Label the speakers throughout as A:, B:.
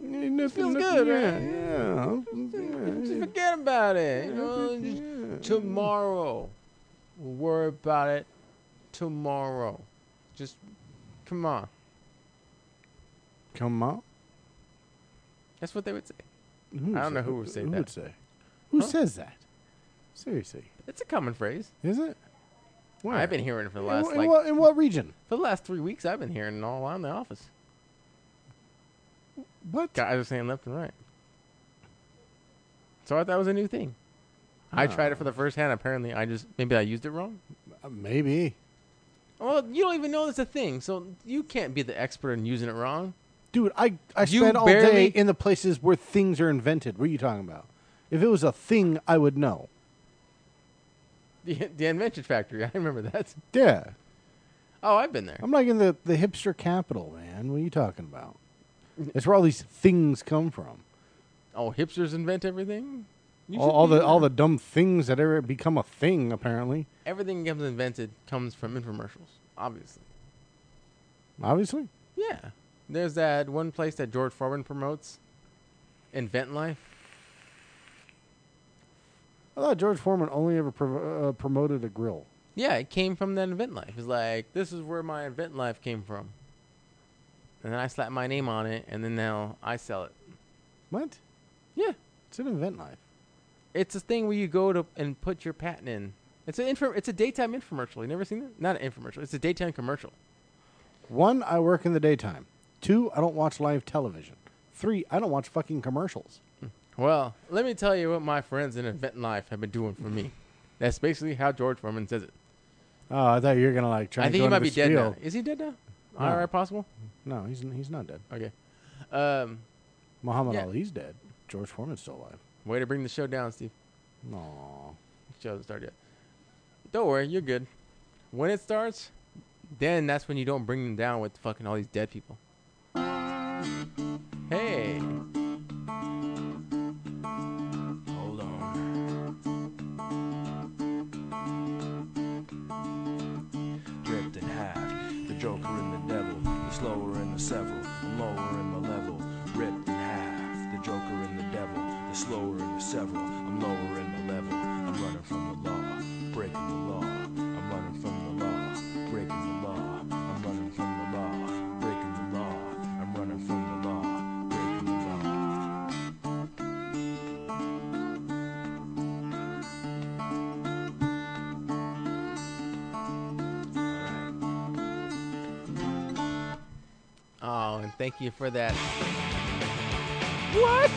A: nothing.
B: Feels
A: nothing.
B: good,
A: yeah,
B: right?
A: Yeah. I'm-
B: Just
A: yeah,
B: forget about it. You
A: yeah,
B: know, just
A: yeah.
B: tomorrow. We'll worry about it tomorrow. Just come on.
A: Come on.
B: That's what they would say.
A: Who
B: I don't
A: is
B: know
A: it?
B: who would say
A: who
B: that.
A: Would say? Who
B: Huh?
A: says that? Seriously,
B: It's a common phrase.
A: is it? Where?
B: I've been hearing it for the
A: in,
B: last
A: wh- in,
B: like
A: what, in what region?
B: for the last three weeks. I've been hearing it all around the office.
A: What?
B: Guys are saying left and right. So I thought it was a new thing. I tried it for the first hand. Apparently, I just maybe I used it wrong.
A: Uh, Maybe,
B: Well, you don't even know that's a thing, so you can't be the expert in using it wrong.
A: dude. I I
B: You
A: spend all day
B: barely-
A: in the places where things are invented. What are you talking about? If it was a thing, I would know.
B: The, the invention factory. I remember that.
A: Yeah,
B: Oh, I've been there.
A: I'm like in the the hipster capital, man. What are you talking about? It's where all these things come from.
B: Oh, hipsters invent everything. You
A: All,
B: should
A: all
B: be
A: the all the
B: there.
A: dumb things that ever become a thing, apparently.
B: everything comes invented comes from infomercials, obviously.
A: Obviously,
B: Yeah, there's that one place that George Foreman promotes, Invent Life.
A: I thought George Foreman only ever pro- uh, promoted a grill.
B: Yeah, it came from that Invent Life. It's like this is where my Invent Life came from. And then I slap my name on it, and then now I sell it.
A: What?
B: Yeah,
A: It's an event knife.
B: it's a thing where you go to and put your patent in. It's an info, It's a daytime infomercial. You never seen it? Not an infomercial. It's a daytime commercial.
A: One, I work in the daytime. Two, I don't watch live television. Three, I don't watch fucking commercials.
B: Well, let me tell you what my friends in Invent Life have been doing for me. That's basically how George Foreman says it.
A: Oh, I thought you were gonna like try.
B: I
A: and
B: think
A: go
B: he might
A: into
B: be
A: the
B: dead now.
A: spiel.
B: Is he dead now?
A: No.
B: All right, possible.
A: No, he's he's not dead.
B: Okay. Um,
A: Muhammad
B: Yeah.
A: Ali's dead. George Foreman's still alive.
B: way to bring the show down, Steve.
A: No,
B: The show hasn't started yet. Don't worry, you're good. When it starts, then that's when you don't bring them down with fucking all these dead people. Hey. Hold on.
C: dripped in half. The joker and the devil, the slower and the several, I'm lower in the level, ripped in half. The joker and the devil, the slower and the several, I'm lower in the level, I'm running from the law, breaking the law, I'm running from the law, breaking the law, I'm running from the law, breaking the law, I'm running from the law, breaking the law.
B: Oh, and thank you for that. What?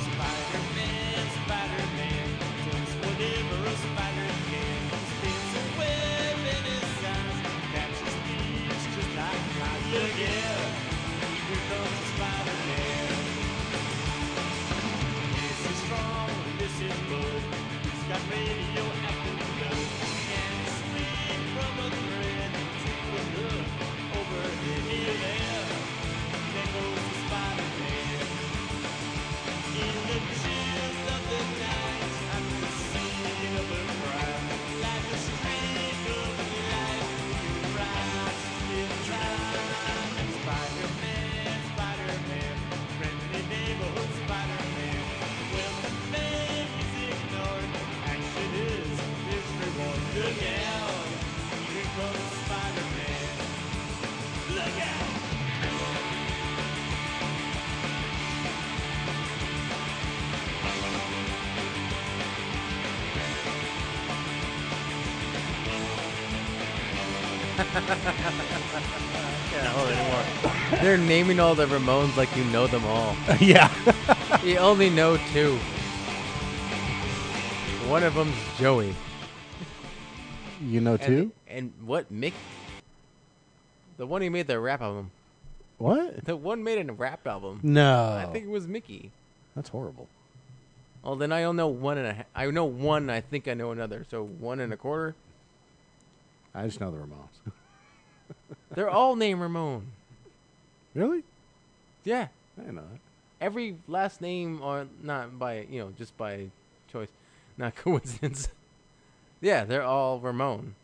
D: Spider-Man, Spider-Man, does whatever a spider can. Spins a web in his eyes, catches thieves just like flies. Look out, here comes the Spider-Man. This is strong, this is good. He's got radioactive blood. Can't sleep from a thread. Take a look over here there. There goes the Spider-Man. In the chills of the night, I'm the scene of a crime. Like a streak of light, you rise in time. Spider-Man, Spider-Man, friendly neighborhood Spider-Man. When the man is ignored, action is his reward. Look out, here comes Spider-Man. Look out!
B: Can't hold it anymore. They're naming all the Ramones like you know them all.
A: yeah.
B: You only know two. One of them's Joey.
A: You know
B: And-
A: too.
B: And, what, Mick? The one who made the rap album.
A: What?
B: The one made a rap album.
A: No,
B: I think it was Mickey.
A: that's horrible.
B: Oh, then I don't know one and a half. I know one. I think I know another. So one and a quarter.
A: I just know the Ramones.
B: They're all named Ramon.
A: really?
B: Yeah.
A: I didn't know that.
B: Every last name or not by you know just by choice, not coincidence. yeah, they're all Ramon.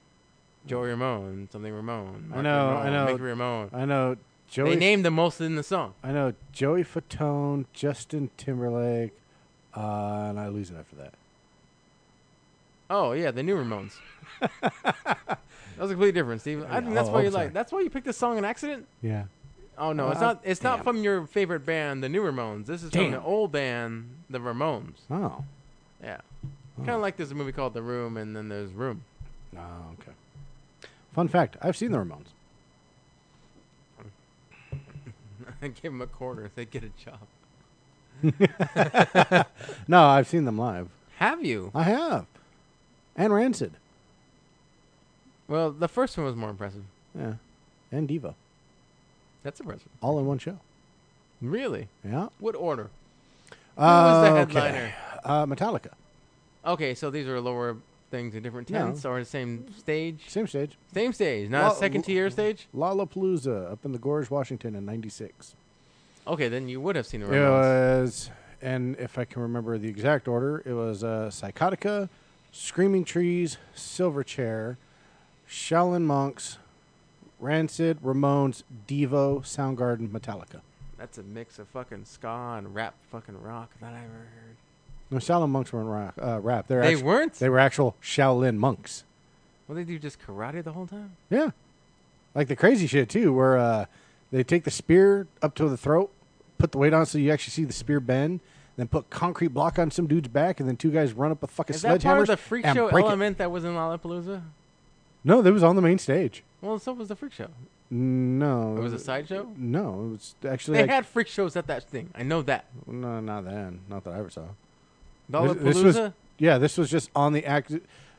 B: Joey Ramon, something Ramon.
A: I
B: Mark
A: know, I
B: Ramon,
A: know.
B: Mickey Ramon.
A: I know Joey,
B: They named them most in the song.
A: I know Joey Fatone, Justin Timberlake, uh, and I lose it after that.
B: Oh yeah, the new Ramones. that was completely different, Steve. I think that's
A: Oh,
B: why
A: I'm
B: you
A: sorry.
B: like. That's why you picked this song in accident.
A: Yeah.
B: Oh no, it's
A: Uh,
B: not. It's
A: damn.
B: not from your favorite band, the new Ramones. This is
A: Damn.
B: from the old band, the Ramones.
A: Oh.
B: Yeah, kind of like there's a movie called The Room, and then there's Room.
A: Oh, okay. Fun fact: I've seen the Ramones.
B: I gave them a quarter if they get a job.
A: No, I've seen them live.
B: Have you?
A: I have. And Rancid.
B: Well, the first one was more impressive.
A: Yeah. And Diva.
B: That's impressive.
A: All in one show.
B: Really?
A: Yeah.
B: What order?
A: Who
B: was the headliner?
A: Uh, Metallica.
B: Okay, so these are lower things in different
A: No.
B: tents or the same stage?
A: Same stage.
B: Same stage, not
A: Well,
B: a second tier stage?
A: Lollapalooza up in the Gorge, Washington in 96.
B: Okay, then you would have seen the
A: It
B: Ramones.
A: was, and if I can remember the exact order, it was uh, Psychotica, Screaming Trees, Silverchair, Shaolin Monks, Rancid, Ramones, Devo, Soundgarden, Metallica.
B: That's a mix of fucking ska and rap fucking rock that I ever heard.
A: No, Shaolin Monks weren't rock, uh, rap. They're
B: they
A: actu-
B: weren't?
A: They were actual Shaolin monks.
B: well, they do just karate the whole time?
A: Yeah. Like the crazy shit too, where uh, they take the spear up to the throat, put the weight on it so you actually see the spear bend, then put concrete block on some dude's back, and then two guys run up with fucking
B: Is that part
A: sledgehammers
B: of the freak
A: and
B: show
A: break it.
B: element that was in Lollapalooza?
A: No, that was on the main stage.
B: Well, so was the freak show.
A: No,
B: It was a sideshow?
A: No, it was actually
B: They
A: like,
B: had freak shows at that thing. I know that.
A: no, not then, not that I ever saw.
B: Lollapalooza?
A: This, this was yeah, this was just on the act.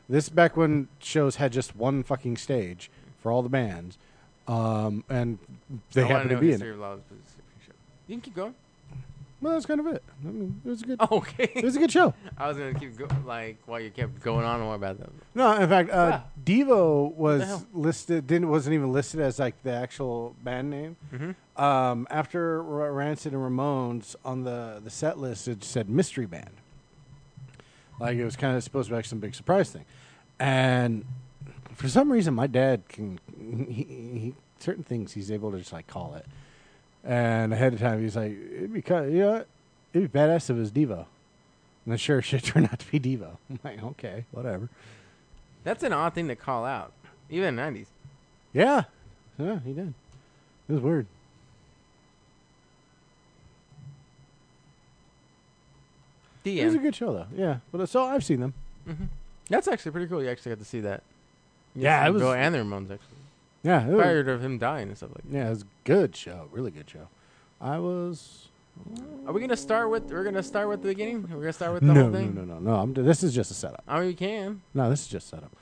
A: This back when shows had just one fucking stage for all the bands, um, and they
B: I wanna
A: happened to
B: know
A: be in
B: history
A: it.
B: of Lollapalooza freak show. You can keep going. Oh,
A: Well, that's kind of it. I mean, it was a good.
B: Okay.
A: It was a good show.
B: I was gonna keep go- like while you kept going on more about them.
A: No, in fact, uh,
B: Yeah.
A: Devo
B: the
A: was
B: hell?
A: listed didn't wasn't even listed as like the actual band name.
B: Mm-hmm.
A: Um, after R- Rancid and Ramones on the the set list, it said mystery band. Like it was kind of supposed to be like some big surprise thing, and for some reason, my dad can he, he certain things he's able to just like call it. And ahead of time, he's like, "It'd be kind, you know, what? it'd be badass if it was Devo." And then sure, as shit turned out to be Devo. I'm like, okay, whatever.
B: That's an odd thing to call out, even in the '90s.
A: Yeah. Yeah, he did. It was weird. It was a
B: DM.
A: good show though. Yeah. But uh, so I've seen them.
B: That's actually pretty cool. You actually got to see that. You
A: Yeah,
B: see
A: it was-
B: Bill and the Ramones actually.
A: Yeah. It was,
B: Prior to him dying and stuff like.
A: yeah, it was a good show. Really good show. I was
B: that. Are we gonna start with? We're gonna start with the beginning. We're gonna start with the
A: no,
B: whole
A: no,
B: thing.
A: no, no, no. I'm, this is just a setup.
B: I mean, we can.
A: No, this is just setup.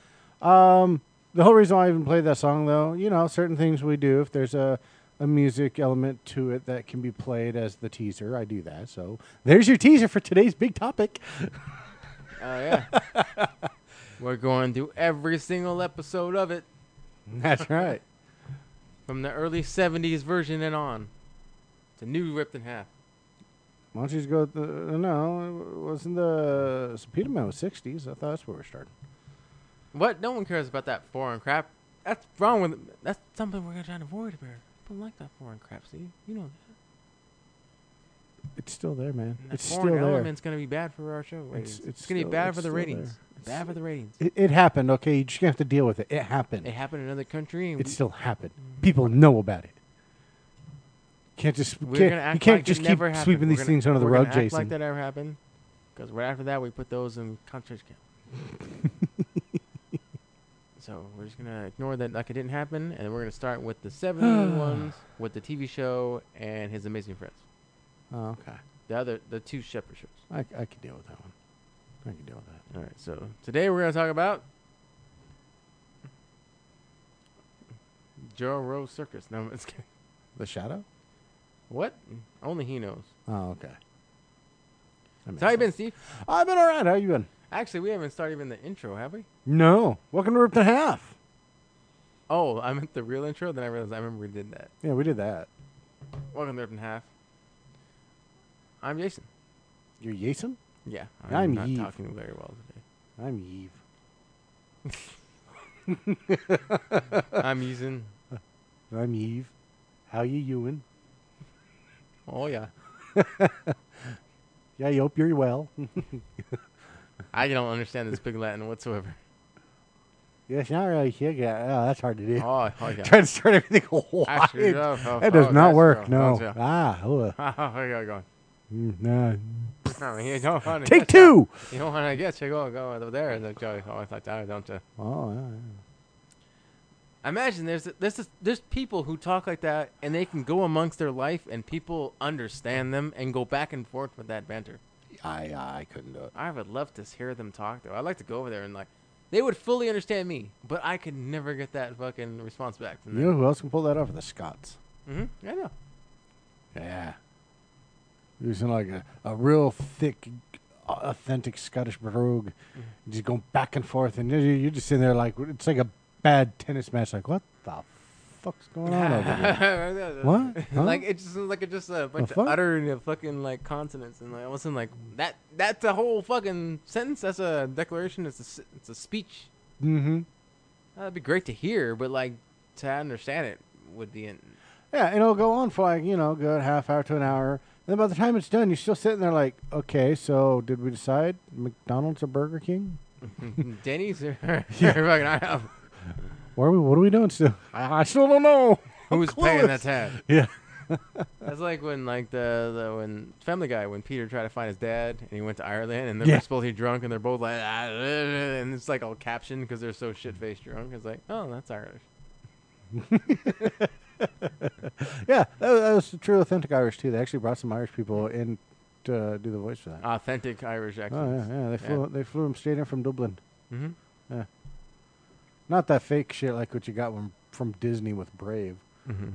A: Um, the whole reason why I even played that song, though, you know, certain things we do. If there's a, a music element to it that can be played as the teaser, I do that. So there's your teaser for today's big topic.
B: Oh yeah. We're going through every single episode of it
A: That's right.
B: from the early '70s version and on. The new ripped in half.
A: Why don't you just go? With the, no, it wasn't the Subpoena Man was sixties. I thought that's where we're starting.
B: What? No one cares about that foreign crap. That's wrong with. That's something we're trying to avoid here. People like that foreign crap, see? You know that.
A: It's still there, man.
B: And that
A: It's still
B: foreign
A: there.
B: element's gonna be bad for our show. Ratings. It's,
A: it's
B: gonna
A: still-
B: be bad
A: it's
B: for the
A: still
B: ratings.
A: there. It's-
B: Bad for the ratings.
A: It, it happened. Okay, you just have to deal with it. It happened.
B: It happened in another country. And
A: it still happened. People know about it. Can't just
B: we- we're
A: can't,
B: gonna act
A: you can't
B: like
A: just
B: it
A: keep
B: never happened.
A: sweeping
B: We're
A: these
B: gonna-
A: things under the
B: we're gonna
A: rug,
B: Act
A: Jason.
B: like that ever happened, because right after that we put those in concentration camp. so we're just gonna ignore that like it didn't happen, and we're gonna start with the seventy ones with the TV show and his amazing friends.
A: Oh, okay,
B: The other, the two Shepherd shows.
A: I, I could deal with that one. I could deal with that.
B: All right, so today we're going to talk about Joe Rose Circus. No, I'm just kidding.
A: The shadow.
B: What? Only he knows.
A: Oh, okay. That makes
B: So how you been,
A: sense.
B: Steve?
A: I've been all right. How you been?
B: Actually, we haven't started even the intro, have we?
A: No. Welcome to Ripped in Half.
B: Oh, I meant the real intro. Then I realized I remember we did that.
A: Yeah, we did that.
B: Welcome to Ripped in Half. I'm Jason.
A: You're Jason.
B: Yeah,
A: I'm
B: not
A: Yves.
B: talking very well today.
A: I'm Eve.
B: I'm using
A: I'm Eve. How you doing?
B: Oh yeah.
A: Yeah, I hope you're well. Hmm.
B: I don't understand this big Latin whatsoever.
A: yes, not really. Yeah, yeah, oh, that's hard to do.
B: Oh, oh yeah.
A: Trying to start everything wide.
B: Actually, no, oh,
A: that does
B: oh,
A: not
B: that's
A: work.
B: real.
A: No.
B: That's real.
A: Ah. oh,
B: oh, yeah, go on.
A: mm, nah.
B: No, you don't want to
A: Take two.
B: You don't want to get you go go over there. The Joey always like that, don't you?
A: Oh, yeah, yeah.
B: Imagine there's there's this, there's people who talk like that and they can go amongst their life and people understand them and go back and forth with that banter.
A: I I couldn't do it.
B: I would love to hear them talk though. I'd like to go over there and like they would fully understand me, but I could never get that fucking response back from
A: You
B: them.
A: know who else can pull that off? The Scots.
B: Mm-hmm. I know.
A: Yeah. Using like a, a real thick, authentic Scottish brogue, just going back and forth, and you're, you're just sitting there like it's like a bad tennis match. Like what the fuck's going on over here? What? Huh?
B: Like it's just like it's just a bunch
A: fuck?
B: of uttering of fucking like consonants and like all of a sudden like that that's a whole fucking sentence. That's a declaration. It's a s- it's a speech.
A: Mm-hmm.
B: That'd be great to hear, but like to understand it would be in.
A: Yeah, and it'll go on for like you know, a good half hour to an hour. And then by the time it's done, you're still sitting there like, okay, so did we decide McDonald's or Burger King?
B: Denny's or, or fucking I don't know.
A: What are we? What are we doing still? I, I still don't know. I'm
B: Who's paying that
A: clueless.
B: tab?
A: Yeah.
B: That's like when like the, the when Family Guy when Peter tried to find his dad and he went to Ireland and they're
A: Yeah.
B: both supposedly drunk and they're both like "Ah, uh, uh," and it's like all captioned because they're so shit faced drunk. It's like oh that's Irish.
A: Yeah, that was, that was the true authentic Irish too. They actually brought some Irish people in to uh, do the voice for that.
B: authentic Irish
A: oh
B: accents.
A: yeah, yeah. They flew they flew them straight in from Dublin.
B: Mhm.
A: Not that fake shit like what you got when, from Disney with Brave. Mm-hmm.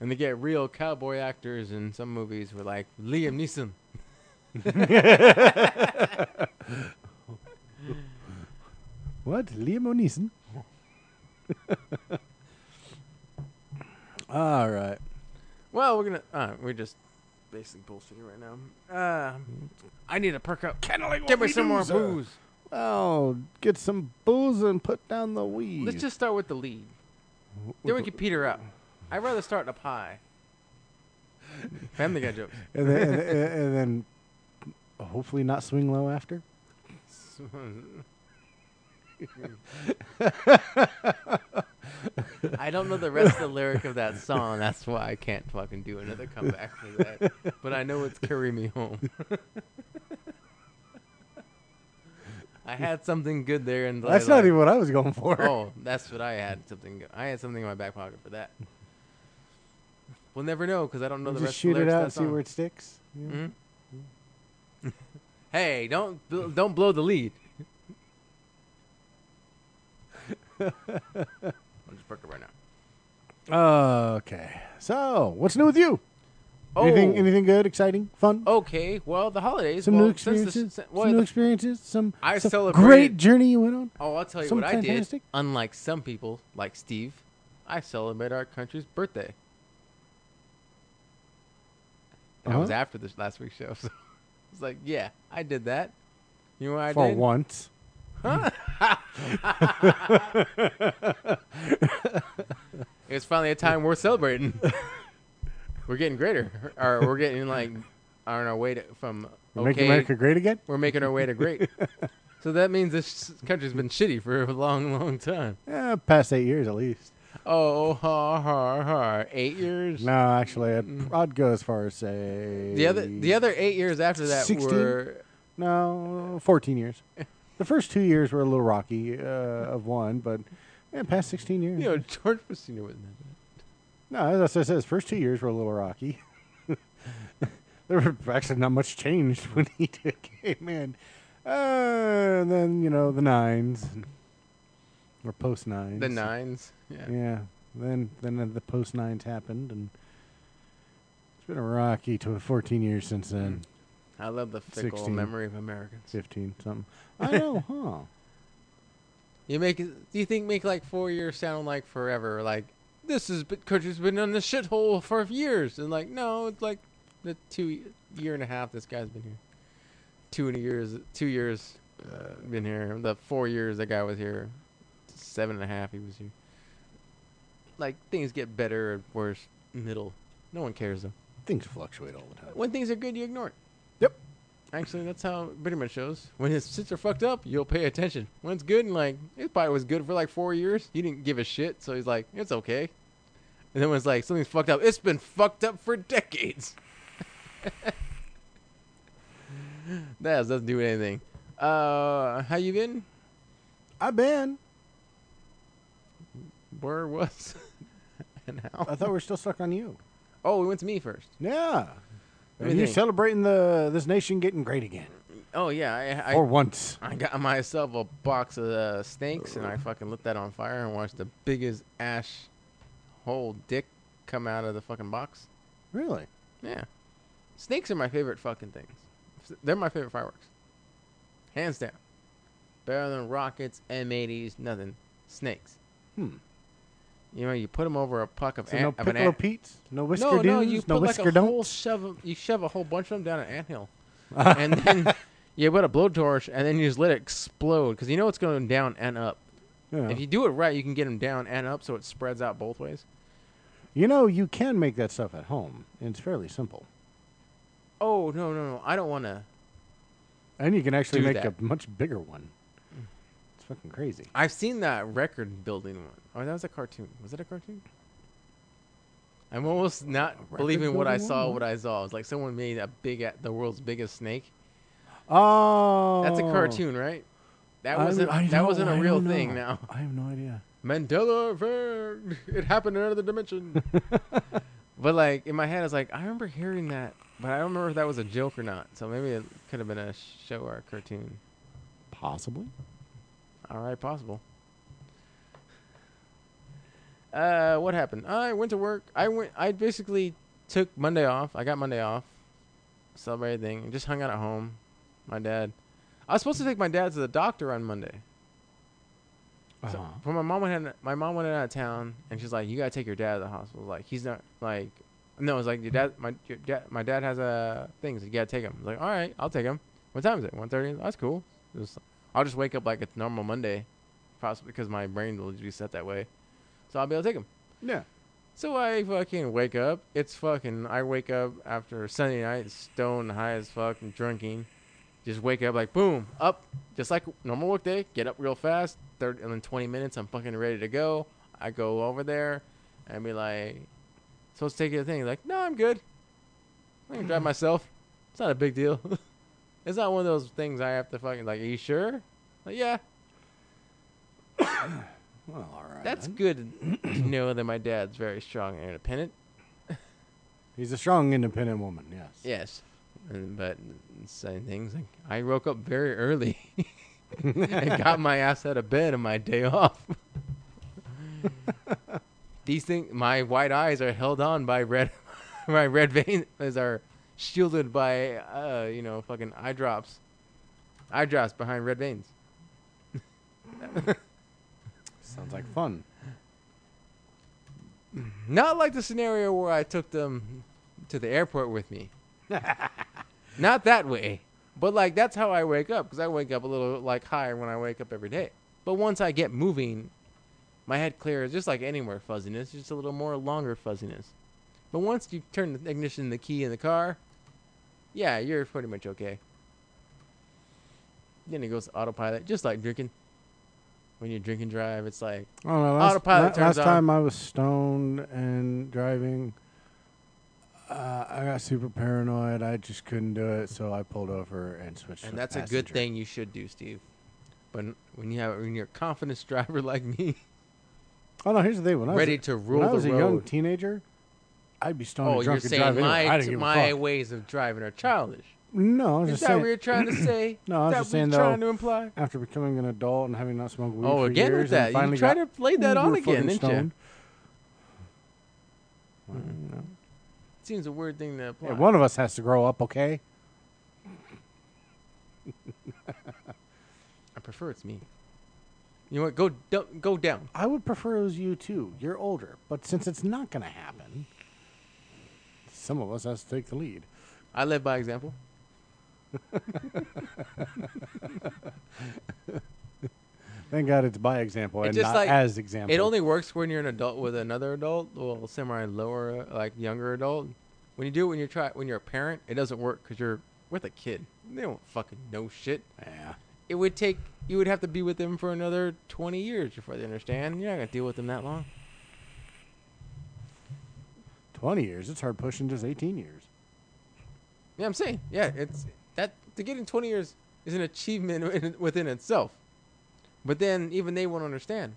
B: And they get real cowboy actors in some movies with like Liam Neeson.
A: What Liam O'Neeson? All right.
B: Well, we're gonna uh, we're just basically bullshitting right now. Uh, I need to perk up. Give me some more booze.
A: Well, Oh, get some booze and put down the weed.
B: Let's just start with the lead. Then we can peter up. I'd rather start up high. Family Guy jokes.
A: and then, and, then- and then hopefully not swing low after.
B: I don't know the rest of the lyric of that song. That's why I can't fucking do another comeback for that. But I know it's "Carry Me Home." I had something good there, and
A: That's
B: like-
A: not even what I was going for.
B: Oh, that's what I had. Something go- I had something in my back pocket for that. We'll never know because I don't know the
A: just
B: rest. of
A: shoot
B: the
A: it
B: lyrics
A: out
B: to
A: and
B: that
A: see where
B: song.
A: it sticks. Yeah.
B: Mhm. Mm-hmm. hey, don't bl- don't blow the lead. I'm just broke it right now.
A: Okay. So, what's new with you? Anything,
B: Oh.
A: anything good, exciting, fun?
B: Okay, well, the holidays.
A: some
B: well,
A: new
B: Since
A: experiences.
B: the, si- well,
A: some new
B: the-
A: experiences. Some,
B: I
A: some
B: celebrated-
A: great journey you went on.
B: oh, I'll tell you
A: some
B: what I did.
A: fantastic-
B: Unlike some people, like Steve, I celebrate our country's birthday. That was
A: Uh-huh.
B: after this last week's show. So it's like, yeah, I did that. You know what I
A: for
B: did?
A: once.
B: It was finally a time worth celebrating. we're getting greater, or we're getting like on our way to from
A: We're Make
B: okay
A: America great again.
B: we're making our way to great. so that means this country's been shitty for a long, long time.
A: Eh, past eight years at least.
B: Oh, ha, ha, ha. Eight years?
A: No, actually, I'd, I'd go as far as say
B: Mm. The other the other eight years after that
A: 16?
B: were.
A: No, fourteen years. The first two years were a little rocky uh, of one, but yeah, past sixteen years.
B: You know, George Messina wasn't that bad.
A: No, that's what I said. His first two years were a little rocky. there were actually not much changed when he did- came in. Uh, and then, you know, the nines. Or post nines.
B: The nines. Yeah.
A: Yeah. Then then the post nines happened and it's been a rocky to fourteen years since then.
B: I love the fickle
A: 16.
B: memory of
A: Hmm.
B: Americans.
A: Fifteen something. I know, huh?
B: You make it- do you think make like four years sound like forever? Like this is but country's been in this shithole for years, and like no, it's like the two year and a half this guy's been here. Two and a years, two years, uh, been here. The four years that guy was here, seven and a half he was here. Like things get better and worse middle. No one cares though.
A: Things fluctuate all the time.
B: When things are good, you ignore it.
A: Yep.
B: Actually, that's how pretty much shows. When his shits are fucked up, you'll pay attention. When it's good and like it probably was good for like four years, you didn't give a shit, so he's like, it's okay. And then when it's like something's fucked up, it's been fucked up for decades. that has- doesn't do anything. Uh, how you been?
A: I've been.
B: Where was and
A: I
B: how?
A: thought we were still stuck on you.
B: Oh, we went to me first.
A: Yeah.
B: What do you
A: And you're
B: think?
A: celebrating the this nation getting great again.
B: Oh yeah, I, I
A: For once.
B: I got myself a box of uh, snakes and I fucking lit that on fire and watched the biggest ash hole dick come out of the fucking box.
A: Really?
B: Yeah. Snakes are my favorite fucking things. S- They're my favorite fireworks. Hands down. Better than rockets, M80s, nothing. Snakes.
A: Hmm.
B: You know, you put them over a puck of,
A: So
B: ant,
A: no
B: Eh, of an
A: Piccolo
B: ant.
A: Pete's? No Whisker
B: no, no,
A: Dudes?
B: you
A: no
B: put like
A: Whisker
B: a whole
A: Don'ts?
B: shove. Of, you shove a whole bunch of them down an anthill, and then you put a blowtorch, and then you just let it explode because you know it's going down and up.
A: Yeah.
B: If you do it right, you can get them down and up, so it spreads out both ways.
A: You know, you can make that stuff at home, and it's fairly simple.
B: Oh no, no, no! I don't want to.
A: And you can actually
B: Do
A: make
B: that.
A: a much bigger one. It's fucking crazy.
B: I've seen that record building one. Oh, that was a cartoon. Was it a cartoon? I'm almost not
A: record
B: believing what I
A: building
B: saw.
A: one?
B: What I saw It's like someone made a big, a- the world's biggest snake.
A: Oh,
B: That's a cartoon, right? That
A: I-
B: wasn't.
A: I
B: that
A: don't-
B: wasn't
A: I
B: a real
A: don't
B: thing.
A: know.
B: Now.
A: I have no idea.
B: Mandela effect. It happened in another dimension. but like in my head, I was like, I remember hearing that, but I don't remember if that was a joke or not. So maybe it could have been a show or a cartoon.
A: Possibly.
B: All right, possible. Uh, what happened? I went to work. I went. I basically took Monday off. I got Monday off. Celebrated thing. Just hung out at home. My dad. I was supposed to take my dad to the doctor on Monday. So,
A: Uh-huh.
B: but my mom went out, my mom went out of town and she's like, "You gotta take your dad to the hospital." Like he's not like, no, it's like your dad. My your dad, my dad has a thing. So you gotta take him. I was like, all right, I'll take him. What time is it? One thirty. That's cool. It was- I'll just wake up like it's normal Monday, possibly because my brain will just be set that way. So I'll be able to take him.
A: Yeah.
B: So I fucking wake up. It's fucking. I wake up after Sunday night, stoned, high as fuck, and drinking. Just wake up like boom, up, just like normal work day. Get up real fast. Third and then twenty minutes, I'm fucking ready to go. I go over there and be like, "So let's take your thing." Like, no, I'm good. I can drive myself. It's not a big deal. it's not one of those things I have to fucking like. Are you sure? Like, yeah.
A: Well, all right.
B: That's
A: then.
B: good to know that my dad's very strong and independent.
A: He's a strong, independent woman. Yes.
B: Yes. And, but same things. Like I woke up very early and got my ass out of bed on my day off. These things, my white eyes are held on by red, my red veins are shielded by uh, you know fucking eye drops, eye drops behind red veins.
A: Sounds like fun.
B: Not like the scenario where I took them to the airport with me. Not that way. But like that's how I wake up because I wake up a little like higher when I wake up every day. But once I get moving, my head clears just like anywhere fuzziness, just a little more longer fuzziness. But once you turn the ignition, the key in the car, yeah, you're pretty much okay. Then it goes to autopilot, just like drinking. When you drink and drive, it's like
A: I don't know. Last,
B: Autopilot
A: la-
B: turns
A: last time I was stoned and driving, uh, I got super paranoid. I just couldn't do it, so I pulled over and switched. to
B: And
A: the
B: that's a good
A: passenger.
B: thing you should do, Steve. But when you have when you're a confidence driver like me,
A: Oh no! Here's the thing. When I was
B: ready
A: a-
B: to
A: when
B: rule
A: I was
B: the
A: a young
B: road.
A: teenager, I'd be stoned
B: oh,
A: and
B: you're
A: drunk and
B: saying
A: drive anyway. I
B: my
A: didn't give a
B: my
A: fuck.
B: ways of driving are childish.
A: No, I was
B: Is
A: just
B: that
A: saying.
B: what you're trying to say?
A: No, I was
B: Is
A: just
B: that what
A: saying,
B: you're trying
A: though,
B: to imply.
A: after becoming an adult and having not smoked weed
B: Oh,
A: for
B: again
A: years,
B: with that.
A: and finally
B: You tried to
A: got
B: play that on
A: uber
B: again,
A: fucking
B: didn't you?
A: stoned.
B: Seems a weird thing to apply.
A: Yeah, one of us has to grow up, okay?
B: I prefer it's me. You know what? Go d- go down.
A: I would prefer it was you too. You're older, but since it's not going to happen, some of us has to take the lead.
B: I live by example.
A: Thank God it's by example
B: It
A: and
B: just,
A: not
B: like,
A: as example.
B: It only works when you're an adult with another adult, well, semi lower, uh, like younger adult. When you do it when you're try when you're a parent, it doesn't work because you're with a kid. They don't fucking know shit.
A: Yeah.
B: It would take you would have to be with them for another 20 years before they understand. You're not gonna deal with them that long.
A: 20 years. It's hard pushing just 18 years.
B: Yeah, I'm saying, yeah, it's that to get in 20 years is an achievement in- within itself. But then even they won't understand.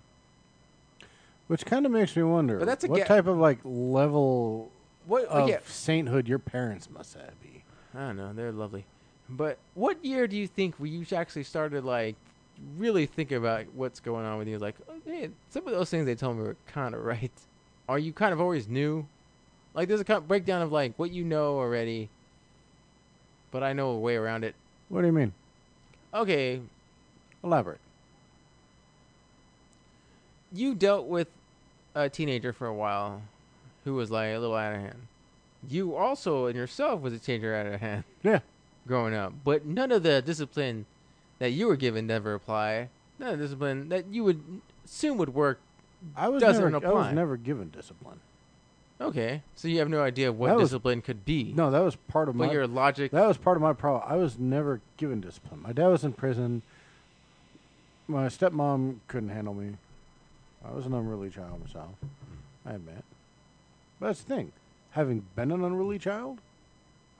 A: Which kind of makes me wonder
B: But that's a
A: what
B: ga-
A: type of like level
B: What?
A: of
B: yeah,
A: sainthood your parents must have be.
B: I don't know. They're lovely. But what year do you think we you actually started like really thinking about what's going on with you? Like, oh, man, some of those things they told me were kind of right. Are you kind of always new? Like, there's a kind of breakdown of like what you know already, but I know a way around it.
A: What do you mean?
B: Okay,
A: Elaborate.
B: you dealt with a teenager for a while who was like a little out of hand. You also and yourself was a teenager out of hand.
A: Yeah.
B: growing up, but none of the discipline that you were given never apply. None of the discipline that you would assume would work.
A: I was
B: Doesn't
A: never I was
B: apply.
A: never given discipline.
B: Okay, so you have no idea what
A: That was-
B: discipline could be.
A: No, that was part of
B: but
A: my
B: your logic.
A: That was part of my problem. I was never given discipline. My dad was in prison. My stepmom couldn't handle me. I was an unruly child myself. I admit. But that's the thing. Having been an unruly child,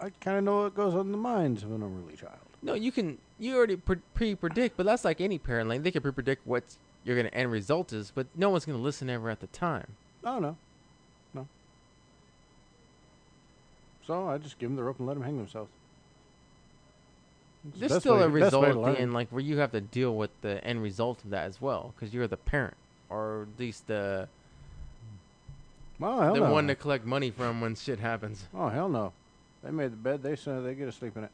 A: I kind of know what goes on in the minds of an unruly child.
B: no, you can. You already pre- pre-predict, but that's like any parent. Like they can pre-predict what your gonna end result is, but no one's gonna listen ever at the time.
A: I don't know. No. So I just give them the rope and let them hang themselves. It's the
B: There's
A: best
B: still
A: way-
B: a
A: best way to
B: result at
A: learn.
B: the end, like where you have to deal with the end result of that as well, because you're the parent, or at least the
A: Well, hell
B: the
A: no.
B: one to collect money from when shit happens.
A: Oh hell no! They made the bed. They said they get to sleep in it.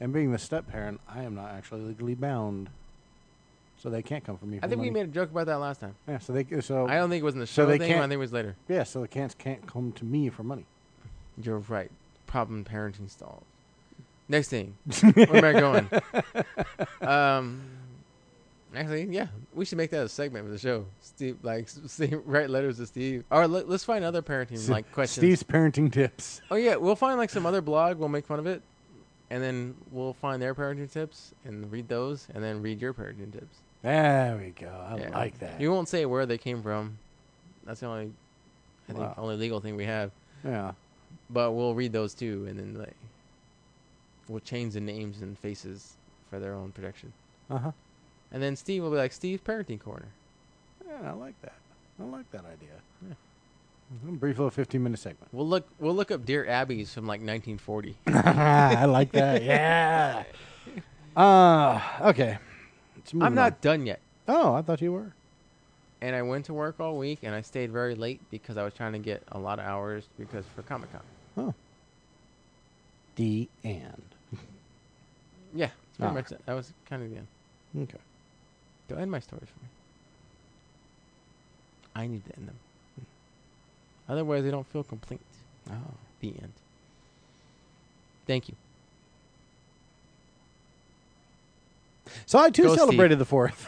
A: And being the step parent, I am not actually legally bound, so they can't come for me. For
B: I think we
A: money.
B: made a joke about that last time.
A: Yeah, so they so
B: I don't think it was in the
A: So
B: show
A: they
B: thing.
A: can't-
B: I think it was later.
A: yeah, so the cats can't come to me for money.
B: You're right. Problem parenting stall. Next thing. Where am I going? um, actually, yeah, we should make that a segment for the show. Steve, like, Steve, write letters to Steve. Or let, let's find other parenting like questions.
A: Steve's parenting tips.
B: Oh yeah, we'll find like some other blog. We'll make fun of it, and then we'll find their parenting tips and read those, and then read your parenting tips.
A: There we go. I
B: Yeah.
A: like that.
B: You won't say where they came from. That's the only, I think,
A: Wow.
B: only legal thing we have.
A: yeah.
B: But we'll read those too, and then like we'll change the names and faces for their own protection.
A: Uh huh.
B: And then Steve will be like Steve Parenting Corner.
A: Yeah, I like that. I like that idea. A brief little fifteen-minute segment.
B: We'll look we'll look up Dear Abbeys from like 1940.
A: I like that. Yeah. Uh, okay. Let's move
B: I'm
A: on.
B: not done yet,
A: Oh, I thought you were.
B: and I went to work all week, and I stayed very late because I was trying to get a lot of hours because for Comic Con.
A: The and.
B: Yeah, that's pretty
A: Ah.
B: much it. That was kind of the end.
A: Okay.
B: Don't end my stories for me. I need to end them. Otherwise, they don't feel complete.
A: Oh.
B: The end. Thank you.
A: So I too
B: Go,
A: celebrated the fourth.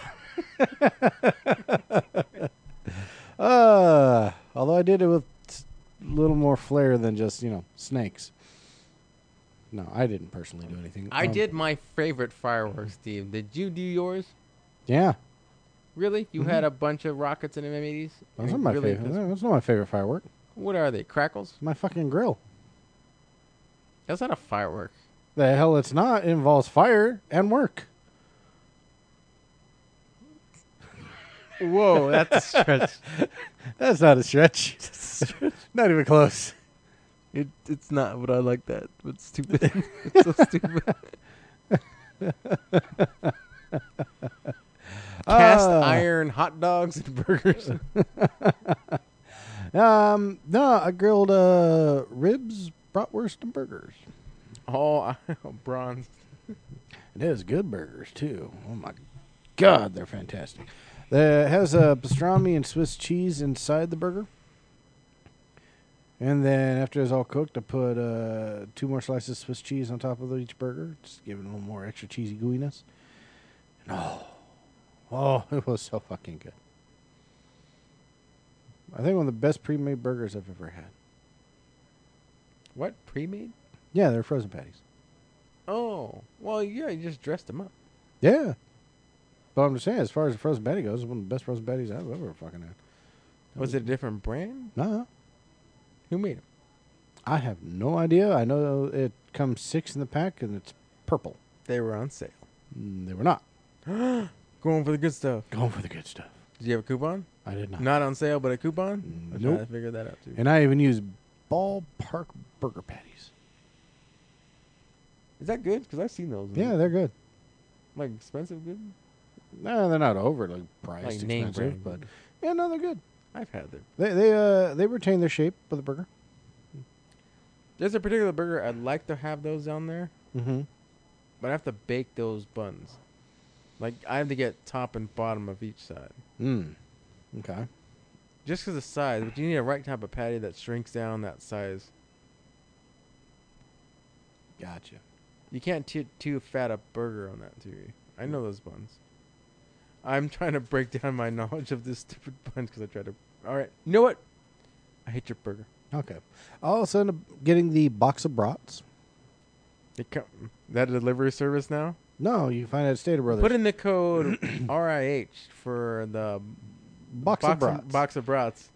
A: uh, although I did it with a little more flair than just you know snakes. No, I didn't personally do anything.
B: I
A: Um,
B: did my favorite fireworks, Steve. Did you do yours?
A: Yeah,
B: Really? You had a bunch of rockets and M80s?
A: those
B: I
A: are my
B: really-
A: favorite. That's not my favorite firework.
B: What are they? Crackles?
A: My fucking grill.
B: That's not a firework.
A: The hell, it's not. It involves fire and work.
B: Whoa, that's a stretch.
A: That's not a stretch. not even close.
B: It, it's not, but I like that. It's stupid. it's so stupid. Cast
A: Ah.
B: iron hot dogs and burgers.
A: Um, no, I grilled uh ribs, bratwurst, and burgers.
B: All bronze.
A: It has good burgers too. Oh my god, they're fantastic. uh, It has a pastrami and Swiss cheese inside the burger, And then after it's all cooked, I put uh, two more slices of Swiss cheese on top of each burger, just give it a little more extra cheesy gooiness. And oh, oh, it was so fucking good. I think one of the best pre-made burgers I've ever had.
B: What pre-made?
A: Yeah, they're frozen patties.
B: Oh, well, yeah, you just dressed them up.
A: Yeah. But I'm just saying, as far as the frozen patty goes, it's one of the best frozen patties I've ever fucking had.
B: Was it a different brand?
A: No,
B: Who made them?
A: I have no idea. I know it comes six in the pack and it's purple.
B: They were on sale.
A: Mm, They were not
B: Going for the good stuff.
A: going for the good stuff.
B: Did you have a coupon?
A: I did not.
B: Not on sale, but a coupon.
A: Mm,
B: I
A: nope.
B: I figured that out too.
A: And I even used ballpark burger patties.
B: Is that good? Because I've seen those. and
A: Yeah, they're good.
B: like expensive good.
A: No, they're not overly priced
B: Like name
A: expensive, but
B: brand.
A: yeah, no, they're good.
B: I've had them.
A: They they uh they retain their shape with the burger.
B: There's a particular burger I'd like to have those on there,
A: Mm-hmm.
B: but I have to bake those buns. Like I have to get top and bottom of each side,
A: Mm. Okay.
B: just because the size. But you need a right type of patty that shrinks down that size.
A: Gotcha.
B: You can't too too fat a burger on that theory. I know those buns. I'm trying to break down my knowledge of this stupid bun because I tried to. All right, you know what? I hate your burger.
A: Okay. I also end up getting the box of brats.
B: They come, that delivery service now.
A: No, you can find it at Stater Brothers.
B: Put in the code RIH for the
A: box, of brats.
B: box of brats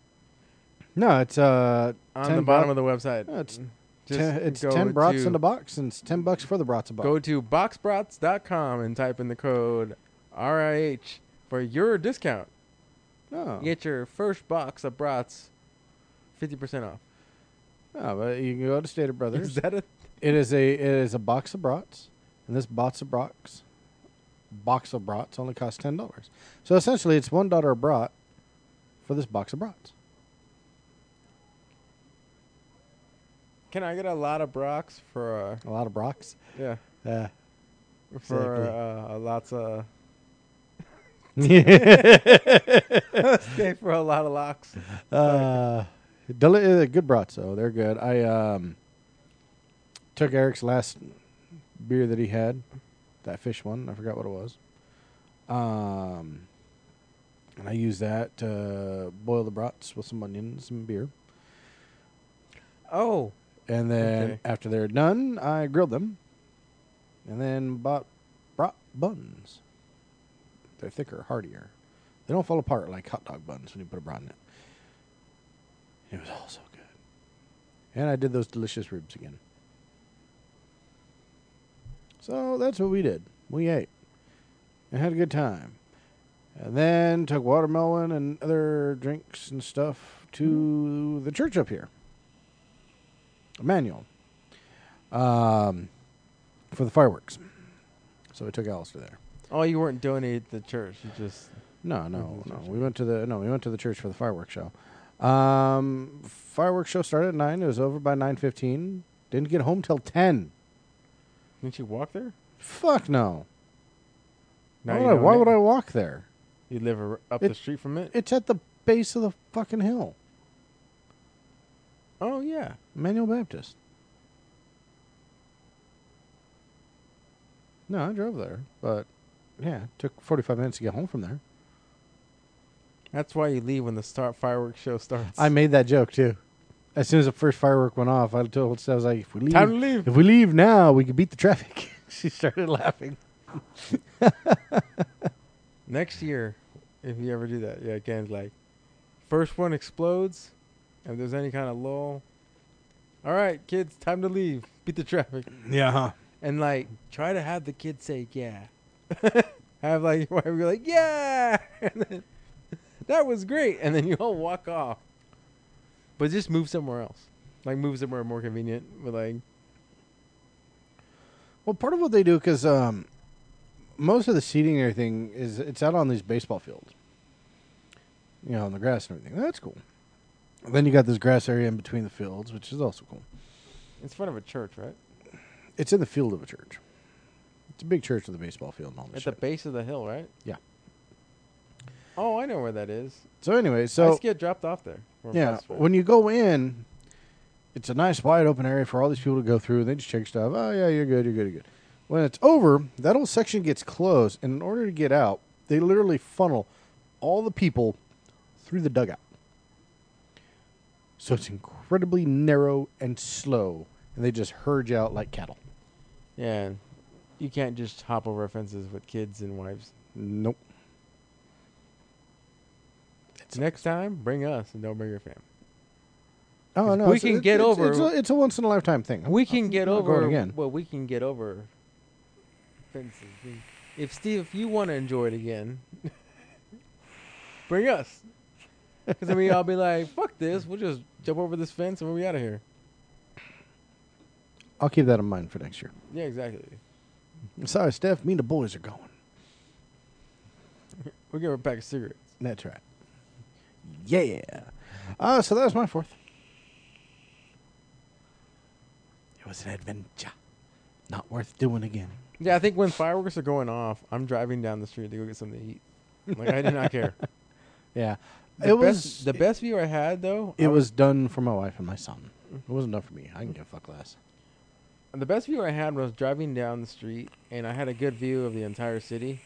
A: No, it's uh
B: on
A: 10
B: the bottom
A: brat-
B: of the website.
A: No, it's
B: Just
A: ten, it's
B: go
A: ten brats
B: to-
A: in a box, and it's ten bucks for the brats a box.
B: Go to boxbrats.com and type in the code RIH for your discount.
A: no,
B: Get your first box of brats 50% off.
A: no, but you can go to Stater Brothers.
B: Is that a
A: It is a it is a box of brats, and this box of brats, box of brats only costs ten dollars. So essentially, it's one dollar a brat for this box of brats.
B: Can I get a lot of brats for
A: A
B: uh
A: lot of brats.
B: yeah,
A: Uh,
B: for
A: Exactly.
B: uh, a lots of
A: uh,
B: okay, for a lot of locks.
A: deli- uh, good brats though. They're good. I um, took Eric's last beer that he had, that fish one. I forgot what it was. Um, and I used that to boil the brats with some onions and beer.
B: Oh,
A: And then
B: Okay.
A: after they're done, I grilled them, and then bought brought buns. They're thicker, heartier. They don't fall apart like hot dog buns when you put a brat in it. It was all so good. And I did those delicious ribs again. So that's what we did. We ate and had a good time. And then took watermelon and other drinks and stuff to the church up here. Emmanuel. Um, for the fireworks. So we took Alistair there.
B: oh, you weren't donated to the church. You just
A: No, no,
B: Went to the
A: no.
B: church,
A: We went to the no, we went to the church for the fireworks show. Um, fireworks show started at nine. It was over by nine fifteen. Didn't get home till ten.
B: didn't you walk there?
A: Fuck no.
B: Now
A: why
B: you
A: would, I,
B: know
A: Oh, why
B: it.
A: would I walk there?
B: You live ar- up
A: It-
B: the street from it.
A: It's at the base of the fucking hill,
B: Oh yeah.
A: Emmanuel Baptist. No, I drove there, but yeah, it took forty five minutes to get home from there.
B: That's why you leave when the start fireworks show starts.
A: I made that joke too. As soon as the first firework went off, I told Steph, I was like, if we leave,
B: time to leave.
A: if we leave now, we can beat the traffic. she started laughing.
B: Next year, if you ever do that, yeah, again, like first one explodes. If there's any kind of lull, all right, kids, time to leave. Beat the traffic.
A: Yeah.
B: and like try to have the kids say yeah. have like your wife be like yeah, and then, that was great, and then you all walk off. But just move somewhere else, like move somewhere more convenient. But like
A: Well, part of what they do because um, most of the seating and everything is it's out on these baseball fields. You know, on the grass and everything. That's cool. Then you got this grass area in between the fields, which is also cool.
B: it's front of a church, right?
A: It's in the field of a church. It's a big church with a baseball field and all
B: At
A: this
B: the
A: shit.
B: base of the hill, right?
A: Yeah.
B: Oh, I know where that is.
A: so anyway,
B: So I
A: so
B: just get dropped off there. for a
A: Yeah,
B: bus ride.
A: when you go in, it's a nice wide open area for all these people to go through. They just check stuff. Oh yeah, you're good, you're good, you're good. When it's over, that whole section gets closed, and in order to get out, they literally funnel all the people through the dugout. So it's incredibly narrow and slow, and they just herd you out like cattle.
B: Yeah. You can't just hop over fences with kids and wives.
A: Nope.
B: Next time, bring us and don't bring your fam.
A: Oh
B: If
A: no,
B: we
A: it's-
B: can
A: it's-
B: get
A: it's-
B: over-
A: It's a, it's a once in a lifetime thing.
B: We can get
A: not
B: over.
A: going again.
B: Well, we can get over fences. We- If Steve, if you want to enjoy it again, bring us. Because then we all be like, "Fuck this! We'll just jump over this fence and we'll be out of here."
A: I'll keep that in mind for next year.
B: Yeah, exactly.
A: Sorry, Steph. Me and the boys are going.
B: We'll give her a pack of cigarettes.
A: That's right. Yeah. Uh, so that was my fourth. It was an adventure. Not worth doing again.
B: Yeah, I think when fireworks are going off, I'm driving down the street to go get something to eat. Like I do not care.
A: Yeah.
B: The
A: it
B: best,
A: was
B: the best view I had though.
A: It,
B: I
A: was done for my wife and my son. It wasn't done for me. I can give a fuck less.
B: The best view I had was driving down the street, and I had a good view of the entire city,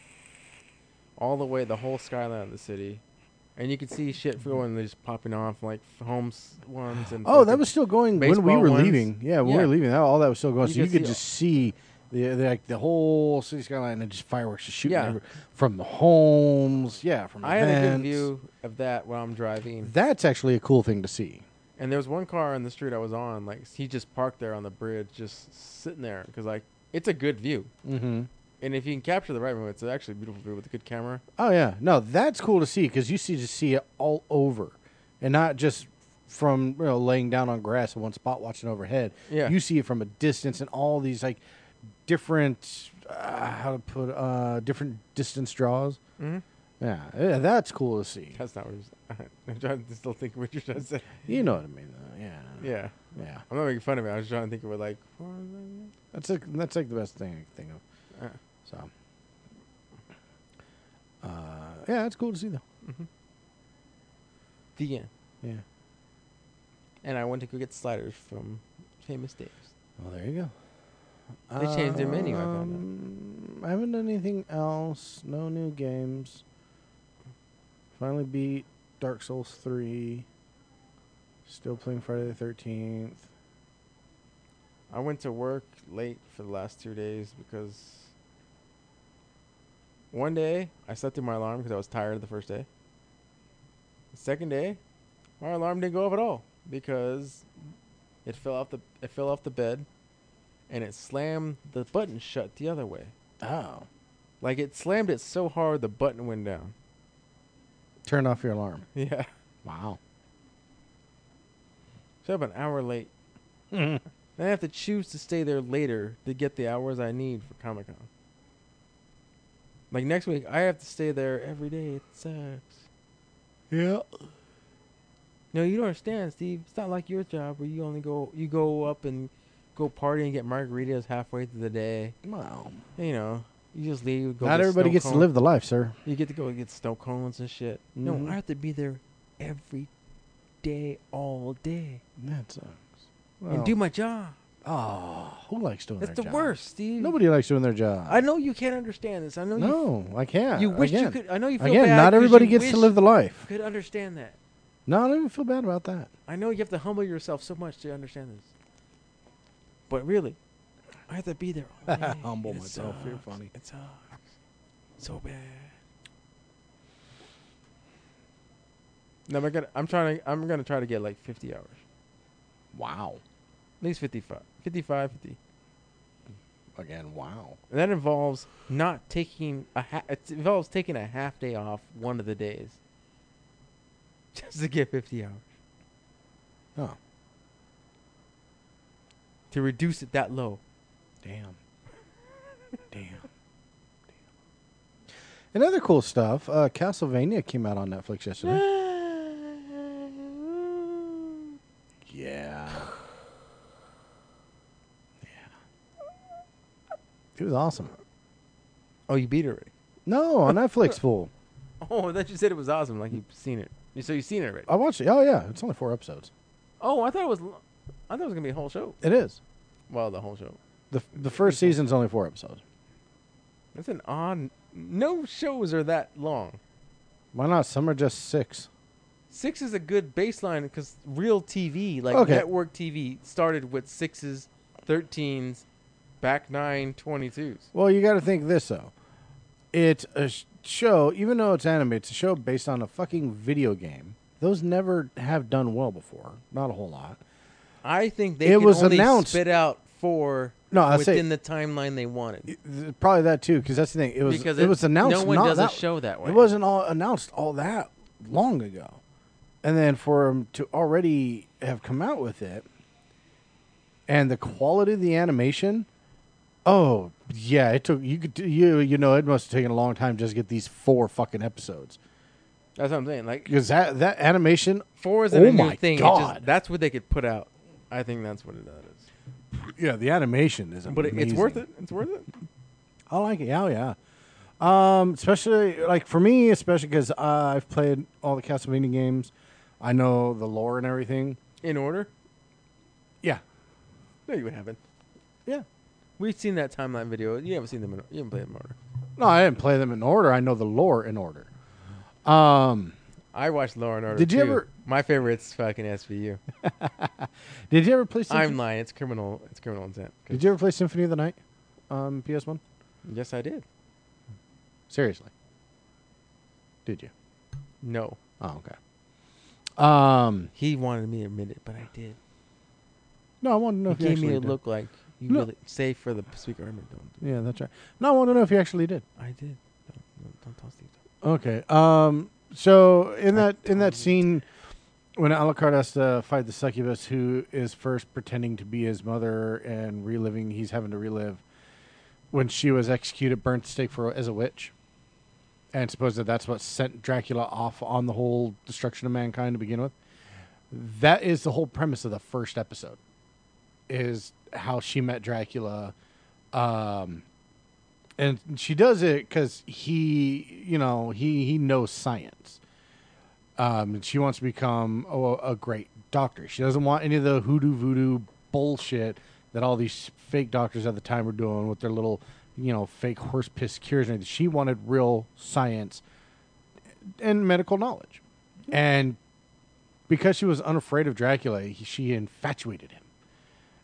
B: all the way, the whole skyline of the city, and you could see shit going just popping off, like f- homes ones and.
A: Mm-hmm. Oh, that
B: fucking-
A: was still going when we
B: baseball
A: were
B: ones.
A: leaving. Yeah, when we
B: Yeah.
A: were leaving, that, all that was still going.
B: You
A: so you
B: could
A: could
B: see
A: just see the, the like the whole city skyline and just fireworks just shooting
B: Yeah.
A: every- from the homes. Yeah, from
B: I had a good
A: events.
B: view of that while I'm driving,
A: That's actually a cool thing to see.
B: and there was one car on the street I was on, like he just parked there on the bridge, just sitting there, because like it's a good view,
A: Mm-hmm.
B: and if you can capture the right moment, it's actually a beautiful view with a good camera.
A: Oh yeah, no, that's cool to see because you see just see it all over, and not just from you know laying down on grass in one spot watching overhead.
B: Yeah.
A: you see it from a distance and all these like different uh, how to put uh different distance draws.
B: Mm-hmm.
A: Yeah, yeah, that's cool to see.
B: That's not what you're saying. I'm trying to still think what you're trying to say.
A: You know what I mean? Though. Yeah,
B: Yeah.
A: yeah.
B: I'm not making fun of it. I was trying to think of it like.
A: That's like that's like the best thing I can think of.
B: Uh,
A: So, uh, yeah, it's cool to see though.
B: the end.
A: Yeah.
B: And I went to go get sliders from Famous Dave's.
A: Well, there you go.
B: They changed their menu, I found out.
A: Um, I haven't done anything else. No new games. Finally beat Dark Souls 3. Still playing Friday the 13th.
B: I went to work late for the last two days because one day I slept through my alarm because I was tired the first day. The second day, my alarm didn't go off at all because it fell off the it fell off the bed, and it slammed the button shut the other way.
A: Oh.
B: Like it slammed it so hard the button went down.
A: Turn off your alarm.
B: Yeah.
A: Wow.
B: So I'm an hour late. Then I have to choose to stay there later to get the hours I need for Comic Con. Like next week, I have to stay there every day. It sucks.
A: Yeah.
B: No, you don't understand, Steve. It's not like your job where you only go you go up and go party and get margaritas halfway through the day.
A: Wow.
B: You know, you just leave. Go
A: Not
B: get
A: everybody
B: snow
A: gets to
B: cone-
A: live the life, sir.
B: You get to go get snow cones and shit.
A: Mhm.
B: No, I have to be there every day, all day,
A: That sucks.
B: and do my job.
A: oh, who likes doing
B: That's
A: their
B: the
A: job?
B: worst, Steve.
A: Nobody likes doing their job.
B: I know you can't understand this. I know you
A: no, I can't.
B: You wish you
A: Again.
B: could. I know you feel
A: Again,
B: bad
A: not
B: 'cause
A: everybody
B: you
A: gets to
B: wish
A: live the
B: you
A: life.
B: Could understand that.
A: No, I don't even feel bad about that.
B: I know you have to humble yourself so much to understand this. But really, I have to be there. All day.
A: Humble
B: It
A: myself, you're
B: sucks.
A: funny.
B: It sucks. So bad. No, I'm gonna. I'm trying to. I'm gonna try to get like 50 hours,
A: Wow.
B: at least 55, 55, 50.
A: Again, wow.
B: And that involves not taking a ha- it involves taking a half day off one of the days just to get 50 hours
A: Oh,
B: to reduce it that low.
A: damn. damn. Damn. And other cool stuff. Uh, Castlevania came out on Netflix yesterday.
B: Oh,
A: yeah. Yeah. It was awesome.
B: Oh, you beat it already.
A: No, on Netflix, fool.
B: Oh, that you said it was awesome like you've seen it. You- So you've seen it already.
A: I watched it. Oh, yeah. It's only four episodes.
B: Oh, I thought it was lo- I thought it was gonna be a whole show.
E: It is.
B: Well, the whole show.
E: The, the first season's only four episodes.
B: That's an odd. No shows are that long.
A: Why not? Some are just six.
B: Six is a good baseline because real TV, like
E: Okay.
B: network TV, started with sixes, thirteens, back nine, 22s.
A: Well, you got to think this though. It's a sh- show, even though it's anime, it's a show based on a fucking video game. Those never have done well before. Not a whole lot.
B: I think they
A: It
B: could
A: was
B: only
A: announced-
B: spit out four
A: No, I'll say-
B: within the timeline they wanted.
A: Th- Probably that too, because that's the thing. It was
B: Because
A: it,
B: it-
A: was announced.
B: no one
A: not
B: does a
A: that,
B: show that way.
A: It wasn't all announced all that long ago, and then for them to already have come out with it, and the quality of the animation. Oh yeah, it took you could you you know it must have taken a long time just to get these four fucking episodes.
B: That's what I'm saying. Like
A: because that that animation
B: four isn't
A: Oh
B: a new
A: my
B: thing. it
A: God.
B: just, that's what they could put out. I think that's what it that is.
A: yeah the animation is amazing.
B: But it, it's worth it. It's worth it.
A: i like it yeah oh, yeah um especially like for me especially because i've played all the castlevania games i know the lore and everything
B: In order?
A: yeah
B: No, you haven't.
A: yeah
B: We've seen that timeline video. You haven't seen them. In, you haven't played them in order.
A: no i didn't play them in order i know the lore in order um
B: I watched Law and Order.
A: Did you
B: too.
A: ever-
B: My favorite's fucking SVU.
A: did you ever play symphony,
B: I'm lying. It's criminal. It's criminal intent. 'Cause-
A: did you ever play symphony of the night um ps1
B: Yes, I did.
A: seriously did you
B: No,
A: oh okay um
B: he wanted me to admit it, but I did.
A: no i want to know
B: He
A: if you
B: gave me
A: actually
B: a
A: did.
B: look like you
A: No.
B: really say for the speaker. I mean, don't. do-
A: yeah that's right no i want to know if you actually did
B: I did. Don't don't, don't tell Steve.
A: Okay. Um. So in that in that scene, when Alucard has to fight the succubus, who is first pretending to be his mother and reliving, he's having to relive when she was executed, burnt at stake for as a witch, and suppose that that's what sent Dracula off on the whole destruction of mankind to begin with. That is the whole premise of the first episode, is how she met Dracula. Um, and she does it because he you know he he knows science um and she wants to become a, a great doctor she doesn't want any of the hoodoo voodoo bullshit that all these fake doctors at the time were doing with their little you know fake horse piss cures and everything. she wanted real science and medical knowledge and because she was unafraid of dracula he, she infatuated him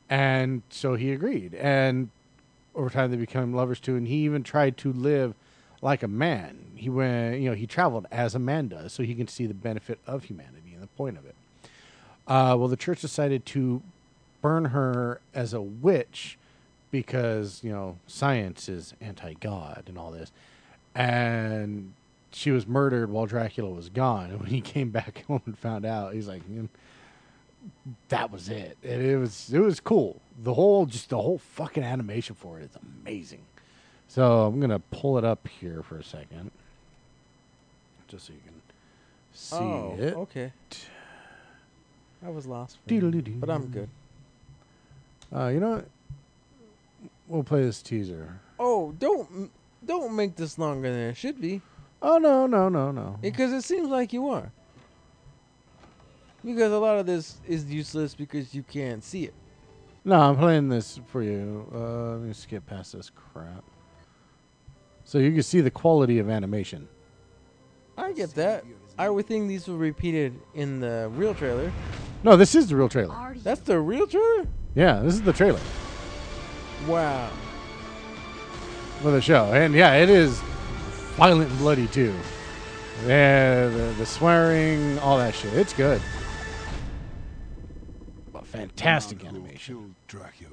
A: and so he agreed and over time they became lovers too and he even tried to live like a man he went you know he traveled as a man does so he can see the benefit of humanity and the point of it uh, well the church decided to burn her as a witch because you know science is anti-god and all this and she was murdered while dracula was gone and when he came back home and found out he's like "Mm, that was it. And it was it was cool. The whole just the whole fucking animation for it is amazing. So I'm gonna pull it up here for a second, just so you can see
B: oh,
A: it.
B: okay. I was lost, for a minute,
A: Doodle-doo-doo.
B: but I'm good.
A: Uh, you know what? We'll play this teaser.
B: Oh, don't m- don't make this longer than it should be.
A: Oh no no no no.
B: Because it seems like you are. Because a lot of this is useless because you can't see it.
A: No, I'm playing this for you. Uh, let me skip past this crap. So you can see the quality of animation.
B: I get that. I would think these were repeated in the real trailer.
A: No, this is the real trailer.
F: Are you?
B: That's the real trailer?
A: Yeah, this is the trailer.
B: Wow.
A: for the show. And yeah, it is violent and bloody too. Yeah, the, the swearing, all that shit. It's good. But fantastic
G: man who
A: animation.
G: killed Dracula.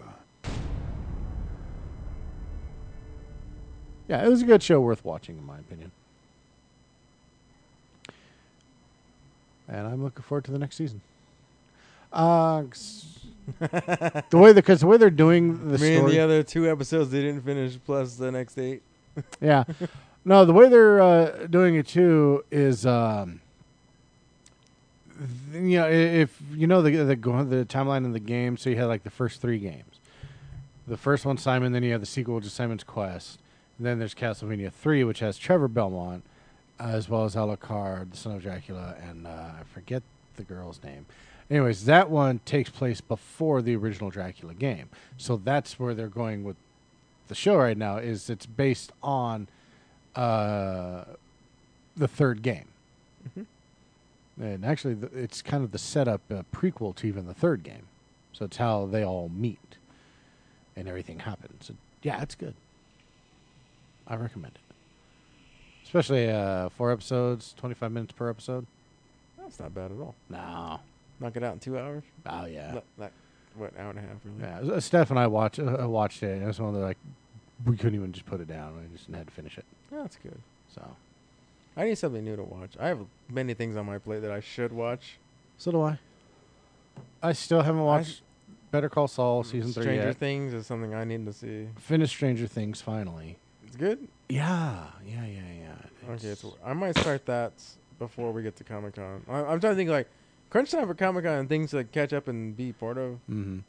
A: Yeah, it was a good show worth watching, in my opinion. And I'm looking forward to the next season. Uh, s- the way because the way they're doing the
B: Me and
A: story,
B: the other two episodes they didn't finish, plus the next eight.
A: yeah, no, the way they're uh, doing it too is um, you know, i- if you know the the go- the timeline of the game, so you had like the first three games. The first one, Simon. Then you have the sequel, which is Simon's Quest. And then there's Castlevania Three, which has Trevor Belmont, as well as Alucard, the son of Dracula, and uh, I forget the girl's name. Anyways, that one takes place before the original Dracula game, so that's where they're going with the show right now. Is it's based on uh, the third game, and actually th- it's kind of the setup uh, prequel to even the third game, so it's how they all meet and everything happens. And yeah, it's good. I recommend it, especially uh, four episodes, twenty five minutes per episode.
B: That's not bad at all.
A: No,
B: Knock it out in two hours.
A: oh yeah.
B: Not- Like what hour and a half really?
A: Yeah, it was- uh, Steph and I watched uh, watched it, and it was one of the like we couldn't even just put it down; we just had to finish it.
B: Yeah, that's good.
A: So,
B: I need something new to watch. I have many things on my plate that I should watch.
A: so do I. I still haven't watched Better Call Saul season three
B: Stranger
A: yet.
B: Things is something I need to see.
A: Finished Stranger Things finally.
B: It's good.
A: Yeah, yeah, yeah, yeah.
B: Okay, it's, I might start that before we get to Comic Con. I'm trying to think like crunch time for Comic Con and things to catch up and be part of.
A: hmm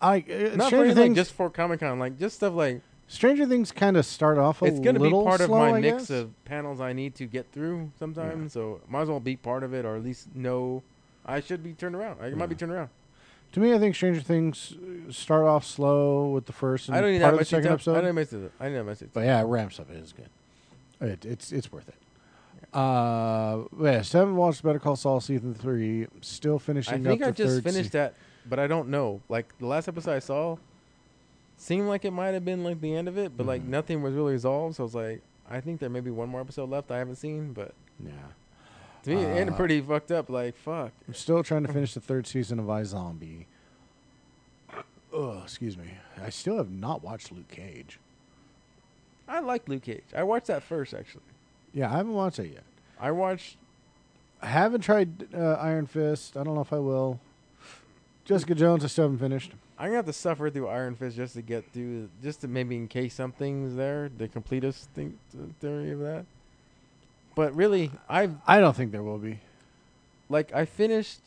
A: I uh,
B: Not for
A: Stranger
B: anything,
A: Things.
B: just for Comic Con, like just stuff like
A: Stranger Things kind of start off a
B: it's gonna be
A: little
B: part
A: slow,
B: of my
A: I
B: mix
A: guess.
B: of panels I need to get through sometime. So might as well be part of it, or at least know I should be turned around. I might be
A: Yeah.
B: turned around.
A: To me, I think Stranger Things uh, start off slow with the first and
B: I don't need
A: part of the
B: that much
A: second
B: detail.
A: episode.
B: I don't need that much. I need that much.
A: But yeah, it ramps up. It is good. It, it's it's worth it. Uh, yeah, so I haven't watched Better Call Saul season three. Still finishing.
B: I think
A: up
B: I
A: the
B: just
A: third
B: finished
A: se-
B: that, but I don't know. Like the last episode I saw, seemed like it might have been like the end of it, but like
A: Mm-hmm.
B: nothing was really resolved. So I was like, I think there may be one more episode left I haven't seen, but
A: yeah,
B: to me it ended
A: Uh,
B: pretty fucked up. Like fuck,
A: I'm still trying to finish the third season of I Zombie. Oh, excuse me. I still have not watched Luke Cage.
B: I like Luke Cage. I watched that first actually.
A: Yeah, I haven't watched it yet.
B: I watched
A: I haven't tried uh, Iron Fist. I don't know if I will. Jessica Jones, I still haven't finished.
B: I'm gonna have to suffer through Iron Fist just to get through, just to maybe in case something's there, the completest thing, th- theory of that. But really, I've
A: I don't think there will be.
B: like I finished.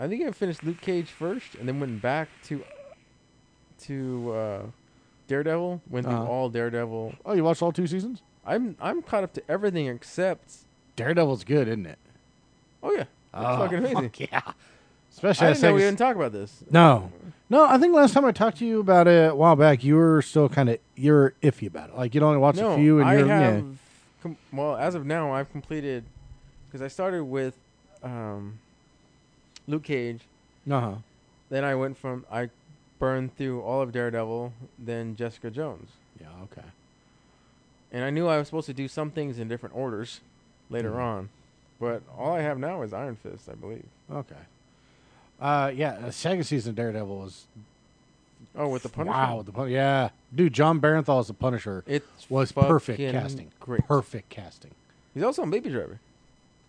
B: I think I finished Luke Cage first, and then went back to to uh, Daredevil. Went through
A: Uh-huh.
B: all Daredevil.
A: Oh, you watched all two seasons?
B: I'm I'm caught up to everything except.
A: Daredevil's good, isn't it?
B: Oh yeah, it's fucking amazing.
A: Ah, fuck yeah. Especially
B: I
A: that
B: didn't know we
A: second-
B: didn't talk about this.
A: No, no. I think last time I talked to you about it a while back, you were still kind of you're iffy about it. Like you'd only watch
B: no,
A: a few, and
B: I
A: you're
B: have.
A: yeah.
B: Com- well, as of now, I've completed because I started with um, Luke Cage.
A: Uh-huh.
B: Then I went from I burned through all of Daredevil, then Jessica Jones.
A: Yeah. Okay.
B: and I knew I was supposed to do some things in different orders later
A: Mhm.
B: on. But all I have now is Iron Fist, I believe.
A: Okay. Uh, yeah. The second season of Daredevil was
B: Oh, with the Punisher.
A: wow. The pun- yeah, dude. John Barenthal as the Punisher
B: It's
A: was perfect
B: fucking
A: casting.
B: Great.
A: Perfect casting.
B: He's also in Baby Driver.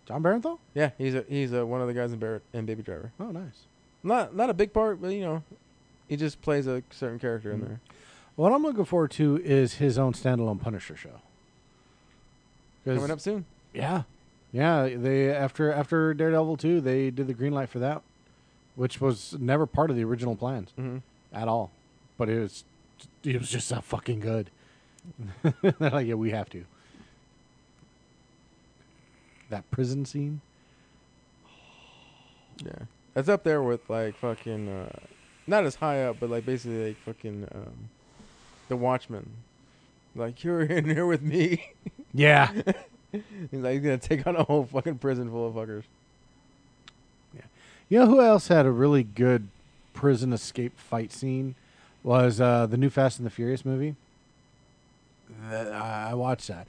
A: John Barenthal.
B: Yeah, he's a he's a, one of the guys in, Bar- in Baby Driver.
A: Oh, nice.
B: Not not a big part, but you know, he just plays a certain character
A: Mm-hmm.
B: in there.
A: What I'm looking forward to is his own standalone Punisher show. 'Cause-
B: Coming up soon.
A: Yeah, yeah. They after after Daredevil two, they did the green light for that, which was never part of the original plans
B: Mhm.
A: at all. But it was it was just so fucking good. They're like, yeah, we have to. That prison scene.
B: Yeah, that's up there with like fucking, uh, not as high up, but like basically like fucking um, the Watchmen. Like you're in here with me.
A: Yeah,
B: He's like, he's gonna take on a whole fucking prison full of fuckers.
A: you know who else had a really good prison escape fight scene? Was uh, the new Fast and the Furious movie? That- uh, I I watched that.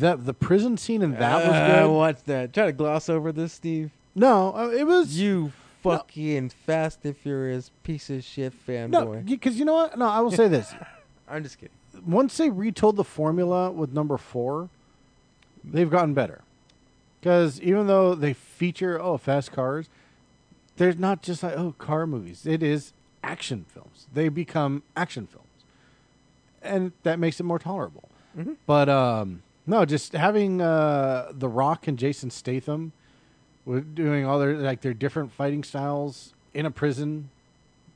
A: That the prison scene in that was
B: Uh,
A: good.
B: Watch that. Try to gloss over this, Steve.
A: No, uh, it was
B: You fucking Fast and Furious piece of shit
A: No,
B: fanboy.
A: because you know what? No, I will say this.
B: I'm just kidding.
A: Once they retold the formula with number four, they've gotten better. Because even though they feature oh fast cars, they're not just like oh car movies. It is action films. They become action films, and that makes it more tolerable. But um, no, just having uh, The Rock and Jason Statham with doing all their like their different fighting styles in a prison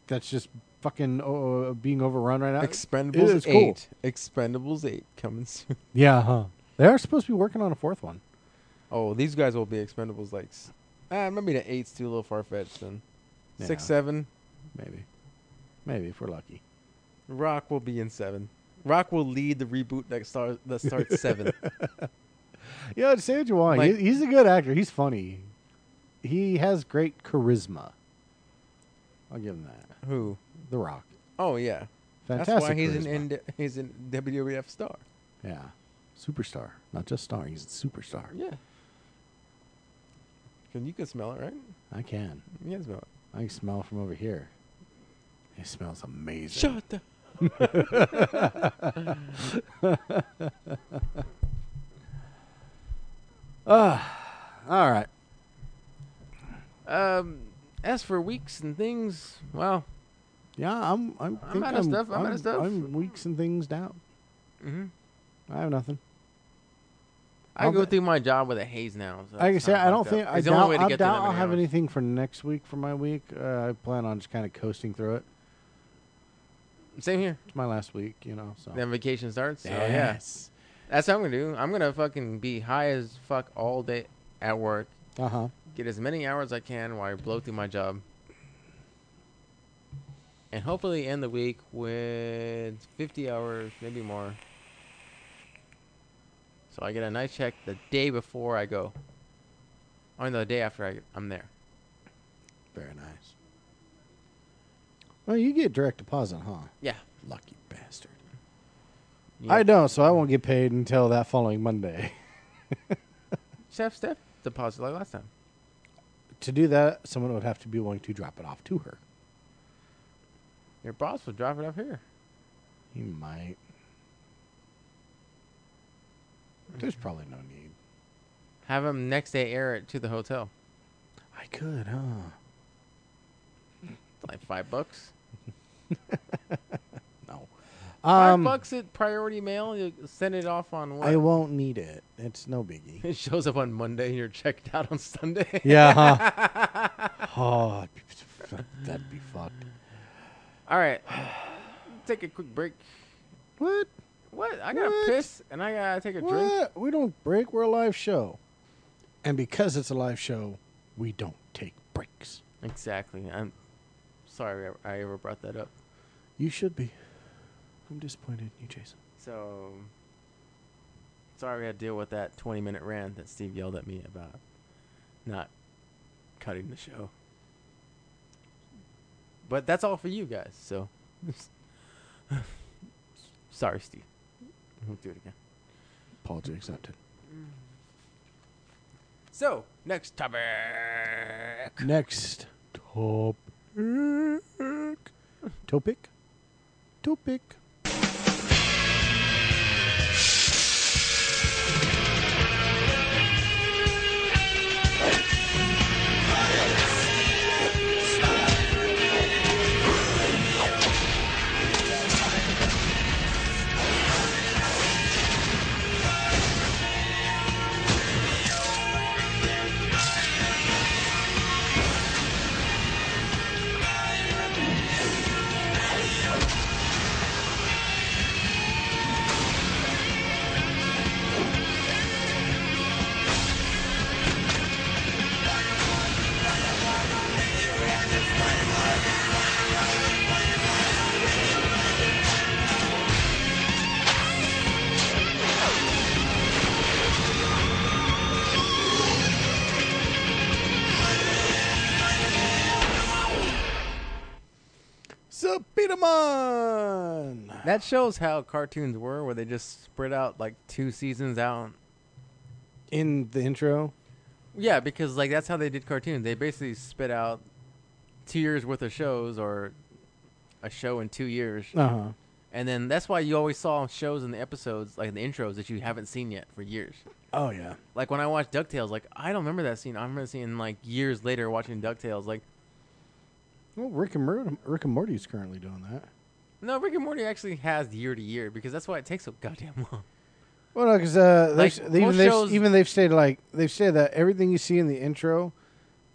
A: that's just fucking uh, being overrun right now.
B: Expendables
A: is cool.
B: eight. Expendables eight coming soon.
A: yeah, huh? They are supposed to be working on a fourth one.
B: Oh, these guys will be Expendables like. s- Ah, maybe the eight's too little far fetched then. Six,
A: Yeah.
B: seven.
A: Maybe, maybe if we're lucky.
B: Rock will be in seven. Rock will lead the reboot that starts that starts seven.
A: Yeah, say what you want.
B: Like-
A: He- he's a good actor. He's funny. He has great charisma. I'll give him that.
B: Who?
A: The Rock.
B: Oh yeah.
A: Fantastic.
B: That's why he's
A: charisma.
B: an ND he's an WWF star.
A: Yeah. Superstar. Not just star. He's a superstar.
B: Yeah. Can you can smell it, right?
A: I can.
B: You can smell it.
A: I can smell from over here. It smells amazing.
B: Shut the.
A: Ah, All right.
B: Um, as for weeks and things, well,
A: Yeah, I'm. I'm,
B: I'm
A: think
B: out of stuff. I'm out of stuff.
A: I'm weeks and things down.
B: mhm.
A: I have nothing.
B: I
A: I'll
B: go
A: be-
B: through my job with a haze now. So
A: Like I
B: it's
A: said,
B: kinda
A: I don't
B: fucked up.
A: think I
B: It's the only
A: doubt,
B: way to
A: I
B: get through that
A: doubt I'll
B: many
A: have
B: hours.
A: anything for next week for my week. Uh, I plan on just kind of coasting through it.
B: Same here.
A: It's my last week, you know. So
B: Then vacation starts. So "Oh, yeah, that's what I'm gonna do. I'm gonna fucking be high as fuck all day at work.
A: Uh huh.
B: Get as many hours I can while I blow through my job, and hopefully end the week with 50 hours, maybe more. So I get a night check the day before I go. Or the day after I, I'm there.
A: Very nice. Well, you get direct deposit, huh?
B: Yeah.
A: Lucky bastard.
B: You
A: I
B: know,
A: don't, so I won't get paid until that following Monday.
B: Chef Steph deposit like last time.
A: to do that, someone would have to be willing to drop it off to her.
B: Your boss will drive it up here.
A: He might. There's probably no need.
B: Have him next day air it to the hotel.
A: I could, huh?
B: Like five bucks.
A: No.
B: Five
A: Um,
B: bucks at Priority Mail. You send it off on what?
A: I won't need it. It's no biggie.
B: it shows up on Monday and you're checked out on Sunday.
A: yeah. Huh? oh, that'd be, that'd be fucked.
B: All right. Take a quick break.
A: What?
B: What? I gotta
A: What?
B: piss and I gotta take a drink.
A: What? We don't break. We're a live show. And because it's a live show, we don't take breaks.
B: Exactly. I'm sorry I I ever brought that up.
A: You should be. I'm disappointed in you, Jason.
B: So sorry we had to deal with that 20 minute rant that Steve yelled at me about not cutting the show. But that's all for you guys. So sorry, Steve. We'll do it again.
A: Apology accepted.
B: So next topic.
A: Next topic. Topic. Topic. Zapetamon.
B: That shows how cartoons were, where they just spread out like two seasons out.
A: In the intro.
B: Yeah, because like that's how they did cartoons. They basically spit out two years worth of shows or a show in two years,
A: Uh huh.
B: and then that's why you always saw shows in the episodes, like the intros that you haven't seen yet for years.
A: Oh yeah.
B: Like when I watched Ducktales, like I don't remember that scene. I remember seeing like years later watching Ducktales. Like
A: Well, Rick and Mor- Rick and Morty's currently doing that.
B: no, Rick and Morty actually has year to year because that's why it takes so goddamn long.
A: Well, no, because uh,
B: Like,
A: they've, they,
B: most
A: even, they've,
B: shows-
A: even they've stated like they've said that everything you see in the intro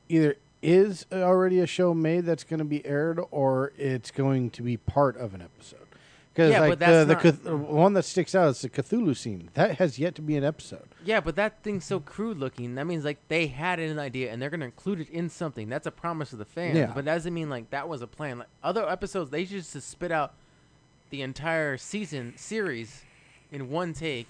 A: either is uh, already a show made that's going to be aired or it's going to be part of an episode. Because
B: Yeah,
A: like
B: but that's
A: the,
B: not-
A: the Cth- one that sticks out is the Cthulhu scene. That has yet to be an episode.
B: Yeah, but that thing's so crude looking. That means like they had an idea and they're gonna include it in something. That's a promise to the fans.
A: Yeah.
B: But that doesn't mean like that was a plan. Like other episodes, they used to spit out the entire season series in one take,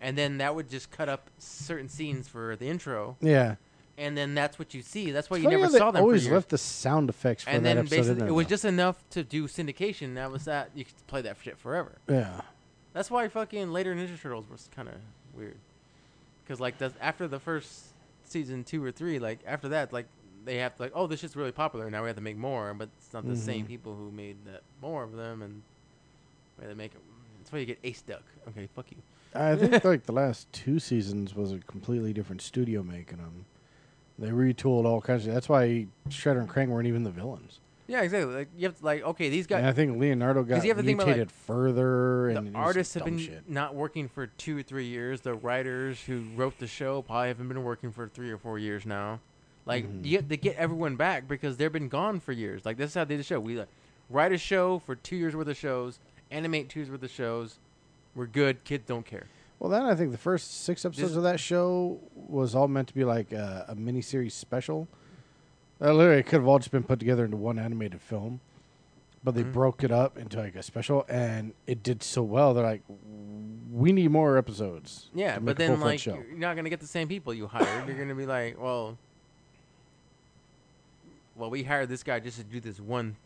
B: and then that would just cut up certain scenes for the intro,
A: Yeah.
B: and then that's what you see. That's why
A: It's
B: you
A: funny
B: never
A: how they
B: saw them.
A: Always
B: for years.
A: left the sound effects for
B: and
A: that
B: then
A: episode. in
B: basically
A: there,
B: it was
A: though.
B: just enough to do syndication. That was that. You could play that shit forever.
A: yeah.
B: That's why fucking later Ninja Turtles was kind of weird. Because, like, that's after the first season two or three, like, after that, like, they have, like, oh, this shit's really popular. Now we have to make more. But it's not the same people who made that more of them. And where they make it. That's why you get Ace Duck. Okay, fuck you.
A: I think like the last two seasons was a completely different studio making them. They retooled all kinds of. That's why Shredder and Krang weren't even the villains.
B: Yeah, exactly. Like, you have to, like, okay, these guys.
A: And I think Leonardo got
B: 'Cause you have to think
A: mutated
B: about, like,
A: further.
B: the
A: and it was
B: artists have
A: dumb
B: been
A: shit.
B: not working for two or three years. The writers who wrote the show probably haven't been working for three or four years now. Like
A: Mm-hmm.
B: you have to get everyone back because they've been gone for years. Like this is how they did the show. We like write a show for two years worth of shows, animate two years worth of shows. We're good. Kids don't care.
A: Well, then I think the first six episodes
B: This-
A: of that show was all meant to be like a, a miniseries special. Uh, literally, it could have all just been put together into one animated film, but they
B: Mm-hmm.
A: broke it up into like a special, and it did so well. They're like, we need more episodes.
B: Yeah,
A: to
B: but
A: make a
B: then
A: full-fledged
B: like you're not gonna get the same people you hired. you're gonna be like, well, well, we hired this guy just to do this one,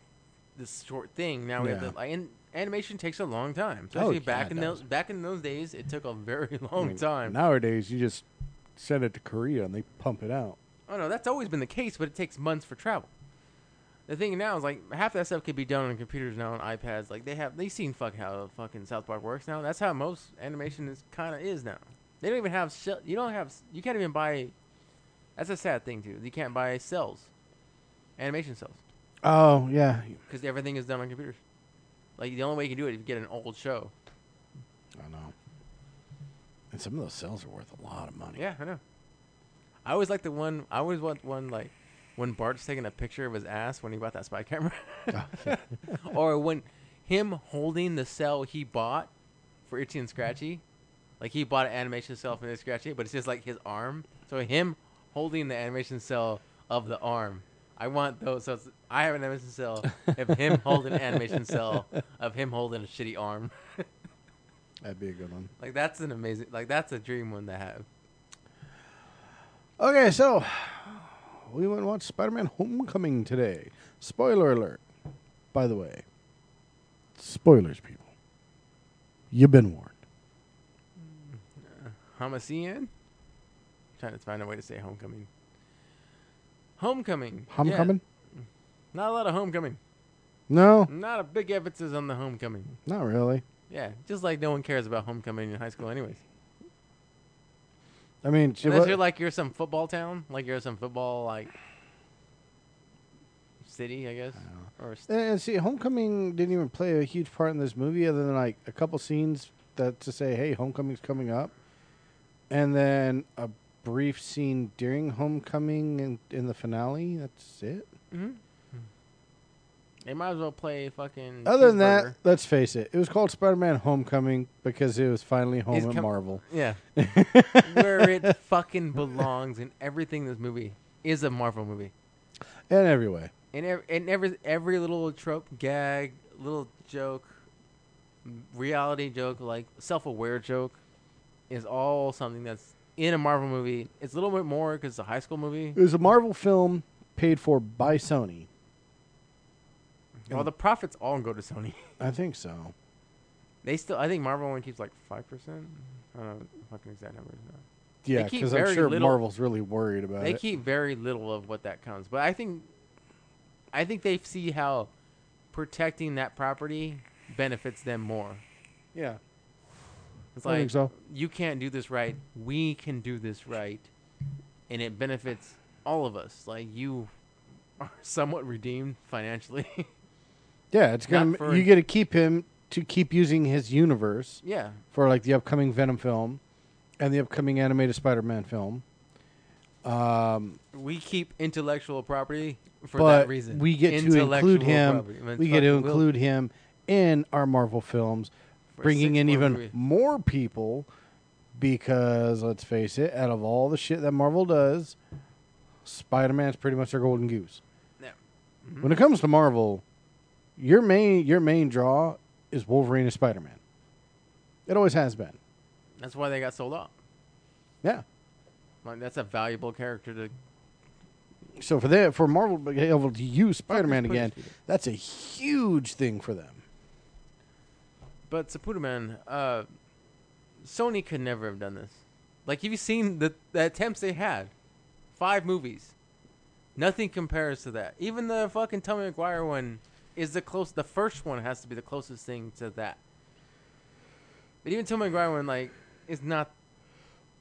B: this short thing. Now we
A: Yeah.
B: have to. Like, and animation takes a long time,
A: Oh,
B: especially
A: yeah,
B: back in
A: it
B: those
A: does. Mm,
B: back in those days. It took a very
A: I
B: long
A: mean,
B: time.
A: Nowadays, you just send it to Korea and they pump it out.
B: oh no, that's always been the case, but it takes months for travel. The thing now is like half that stuff could be done on computers now on iPads. Like they have they seen fuck how fucking South Park works now. That's how most animation is kind of is now. They don't even have shell. You don't have s- you can't even buy. That's a sad thing too. You can't buy cells, animation cells,
A: Oh yeah,
B: because everything is done on computers. Like the only way you can do it is you get an old show.
A: I know. And some of those cells are worth a lot of money.
B: Yeah, I know. I always like the one. I always want one like when Bart's taking a picture of his ass when he bought that spy camera,
A: Oh,
B: or when him holding the cell he bought for Itchy and Scratchy. Like he bought an animation cell for Itchy and Scratchy, but it's just like his arm. So him holding the animation cell of the arm. I want those. So it's, I have an animation cell of him holding an animation cell of him holding a shitty arm.
A: that'd be a good one.
B: Like that's an amazing. Like that's a dream one to have.
A: Okay, so we went and watched Spider Man Homecoming today. Spoiler alert, by the way. Spoilers, people. You've been warned.
B: Homicide? Trying to find a way to say homecoming. Homecoming. yeah. Mm-hmm.
A: Homecoming?
B: Not a lot of homecoming.
A: No,
B: Not a big emphasis on the homecoming.
A: not really.
B: Yeah, just like no one cares about homecoming in high school, anyways.
A: I mean, she
B: Unless
A: wa-
B: you're like you're some football town, like you're some football like city, I guess, or st-
A: and and see, Homecoming didn't even play a huge part in this movie, other than like a couple scenes that to say, "Hey, Homecoming's coming up," and then a brief scene during Homecoming and in the finale. That's it.
B: hmm? they might as well play fucking.
A: Other than
B: cheeseburger.
A: that, let's face it, it was called Spider Man Homecoming because it was finally home
B: He's
A: at
B: com-
A: Marvel.
B: Yeah. Where it fucking belongs in everything this movie is a Marvel movie.
A: In every way.
B: and every, and every every little trope, gag, little joke, reality joke, like self-aware joke, is all something that's in a Marvel movie. It's a little bit more because it's a high school movie.
A: It was a Marvel film paid for by Sony.
B: Well, the profits all go to Sony.
A: I think so.
B: they still, I think Marvel only keeps like five percent. I don't know what the fucking exact number is now.
A: Yeah,
B: keep
A: because I'm
B: very
A: sure
B: little-
A: Marvel's really worried about
B: they
A: it.
B: keep very little of what that comes but i think i think they see how protecting that property benefits them more
A: Yeah.
B: it's
A: I
B: like
A: think so.
B: you can't do this right we can do this right and it benefits all of us like you are somewhat redeemed financially
A: yeah, it's gonna.
B: Not for-
A: You get to keep him to keep using his universe
B: yeah
A: for like the upcoming Venom film and the upcoming animated Spider Man film. Um,
B: we keep intellectual property for
A: but
B: that reason
A: we get to include
B: Intellectual
A: him.
B: property. I mean,
A: We get to
B: fucking will-
A: include him in our Marvel films,
B: For
A: bringing
B: six
A: in
B: more
A: even
B: movies.
A: more people. Because let's face it, out of all the shit that Marvel does, Spider Man's pretty much their golden goose.
B: Yeah. Mm-hmm.
A: When it comes to Marvel, your main your main draw is Wolverine and Spider Man. It always has been.
B: That's why they got sold off.
A: Yeah.
B: Like that's a valuable character to.
A: So for that, for Marvel to be able to use Spider Man
B: Fuckers,
A: again,
B: please.
A: that's a huge thing for them.
B: But Saputoman, uh, Sony could never have done this. Like, have you seen the, the attempts they had? Five movies. Nothing compares to that. Even the fucking Tommy McGuire one is the close. The first one has to be the closest thing to that. But even Tommy McGuire one, like, is not.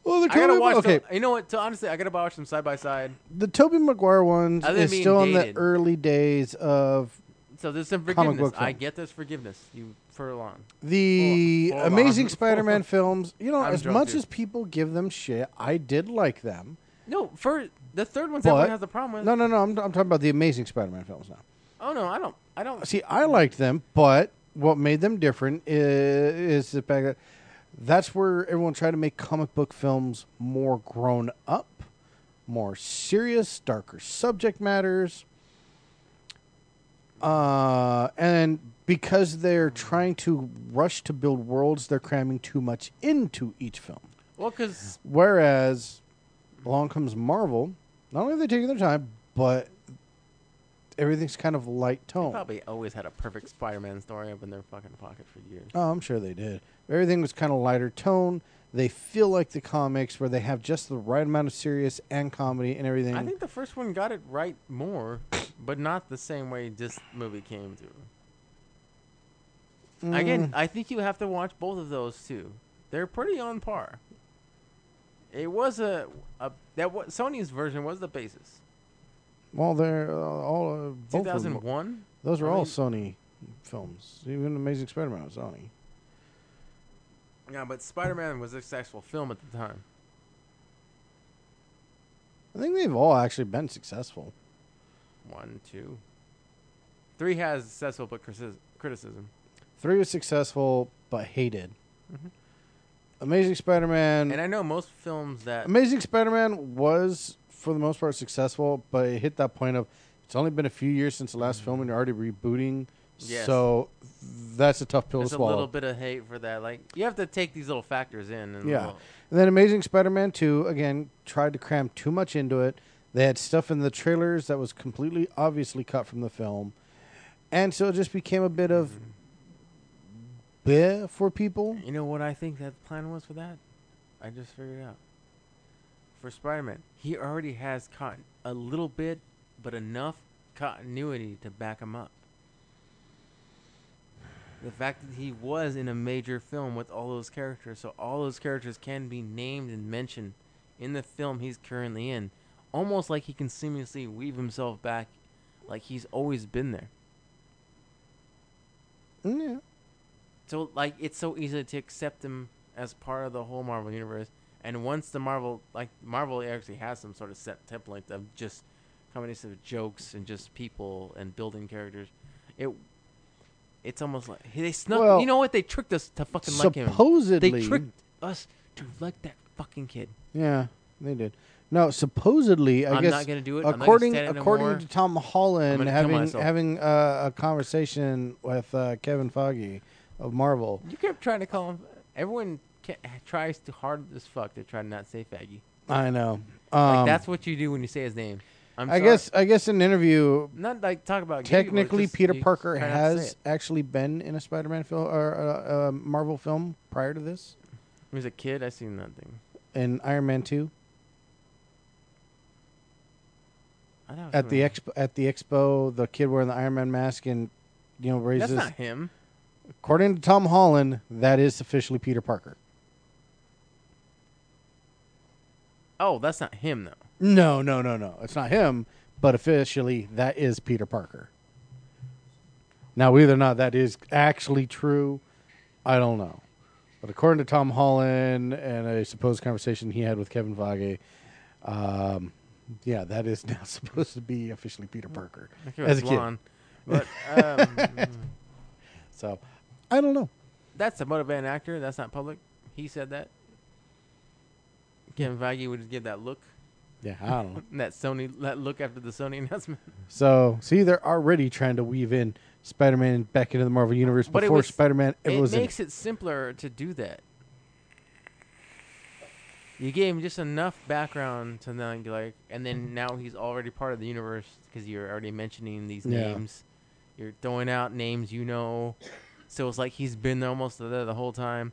A: Well, they're
B: I gotta watch.
A: okay.
B: them- you know what? To, honestly, I gotta watch them side by side.
A: the Toby Maguire ones
B: Other than
A: is
B: being
A: still in the
B: dated.
A: early days of
B: So there's some
A: Comic
B: forgiveness.
A: book
B: I
A: films.
B: get this forgiveness. You furlong.
A: the
B: Hold- hold
A: Amazing
B: on.
A: Spider-Man films. You know,
B: I'm
A: as
B: drunk,
A: much
B: dude.
A: as people give them shit, I did like them.
B: No, for the third one's
A: But-
B: everyone has a problem with.
A: No, no, no. I'm, I'm talking about the Amazing Spider-Man films now.
B: Oh no, I don't. I don't.
A: See, I liked them, but what made them different is, is the fact that that's where everyone tried to make comic book films more grown up, more serious, darker subject matters. Uh, and because they're trying to rush to build worlds, they're cramming too much into each film.
B: Well, because
A: Whereas along comes Marvel, not only are they taking their time, but everything's kind of light tone.
B: probably always had a perfect Spider-Man story up in their fucking pocket for years.
A: Oh, I'm sure they did. Everything was kind of lighter tone. They feel like the comics where they have just the right amount of serious and comedy and everything.
B: I think the first one got it right more, but not the same way this movie came through.
A: Mm.
B: Again, I think you have to watch both of those too. They're pretty on par. It was a, a that wa Sony's version was the basis.
A: well, they're uh, all uh,
B: Two
A: both of
B: thousand
A: them,
B: one.
A: those are
B: I
A: all Sony
B: mean-
A: films. Even Amazing Spider-Man was Sony.
B: Yeah, but Spider-Man was a successful film at the time.
A: I think they've all actually been successful.
B: One, two, three has successful but criticis- criticism.
A: Three was successful but hated. Amazing Spider-Man.
B: Mm-hmm. And I know most films that
A: Amazing Spider-Man was, for the most part, successful, but it hit that point of it's only been a few years since the last film, and you're already rebooting.
B: Yes.
A: So that's a tough pill
B: there's
A: to
B: a little
A: swallow.
B: bit of hate for that. Like you have to take these little factors in. And
A: Yeah.
B: little-
A: And then Amazing Spider-Man Two again tried to cram too much into it. They had stuff in the trailers that was completely obviously cut from the film, and so it just became a bit of
B: Mm-hmm.
A: bleh for people.
B: you know what I think that plan was for that? I just figured it out. For Spider-Man, he already has cotton a little bit, but enough continuity to back him up. The fact that he was in a major film with all those characters, so all those characters can be named and mentioned in the film he's currently in, almost like he can seamlessly weave himself back, like he's always been there.
A: Mm, Yeah.
B: so like it's so easy to accept him as part of the whole Marvel universe. And once the Marvel like Marvel actually has some sort of set template of just combination of jokes and just people and building characters, it it's almost like they snuck.
A: Well,
B: you know what? They tricked us to fucking like him.
A: Supposedly,
B: They tricked us to like that fucking kid.
A: Yeah, they did. No, supposedly, I
B: I'm
A: guess
B: not gonna do it. I'm not gonna
A: according
B: stand it no
A: according
B: more.
A: to Tom
B: I'm
A: Holland
B: gonna kill
A: having
B: myself.
A: having uh, a conversation with uh, Kevin Foggy of Marvel.
B: You kept trying to call him. Everyone ca- tries to hard as fuck to try to not say faggy.
A: I know.
B: Like
A: Um,
B: that's what you do when you say his name. I'm
A: I
B: sorry.
A: guess I guess in an interview,
B: not like talk about gay people, it's
A: technically
B: just
A: Peter
B: you
A: Parker
B: try not to say
A: has
B: it.
A: actually been in a Spider-Man film or uh, a, a Marvel film prior to this
B: He was a kid. I seen that thing.
A: in Iron Man Two
B: I thought it was
A: at the
B: him.
A: expo at the expo. The kid wearing the Iron Man mask and you know
B: That's
A: raises.
B: not him.
A: according to Tom Holland, that is officially Peter Parker.
B: Oh, that's not him though.
A: No, no, no, no. It's not him, but officially that is Peter Parker. Now, whether or not that is actually true, I don't know. But according to Tom Holland and a supposed conversation he had with Kevin Feige, um, yeah, that is now supposed to be officially Peter Parker
B: I think it
A: as a
B: was
A: kid.
B: Lon. But um, So
A: I don't know.
B: that's a motivating actor. That's not public. He said that. Kevin Feige would just give that look,
A: Yeah, I don't know.
B: that Sony, that look after the Sony announcement.
A: So, see, they're already trying to weave in Spider-Man back into the Marvel universe
B: But it
A: before
B: was-
A: Spider-Man
B: It,
A: ever was in.
B: makes it simpler to do that. You gave him just enough background to then be like, and then now he's already part of the universe because you're already mentioning these
A: Yeah.
B: names. You're throwing out names you know, so it's like he's been there almost there the whole time.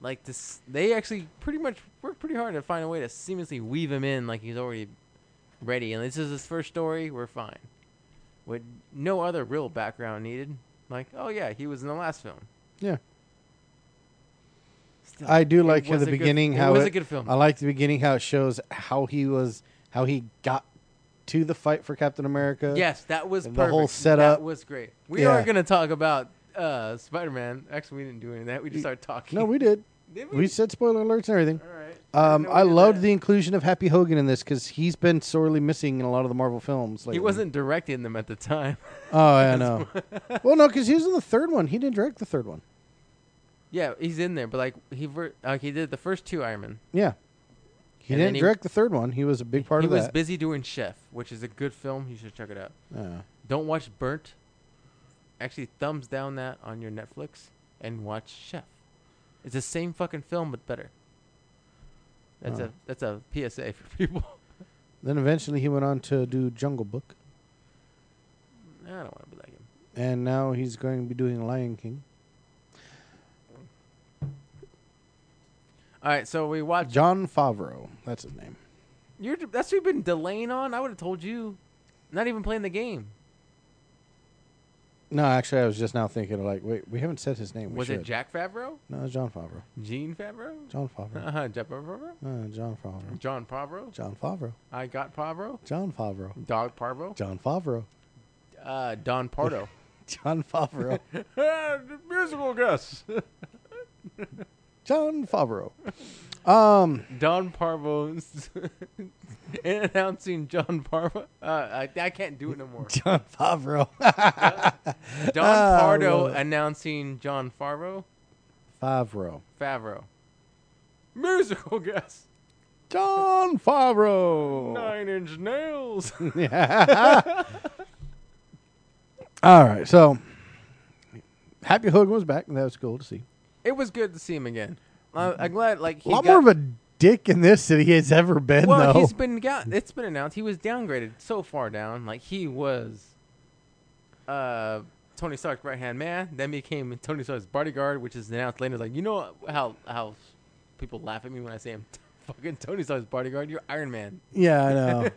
B: Like this, they actually pretty much worked pretty hard to find a way to seamlessly weave him in, like he's already ready. And this is his first story. We're fine, with no other real background needed. Like, oh yeah, he was in the last film.
A: Yeah.
B: Still,
A: I do
B: it
A: like at
B: was
A: the
B: a good-
A: beginning
B: it
A: how
B: was a good film.
A: I like the beginning how it shows how he was how he got to the fight for Captain America.
B: yes, that was
A: and the
B: perfect.
A: whole setup.
B: that was great. We
A: Yeah.
B: are going to talk about uh, Spider-Man. Actually, we didn't do any of that. We just started talking.
A: No, we did.
B: Did we?
A: We said spoiler alerts and everything.
B: All right.
A: Um,
B: didn't know
A: I
B: we did
A: loved
B: that.
A: the inclusion of Happy Hogan in this because he's been sorely missing in a lot of the Marvel films. Lately.
B: He wasn't directing them at the time.
A: Oh, I know. well, no, because he was in the third one. He didn't direct the third one.
B: yeah, he's in there, but like he ver- like he did the first two Iron Man.
A: Yeah, he
B: And then
A: didn't
B: he-
A: direct the third one. He was a big part
B: he
A: of
B: was
A: that.
B: busy doing Chef, which is a good film. You should check it out.
A: Uh,
B: Don't watch Burnt. Actually, thumbs down that on your Netflix and watch Chef. It's the same fucking film but better. That's a that's a PSA for people.
A: then eventually he went on to do Jungle Book,
B: I don't want to be like him.
A: and now he's going to be doing Lion King.
B: All right, so we watched.
A: John Favreau, that's his name.
B: You're that's what you've been delaying on. I would have told you. Not even playing the game.
A: No, actually, I was just now thinking like, wait, we haven't said his name. We
B: was
A: should.
B: it Jack Favreau?
A: No, it's John Favreau.
B: Gene Favreau?
A: John Favreau.
B: Uh-huh, Jack Favreau?
A: Uh, John Favreau.
B: John Favreau?
A: John Favreau.
B: I got Favreau?
A: John Favreau.
B: Dog Parvo?
A: John Favreau.
B: Uh, Don Pardo.
A: John Favreau.
B: musical guest.
A: John Favreau. Um,
B: Don Parvo is- announcing John Parvo. Uh, I, I can't do it no more.
A: John Favreau.
B: Don
A: Ah,
B: Pardo
A: love it.
B: announcing John Farvo
A: Favreau.
B: Favreau. Musical guest.
A: John Favreau.
B: Nine Inch Nails.
A: Yeah. All right. So, Happy Hogan was back, and that was cool to see.
B: it was good to see him again. I, I'm glad. Like he
A: a lot
B: got,
A: Mm-hmm. more of a dick in this than he has ever been,
B: well,
A: though.
B: he's been got. It's been announced he was downgraded so far down. Like he was, uh, Tony Stark's right hand man. Then became Tony Stark's bodyguard, which is announced later. Like you know how how people laugh at me when I say I'm fucking Tony Stark's bodyguard. You're Iron Man.
A: yeah, I know.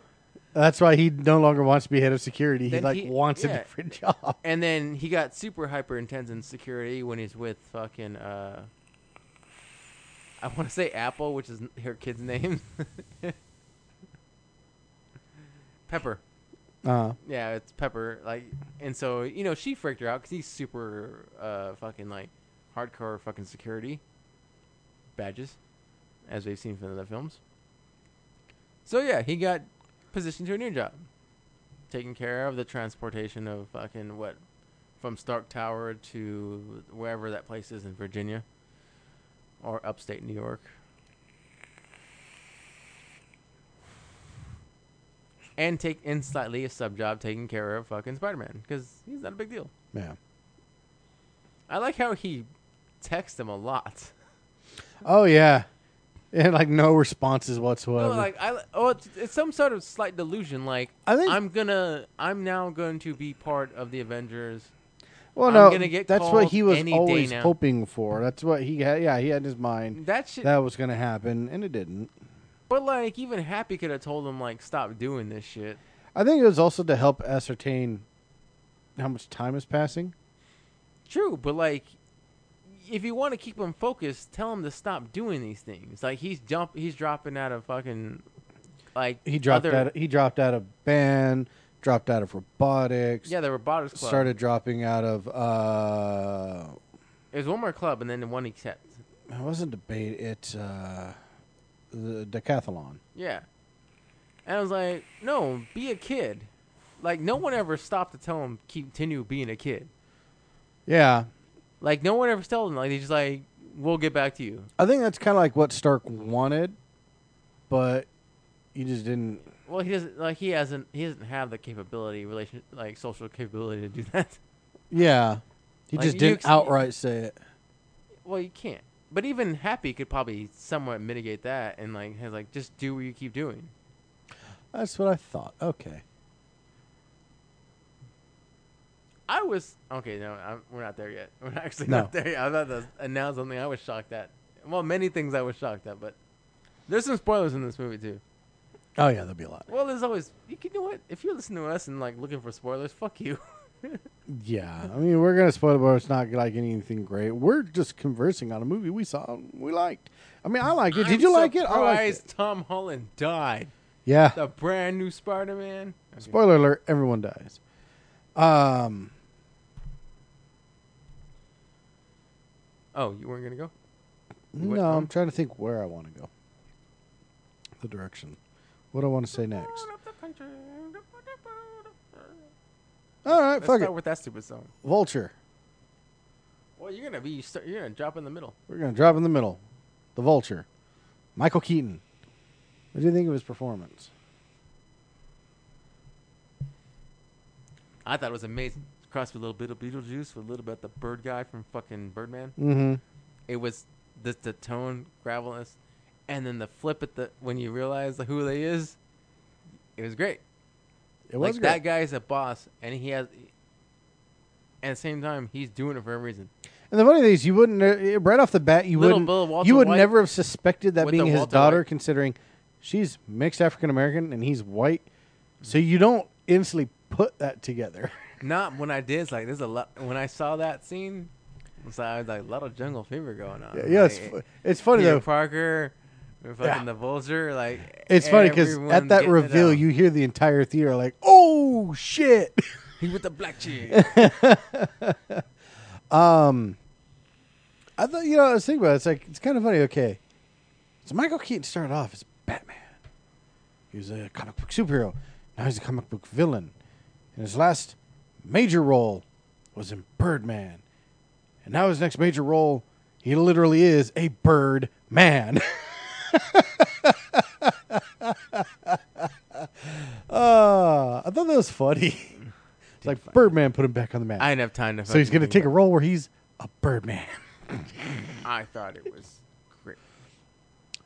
A: That's why he no longer wants to be head of security. He
B: Then
A: like
B: he-
A: wants a
B: yeah.
A: different job.
B: And then he got super hyper intense in security when he's with fucking uh I want to say Apple, which is n- her kid's name. Pepper.
A: Uh,
B: Yeah, it's Pepper. Like and so, you know, she freaked her out cuz he's super uh fucking like hardcore fucking security badges as we've seen from other films. So yeah, he got positioned to a new job. Taking care of the transportation of fucking what from Stark Tower to wherever that place is in Virginia or upstate New York. And take in slightly a sub job taking care of fucking Spider Man because he's not a big deal.
A: yeah.
B: I like how he texts him a lot.
A: Oh yeah. And like no responses
B: No,
A: whatsoever.
B: like I oh, it's, it's some sort of slight delusion. Like
A: I
B: I
A: think-
B: am gonna, I'm now going to be part of the Avengers.
A: well,
B: I'm
A: no,
B: gonna get
A: that's what
B: called
A: he was
B: any day
A: always
B: now.
A: hoping for. That's what he had. Yeah, he had in his mind
B: That shit.
A: that was going to happen, and it didn't.
B: but like, even Happy could have told him like, stop doing this shit.
A: I think it was also to help ascertain how much time is passing.
B: True, but like, if you want to keep him focused, tell him to stop doing these things. Like he's jump, he's dropping out of fucking, like
A: He dropped
B: other,
A: out. He dropped out of band. Dropped out of robotics.
B: Yeah, the Robotics Club.
A: started dropping out of. uh
B: There's one more club, and then the one he kept.
A: It wasn't debate. It's uh, the decathlon.
B: Yeah. And I was like, no, be a kid. Like, no one ever stopped to tell him, keep- continue being a kid.
A: Yeah,
B: Like no one ever tells them. Like they just like, we'll get back to you.
A: I think that's kind of like what Stark wanted, but you just didn't.
B: Well, he doesn't like he hasn't he doesn't have the capability relation like social capability to do that.
A: Yeah, he
B: Like,
A: just
B: you
A: didn't
B: ex-
A: outright say it.
B: Well, you can't. But even Happy could probably somewhat mitigate that and like has like just do what you keep doing.
A: That's what I thought. Okay.
B: I was okay. No, I'm, we're not there yet. We're actually
A: No.
B: not there yet. I thought that was, and now something I was shocked at. Well, many things I was shocked at, but there's some spoilers in this movie too.
A: Oh yeah, there'll be a lot.
B: Well, there's always you can you know what if you're listening to us and like looking for spoilers, fuck you.
A: Yeah, I mean we're gonna spoil it, but it's not like anything great. We're just conversing on a movie we saw, and we liked. I mean, I liked it. Did
B: I'm
A: you like it? I liked
B: Surprised
A: it.
B: Tom Holland died.
A: Yeah.
B: The brand new Spider-Man. Okay.
A: Spoiler alert: everyone dies. Um.
B: oh, you weren't gonna go. You went
A: No,
B: from-
A: I'm trying to think where I want to go. The direction. What I want to say next. All right,
B: Let's
A: fuck
B: start
A: it.
B: with that stupid song.
A: Vulture.
B: Well, you're gonna be you start, you're gonna drop in the middle.
A: We're gonna drop in the middle. The Vulture. Michael Keaton. What do you think of his performance?
B: I thought it was amazing. Crossed with a little bit of Beetlejuice with a little bit of the bird guy from fucking Birdman.
A: Mm-hmm.
B: It was the, the tone gravelness, and then the flip at the when you realize who they is. It was great.
A: It was
B: like
A: great.
B: that guy's a boss, and he has. And at the same time, he's doing it for a reason.
A: And the funny thing is, you wouldn't uh, right off the bat, you
B: Little
A: wouldn't,
B: Bill Walter
A: you would
B: White
A: never have suspected that
B: with
A: being
B: the
A: his
B: Walter
A: daughter,
B: White.
A: considering she's mixed African American and he's white. So you don't instantly put that together.
B: Not when I did. It's like there's a lot. When I saw that scene, it's like, I was like, a lot of jungle fever going on.
A: yeah, yeah, it's,
B: Like,
A: fu- it's funny
B: Peter
A: though.
B: Parker, and fucking
A: Yeah.
B: the Vulture, like uh,
A: It's funny because
B: everyone's
A: at that
B: getting it
A: reveal,
B: on.
A: you hear the entire theater like, "Oh shit!"
B: he with the black chick.
A: I thought you know I was thinking about it. it's like it's kind of funny. Okay, so Michael Keaton started off as Batman. He was a comic book superhero. Now he's a comic book villain, and his last major role was in Birdman, and now his next major role, he literally is a bird man. uh, I thought that was funny. It's like Birdman put him back on the map.
B: I didn't have time to.
A: so he's
B: fucking
A: gonna
B: think
A: take a role where he's a Birdman.
B: about- I thought it was great.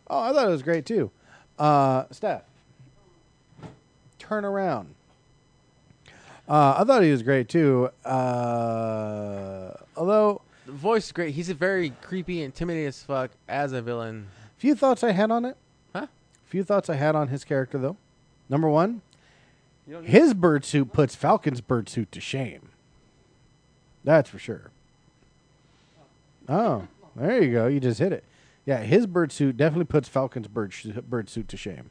A: Oh, I thought it was great too. Uh, Steph, turn around. Uh, I thought he was great too. Uh, although,
B: The voice is great. He's a very creepy, intimidating as fuck as a villain.
A: few thoughts I had on it.
B: Huh?
A: Few thoughts I had on his character though. Number one, his bird suit puts Falcon's bird suit to shame. That's for sure. Oh, there you go. You just hit it. Yeah, his bird suit definitely puts Falcon's bird sh- bird suit to shame.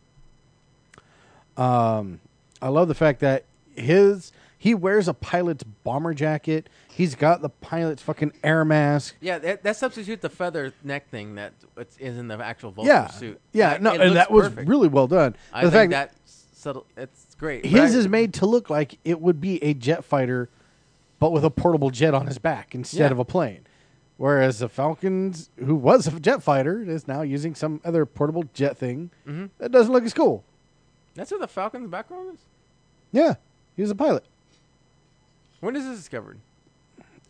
A: Um, I love the fact that his he wears a pilot's bomber jacket. He's got the pilot's fucking air mask.
B: Yeah, that, that substitute the feather neck thing that it's, is in the actual Vulture
A: Yeah,
B: suit.
A: yeah,
B: Like,
A: no,
B: it
A: and
B: looks
A: that was
B: perfect.
A: really well done.
B: I
A: the
B: think
A: fact
B: that subtle. It's great. but
A: His
B: I-
A: is made to look like it would be a jet fighter, but with a portable jet on his back instead
B: Yeah.
A: of a plane. Whereas the Falcons, who was a jet fighter, is now using some other portable jet thing
B: Mm-hmm.
A: that doesn't look as cool.
B: That's where the Falcon's background is.
A: Yeah, he was a pilot
B: When is this discovered?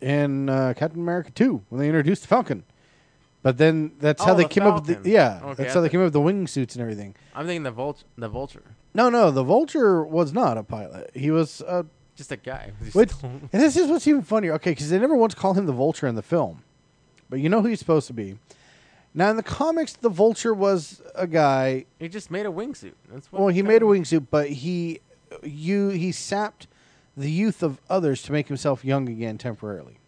A: in uh, Captain America Two when they introduced the Falcon. But then that's how
B: Oh,
A: they
B: the
A: came up with the
B: Falcon.
A: yeah.
B: Okay,
A: that's
B: I
A: how they
B: thought-
A: came up with the wingsuits and everything.
B: I'm thinking the Vulture. The Vulture,
A: No, no, the Vulture was not a pilot. He was a
B: just a guy. who's
A: Which,
B: stone.
A: and this is what's even funnier. Okay, because they never once call him the Vulture in the film, but you know who he's supposed to be. Now in the comics, the Vulture was a guy.
B: He just made a wingsuit. That's what
A: Well, he made a wingsuit, but he you he sapped the youth of others to make himself young again temporarily.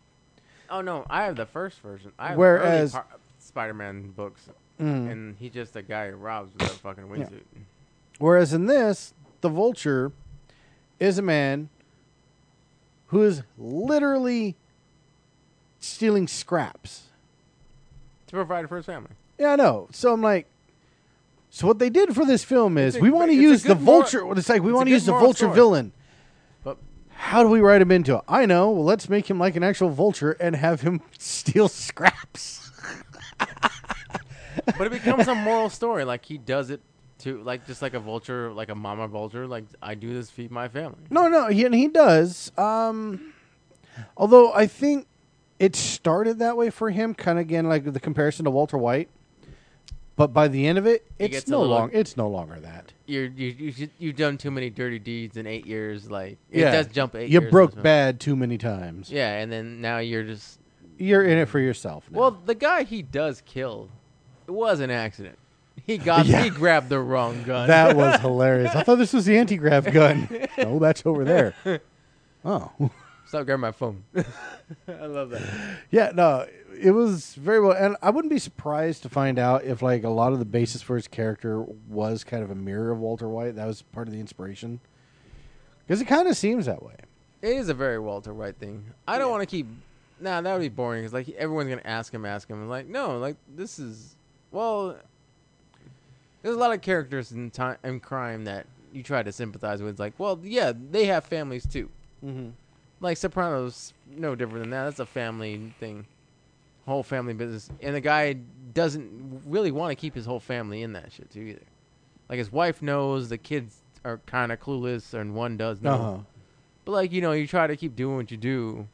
B: Oh no, I have the first version. I have the
A: Whereas- Mm.
B: early par- Spider-Man books, and he's just a guy who robs with a fucking wingsuit.
A: Whereas in this, the Vulture is a man who is literally stealing scraps.
B: To provide for his family.
A: Yeah, I know. So I'm like, so what they did for this film is
B: a
A: we want to
B: great- it's a
A: use the
B: good moral-
A: vulture. well, it's like we
B: it's a
A: want to
B: good
A: use the
B: moral
A: vulture
B: story.
A: villain.
B: But
A: How do we write him into it? I know. Well, let's make him like an actual vulture and have him steal scraps.
B: But it becomes a moral story. Like he does it to like just like a vulture, like a mama vulture. Like I do this to feed my family.
A: No, no, he, and he does. Um, although I think it started that way for him, kind of again like the comparison to Walter White. But by the end of it,
B: He
A: it's
B: gets a
A: no
B: little-
A: long. It's no longer that.
B: You're, you you should- you've done too many dirty deeds in eight years. Like it
A: Yeah.
B: does jump eight.
A: You
B: years
A: broke
B: into-
A: bad too many times.
B: Yeah, and then now you're just
A: You're in it for yourself. Now.
B: well. The guy he does kill, it was an accident. He got
A: Yeah.
B: he grabbed the wrong gun.
A: that was hilarious. I thought this was the anti-grav gun. no, that's over there. Oh.
B: Stop grabbing my phone. I love that.
A: Yeah, no, it was very well, and I wouldn't be surprised to find out if like a lot of the basis for his character was kind of a mirror of Walter White. That was part of the inspiration, because it kind of seems that way.
B: It is a very Walter White thing. I don't want to keep. Nah, that would be boring. Cause like everyone's gonna ask him, ask him. Like no, like this is well. There's a lot of characters in time in crime that you try to sympathize with. It's like, well, yeah, they have families too. Mm-hmm.
A: Mhm.
B: Like Sopranos, no different than that. That's a family thing, whole family business. And the guy doesn't really want to keep his whole family in that shit too either. Like his wife knows, the kids are kind of clueless, and one does know.
A: Uh huh.
B: But like you know, you try to keep doing what you do,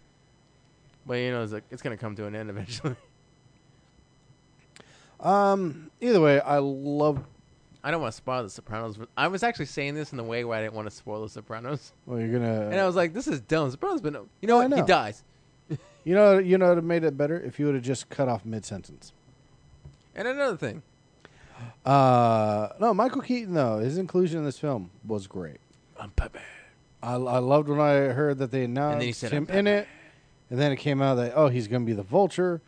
B: but you know it's like it's gonna come to an end eventually. Uh-huh.
A: Um. Either way, I love.
B: I don't want to spoil The Sopranos. but I was actually saying this in the way where I didn't want to spoil The Sopranos,
A: Well, you're gonna.
B: and I was like, "This is dumb." Sopranos, but no, you know
A: Uh. I
B: what? He
A: know.
B: dies,
A: you know, you know, what have made it better if you would have just cut off mid sentence.
B: and another thing,
A: Uh, no, Michael Keaton though, his inclusion in this film was great.
B: I'm Batman.
A: I, I loved when I heard that they announced
B: he said,
A: him
B: "I'm
A: in it, and then it came out that oh he's gonna be the Vulture.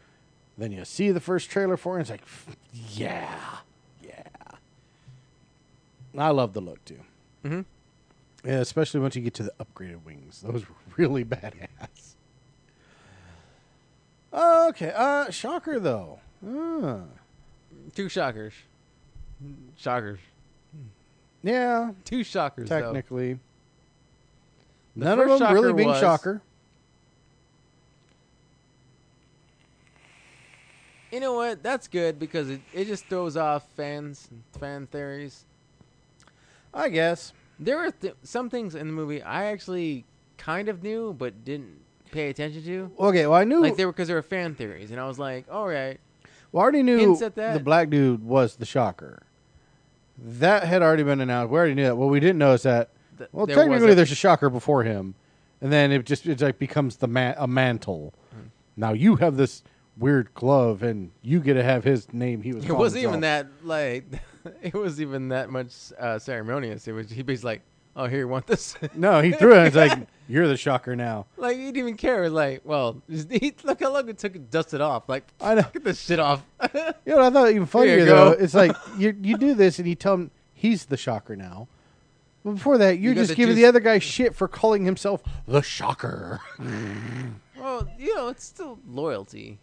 A: Then you see the first trailer for it, and it's like, "F- yeah, yeah. And I love the look too.
B: Mhm.
A: Yeah, especially once you get to the upgraded wings; those were really badass. Okay, uh, shocker though. Uh,
B: Two shockers, shockers,
A: yeah,
B: two shockers. though.
A: technically,
B: The
A: none of
B: first
A: them really
B: shocker
A: being
B: was-
A: shocker.
B: you know what? That's good because it, it just throws off fans, fan theories.
A: I guess.
B: There were th- some things in the movie I actually kind of knew but didn't pay attention to.
A: Okay, well I knew
B: Like they were because they were fan theories, and I was like, all right,
A: Well, I already knew
B: Hints at that.
A: the black dude was the shocker. That had already been announced. We already knew that. What we didn't know is that
B: th-
A: well,
B: there was
A: technically
B: a-
A: there's a shocker before him, and then it just it like becomes the man, a mantle.
B: Hmm.
A: Now you have this weird glove, and you get to have his name. He was.
B: it
A: calling
B: wasn't even
A: himself.
B: that like it was even that much uh, ceremonious. It was he was like, oh here, you want this?
A: No, he threw it. It's like you're the shocker now.
B: like he didn't even care. Like, well, just- he, look how long it took to dust it off. Like,
A: I know.
B: get this shit off.
A: You know what I thought even funnier
B: you
A: though?
B: go.
A: It's like you you do this, and you tell him he's the shocker now. But before that, you're
B: got
A: just
B: the
A: giving
B: juice-
A: the other guy shit for calling himself the shocker.
B: well, you know, it's still loyalty.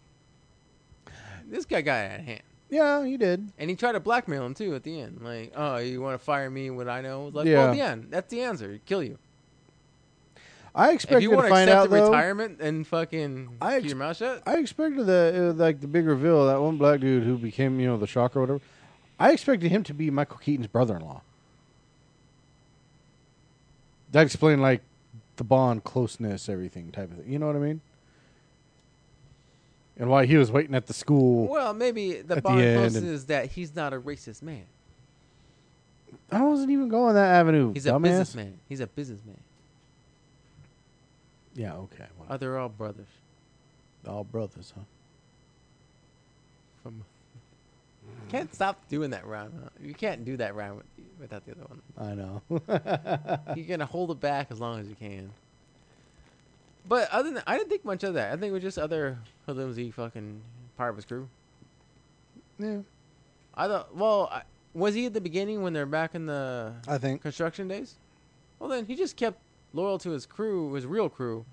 B: This guy got it at hand.
A: yeah, you did.
B: And he tried to blackmail him too at the end. Like, oh, you want to fire me? What I know? Like,
A: Yeah.
B: well, the end. That's the answer. Kill you.
A: I
B: If
A: expected
B: you
A: to
B: want to
A: find
B: accept
A: out
B: the
A: though.
B: retirement and fucking
A: I
B: keep
A: ex-
B: your mouth shut,
A: I expected the uh, like the big reveal that one black dude who became you know the shocker or whatever. I expected him to be Michael Keaton's brother-in-law. That explained like the bond, closeness, everything type of thing. You know what I mean? And why he was waiting at the school.
B: Well, maybe the
A: at the
B: bond
A: end
B: closest
A: and-
B: is that he's not a racist man.
A: I wasn't even going that avenue.
B: He's
A: dumbass.
B: a businessman. He's a businessman.
A: Yeah. Okay. well,
B: Oh, they're all brothers.
A: all brothers, huh?
B: From can't stop doing that rhyme. Huh? You can't do that rhyme with, without the other one.
A: I know.
B: You're gonna hold it back as long as you can. But other than I didn't think much of that. I think it was just other Halimzy fucking part of his crew.
A: yeah.
B: I thought. Well, I, was he at the beginning when they're back in the
A: I think.
B: construction days? Well, then he just kept loyal to his crew, his real crew.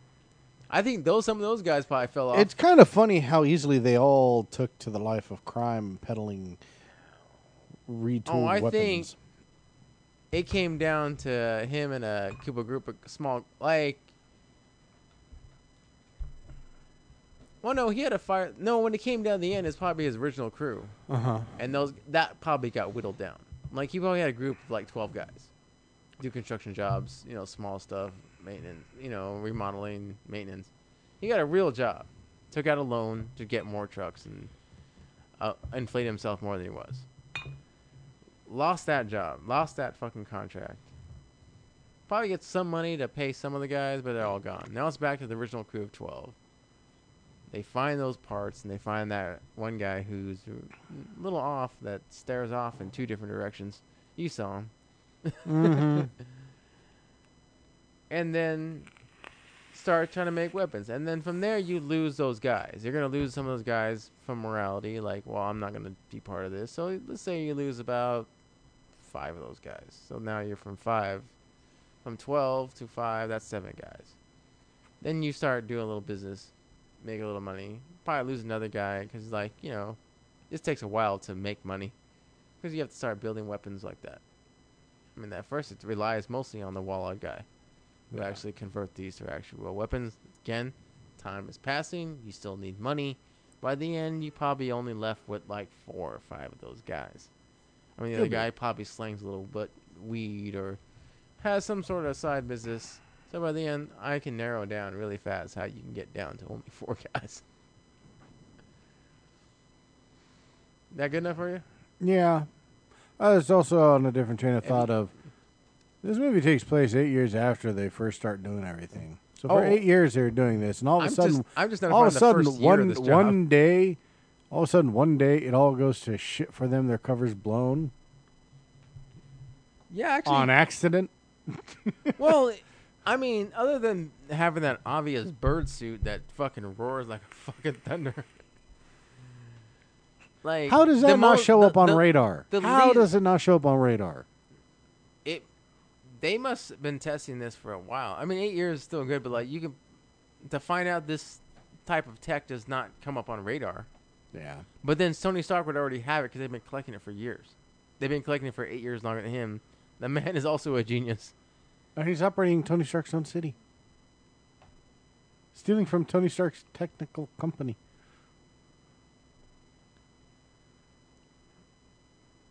B: I think those some of those guys probably fell off.
A: It's kind of funny how easily they all took to the life of crime, peddling retooled
B: Oh, I
A: weapons.
B: think- it came down to him and a Cuba group, a small like Well, no, he had a fire. No, when it came down to the end, it's probably his original crew,
A: Uh huh.
B: and those that probably got whittled down. Like he probably had a group of like twelve guys, do construction jobs, you know, small stuff, maintenance, you know, remodeling, maintenance. He got a real job, took out a loan to get more trucks and uh, inflate himself more than he was. Lost that job, lost that fucking contract. Probably get some money to pay some of the guys, but they're all gone. Now it's back to the original crew of twelve they find those parts and they find that one guy who's a little off that stares off in two different directions. You saw him.
A: Mm-hmm.
B: and then start trying to make weapons. And then from there, you lose those guys. You're going to lose some of those guys from morality. Like, well, I'm not going to be part of this. So let's say you lose about five of those guys. So now you're from five, from 12 to five, that's seven guys. Then you start doing a little business make a little money. Probably lose another guy because, like, you know, this takes a while to make money because you have to start building weapons like that. I mean, at first it relies mostly on the Wallog guy who actually convert these to actual weapons. Again, time is passing. You still need money. By the end, you probably only left with like four or five of those guys. I mean, the other guy probably slings a little bit weed or has some sort of side business. So by the end, I can narrow down really fast how you can get down to only four guys. That good enough for you?
A: Yeah. I was also on a different train of thought of this movie takes place eight years after they first start doing everything. So for
B: Oh.
A: eight years they were doing this, and all of a
B: I'm
A: sudden,
B: just I'm just not
A: all of a
B: the
A: sudden
B: first year
A: one
B: of this job.
A: one day, all of a sudden one day it all goes to shit for them. Their covers blown
B: yeah, actually,
A: on accident.
B: well, I mean, other than having that obvious bird suit that fucking roars like a fucking thunder, like
A: How does that
B: the
A: not
B: mo-
A: show
B: the-
A: up on
B: the-
A: radar?
B: the
A: How
B: lead-
A: does it not show up on radar?
B: It, they must have been testing this for a while. I mean, eight years is still good, but like you can to find out this type of tech does not come up on radar.
A: Yeah,
B: But then Sony Stark would already have it because they've been collecting it for years. They've been collecting it for eight years longer than him. The man is also a genius.
A: Uh, he's operating Tony Stark's own city, stealing from Tony Stark's technical company.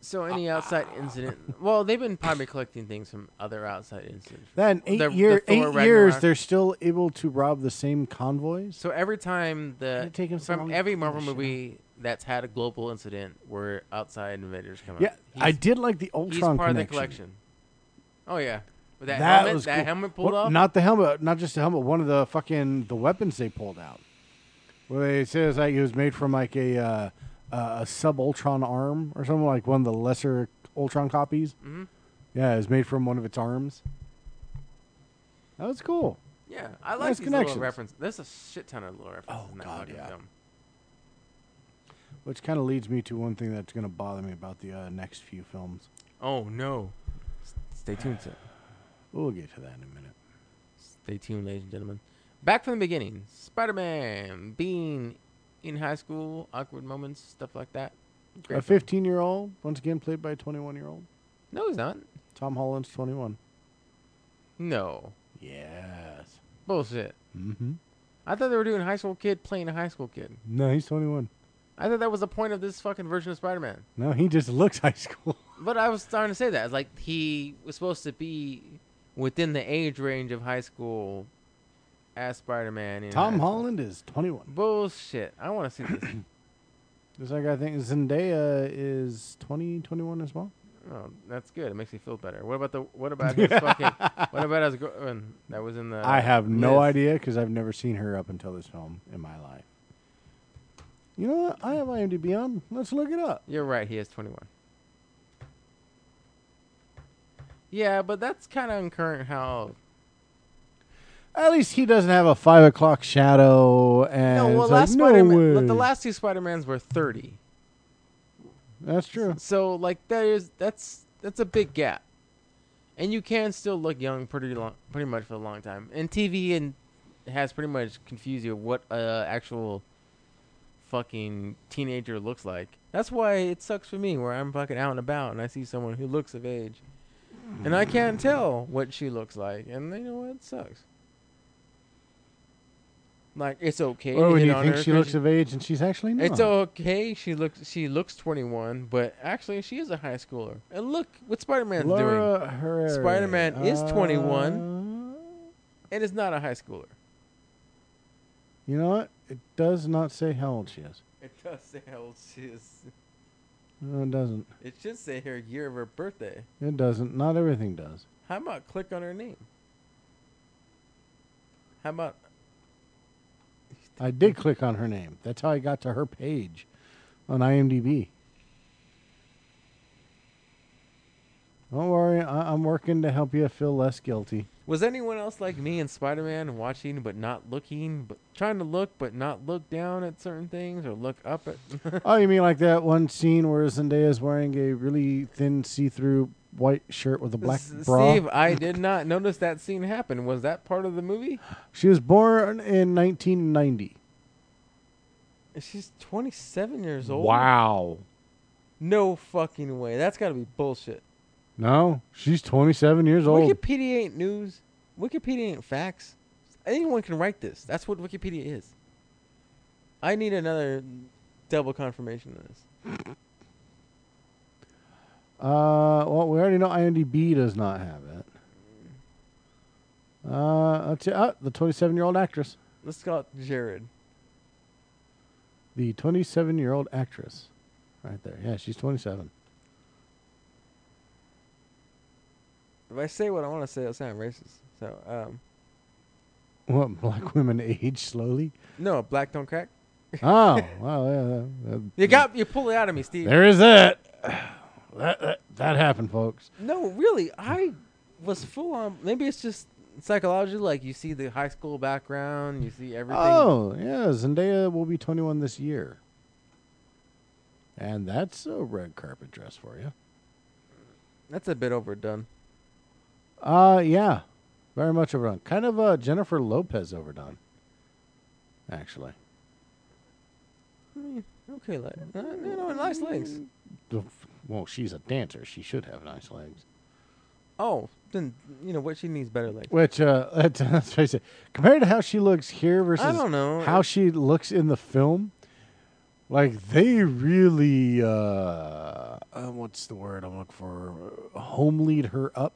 B: So any outside incident? Well, they've been probably collecting things from other outside incidents.
A: Then eight
B: The- the
A: year,
B: Thor
A: eight years,
B: Ragnarok.
A: they're still able to rob the same convoys.
B: So every time the
A: It'd take him so long
B: from
A: to
B: every
A: figure
B: Marvel
A: this shit
B: movie that's had a global incident where outside invaders come
A: Yeah,
B: out,
A: I
B: he's-
A: did like the Ultron
B: He's part
A: connection.
B: of the collection. Oh yeah, With that,
A: That
B: helmet,
A: was
B: that
A: cool.
B: helmet pulled
A: What-
B: off.
A: Not the helmet, not just the helmet. One of the fucking the weapons they pulled out. Where they said it was like it was made from like a uh, uh, a sub Ultron arm or something like one of the lesser Ultron copies.
B: Mhm.
A: Yeah, it was made from one of its arms. That was cool.
B: yeah, I like
A: Nice
B: these little
A: connections.
B: references. There's a shit ton of little references
A: Oh,
B: in that
A: God,
B: fucking
A: yeah.
B: film.
A: Which kind of leads me to one thing that's going to bother me about the uh, next few films.
B: Oh no! S- Stay tuned, sir.
A: We'll get to that in a minute.
B: Stay tuned, ladies and gentlemen. Back from the beginning. Spider Man being in high school, awkward moments, stuff like that. Great
A: a
B: film.
A: 15 year old, once again played by a 21 year old.
B: No, he's not.
A: Tom Holland's 21.
B: No.
A: Yes.
B: Bullshit.
A: Mm-hmm.
B: I thought they were doing high school kid playing a high school kid.
A: No, he's 21.
B: I thought that was the point of this fucking version of Spider Man.
A: No, he just looks high school.
B: But I was starting to say that. It's like he was supposed to be within the age range of high school as Spider Man.
A: Tom Holland is 21.
B: Bullshit. I want to see this.
A: This other guy, I think Zendaya is 20, 21 as well.
B: Oh, that's good. It makes me feel better. What about the what about his fucking what about his girlfriend that was in the?
A: I have no
B: list?
A: idea because I've never seen her up until this film in my life. You know what? I have IMDb on. Let's look it up.
B: You're right. He is 21. Yeah, but that's kind of current how.
A: At least he doesn't have a five o'clock shadow. And
B: No, well,
A: it's like,
B: last
A: no
B: Spider
A: way."
B: Man, the last two Spider Mans were 30.
A: That's true.
B: So like that is that's that's a big gap, and you can still look young pretty long, pretty much for a long time. And TV and has pretty much confused you of what a actual fucking teenager looks like. That's why it sucks for me where I'm fucking out and about and I see someone who looks of age, and I can't tell what she looks like, and you know what it sucks. like it's okay. to
A: Or when
B: hit
A: you
B: on
A: think
B: her
A: she
B: because
A: looks of age and she's actually not.
B: It's okay. She looks she looks 21, but actually she is a high schooler. And look what Spider-Man's doing.
A: Laura Herrera. Uh,
B: Spider-Man is 21. And it's not a high schooler.
A: You know what? It does not say how old she is.
B: It does say how old she is.
A: No, it doesn't.
B: It should say her year of her birthday.
A: It doesn't. Not everything does.
B: How about click on her name? How about
A: I did click on her name. That's how I got to her page on IMDb. Don't worry, I- I'm working to help you feel less guilty.
B: was anyone else like me and Spider-Man watching but not looking, but trying to look but not look down at certain things or look up at
A: Oh, you mean like that one scene where Zendaya's wearing a really thin, see-through white shirt with a black
B: S-
A: bra?
B: Steve, I did not notice that scene happen. Was that part of the movie?
A: She was born in 1990.
B: She's 27 years old.
A: Wow.
B: No fucking way. That's got to be bullshit.
A: No, she's 27 years old.
B: Wikipedia ain't news. Wikipedia ain't facts. Anyone can write this. That's what Wikipedia is. I need another double confirmation of this.
A: Uh, well, we already know IMDb does not have it. Uh, let's see, ah, the 27 year old actress.
B: Let's call it Jared.
A: The 27 year old actress. Right there. Yeah, she's 27.
B: If I say what I want to say, it'll sound racist. So, um,
A: What, black women age slowly?
B: no, black don't crack.
A: Oh, wow. Yeah, that-
B: You got you pull it out of me, Steve.
A: Mm. there is that. That, that. that happened, folks.
B: No, really, I was full on. Maybe it's just psychology. Like you see the high school background, you see everything.
A: Oh, yeah. Zendaya will be 21 this year. And that's a red carpet dress for you.
B: that's a bit overdone.
A: Uh, yeah, very much overdone. Kind of uh, Jennifer Lopez overdone, actually.
B: Okay, like uh, you know, nice legs.
A: The- Well, she's a dancer. She should have nice legs.
B: Oh, then you know what she needs better legs.
A: Which, uh, let's, let's face it, compared to how she looks here versus
B: I don't know.
A: how she looks in the film, like they really, uh, uh, what's the word I'm looking for? Home lead her up.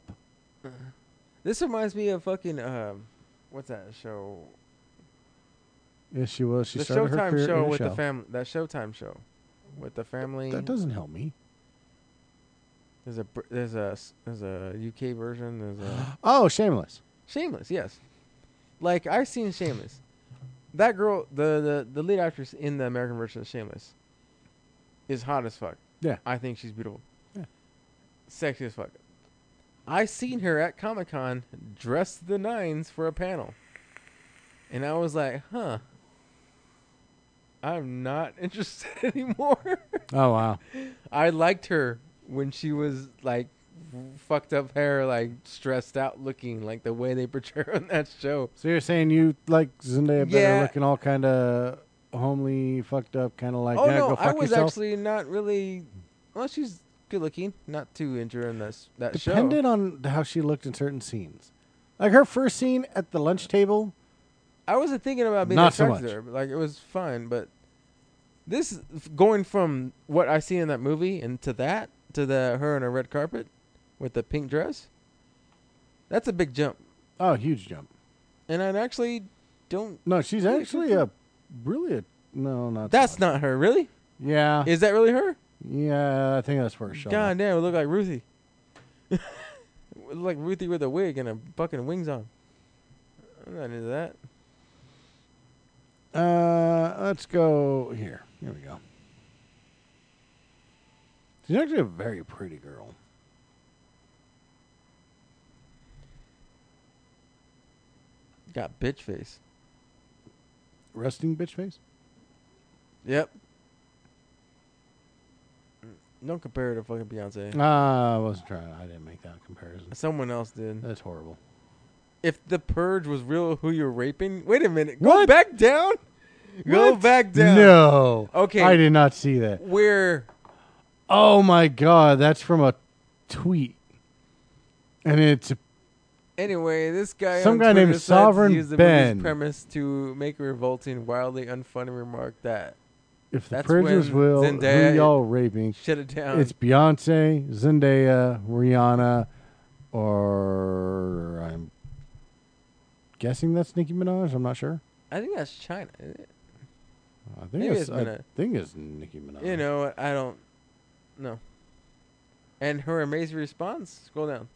B: this reminds me of fucking um, what's that show?
A: Yes, she was. She
B: the
A: started her career in
B: Showtime show
A: a
B: with
A: show.
B: the family. That Showtime show with the family.
A: That doesn't help me.
B: there's a Br- there's a s- there's a UK version. There's a
A: Oh, Shameless.
B: Shameless, yes. Like I've seen Shameless. That girl, the the, the lead actress in the American version of Shameless, is hot as fuck.
A: Yeah.
B: I think she's beautiful.
A: Yeah.
B: Sexy as fuck. I seen her at Comic Con dressed to the nines for a panel, and I was like, huh. I'm not interested anymore.
A: Oh wow.
B: I liked her when she was like fucked up hair, like stressed out looking, like the way they portray her on that show.
A: So you're saying you like Zendaya better
B: Yeah.
A: looking all kind of homely, fucked up, kind of like
B: oh
A: "Nah,
B: no,
A: go
B: I
A: fuck
B: was
A: yourself.
B: actually not really. Well, she's good looking. Not too into her in that s- that
A: Depended on how she looked in certain scenes. Like her first scene at the lunch table,
B: show. I wasn't thinking about being
A: Not so
B: attracted
A: much.
B: to her. but, Like it was fun, but this is- f- going from what I seen in that movie and to that to the her on a red carpet with the pink dress. That's a big jump,
A: oh, huge jump.
B: and I actually don't.
A: No, she's
B: Yeah,
A: actually
B: she's-
A: a really a no, not
B: That's
A: that.
B: not her, really.
A: yeah,
B: Is that really her?
A: yeah. I think that's for sure.
B: God damn, it looked like Ruthie. It looked like Ruthie with a wig and a fucking wings on. I'm not into that.
A: Uh, let's go here. Here we go. She's actually a very pretty girl.
B: Got bitch face.
A: Resting bitch face.
B: Yep. Mm, Don't compare her to fucking Beyonce.
A: Ah, I wasn't trying. I didn't make that comparison.
B: Someone else did.
A: That's horrible.
B: If the purge was real, who you're raping? Wait a minute. Go
A: What?
B: back down. Go
A: What?
B: back down.
A: No.
B: Okay.
A: I did not see that.
B: Where?
A: Oh my god, that's from a tweet. And it's
B: Anyway, this guy
A: Some
B: on
A: guy
B: Twitter
A: named
B: decided to
A: Sovereign
B: use the
A: Ben.
B: movie's premise to make a revolting, wildly unfunny remark that
A: If the
B: That's
A: purgers
B: when
A: will,
B: Zendaya-
A: who y'all raping?
B: shut it down.
A: It's Beyonce, Zendaya, Rihanna, or I'm guessing that's Nicki Minaj. I'm not sure.
B: I think that's China. isn't it?
A: I think
B: Maybe
A: it's,
B: it's
A: I
B: Minaj.
A: think it's Nicki Minaj.
B: You know, I don't know. And her amazing response. Scroll down.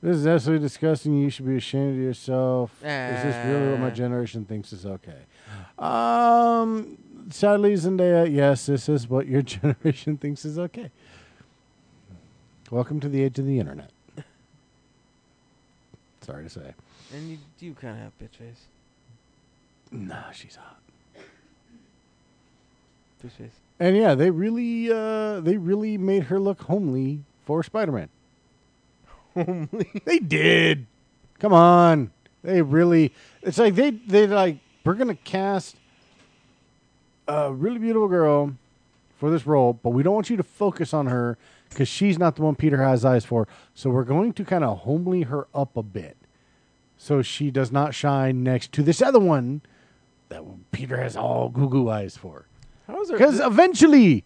A: This is absolutely disgusting. You should be ashamed of yourself. is this really what my
B: Ah.
A: generation thinks is okay? Um, sadly, Zendaya, yes, this is what your generation thinks is okay. Welcome to the age of the internet. Sorry to say.
B: And you do kind of have bitch face.
A: Nah, she's hot.
B: Bitch face.
A: And yeah, they really, uh, they really made her look homely for Spider-Man. Homely. They did. Come on. They really. It's like they they like we're gonna cast a really beautiful girl for this role, but we don't want you to focus on her because she's not the one Peter has eyes for. So we're going to kind of homely her up a bit, so she does not shine next to this other one that Peter has all goo goo eyes for.
B: How is
A: Because eventually,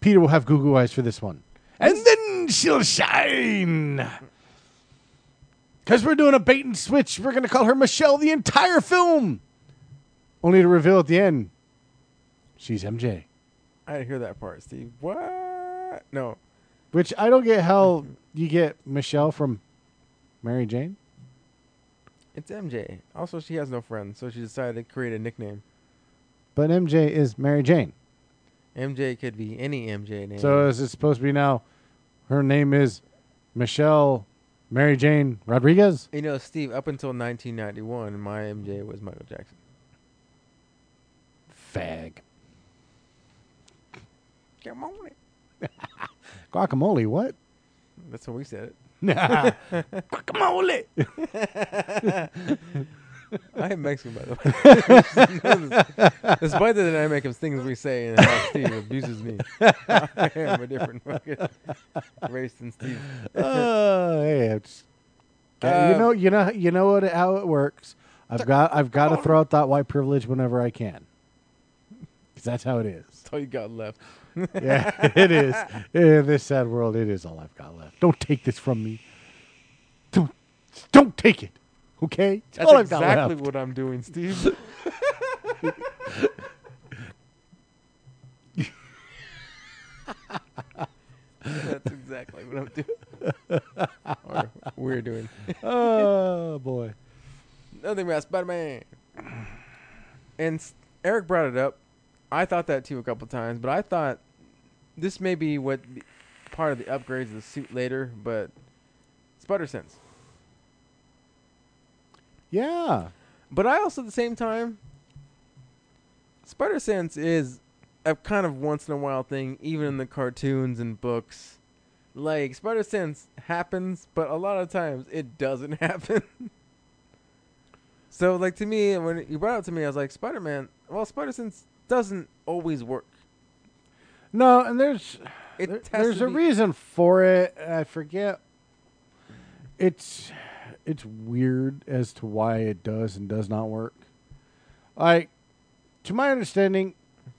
A: Peter will have Google eyes for this one. And then she'll shine. Because we're doing a bait and switch. We're going to call her Michelle the entire film. Only to reveal at the end, she's MJ.
B: I didn't hear that part, Steve. What? No.
A: Which I don't get how you get Michelle from Mary Jane.
B: It's MJ. Also, she has no friends, so she decided to create a nickname.
A: But MJ is Mary Jane.
B: MJ could be any MJ name.
A: So uh, is it supposed to be now? Her name is Michelle Mary Jane Rodriguez?
B: you know, Steve, up until 1991, my MJ was Michael Jackson.
A: Fag.
B: Come on. in.
A: Guacamole, what?
B: That's how we said it.
A: guacamole.
B: I am Mexican, by the way. Despite the dynamic of things we say and how Steve abuses me, I am a different fucking race than Steve.
A: Uh, hey, it's-
B: Uh,
A: you know, you know, you know what, how it works. I've got, I've got to throw out that white privilege whenever I can, because that's how it is.
B: That's all you got left.
A: Yeah, it is. In this sad world, it is all I've got left. Don't take this from me. Don't, don't take it. Okay, It's
B: That's
A: all I've got
B: exactly
A: left.
B: what I'm doing, Steve. That's exactly what I'm doing. or we're doing.
A: Oh boy.
B: Nothing about Spider Man. And s- Eric brought it up. I thought that too a couple times, but I thought this may be what be- part of the upgrades of the suit later, but Spider Sense.
A: Yeah.
B: But I also, at the same time, Spider Sense is a kind of once in a while thing, even in the cartoons and books. Like, Spider Sense happens, but a lot of times it doesn't happen. so, like, to me, when you brought it to me, I was like, Spider Man, well, Spider Sense doesn't always work.
A: No, and there's
B: It
A: There-
B: has
A: there's
B: to
A: a
B: be-
A: reason for it. and I forget. It's it's weird as to why it does and does not work. Like, to my understanding,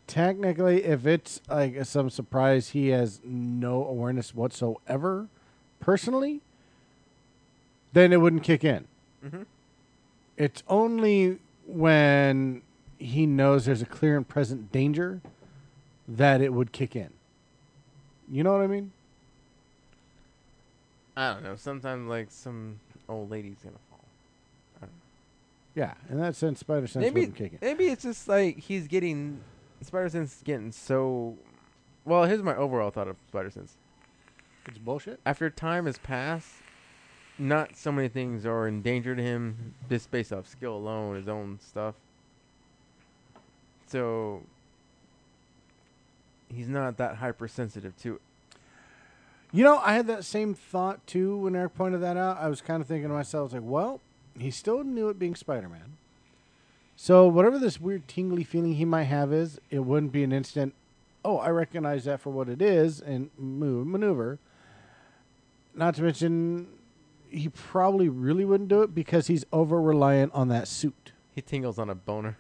A: technically, if it's like some surprise, he has no awareness whatsoever, personally, then it wouldn't kick in.
B: Mm-hmm.
A: It's only when he knows there's a clear and present danger that it would kick in. You know what I mean?
B: I don't know. Sometimes, like, some old lady's going to fall.
A: Yeah, in that sense, Spider Sense
B: maybe
A: wouldn't kick it.
B: maybe it's just like he's getting Spider Sense is getting so. Well, here's my overall thought of Spider Sense.
A: It's bullshit.
B: After time has passed, not so many things are in danger to him just based off skill alone, his own stuff. So he's not that hypersensitive to it.
A: You know, I had that same thought too when Eric pointed that out. I was kind of thinking to myself, like, well, he still knew it being Spider Man. So whatever this weird tingly feeling he might have is, it wouldn't be an instant. Oh, I recognize that for what it is, and move maneuver. Not to mention, he probably really wouldn't do it because he's over reliant on that suit.
B: He tingles on a boner.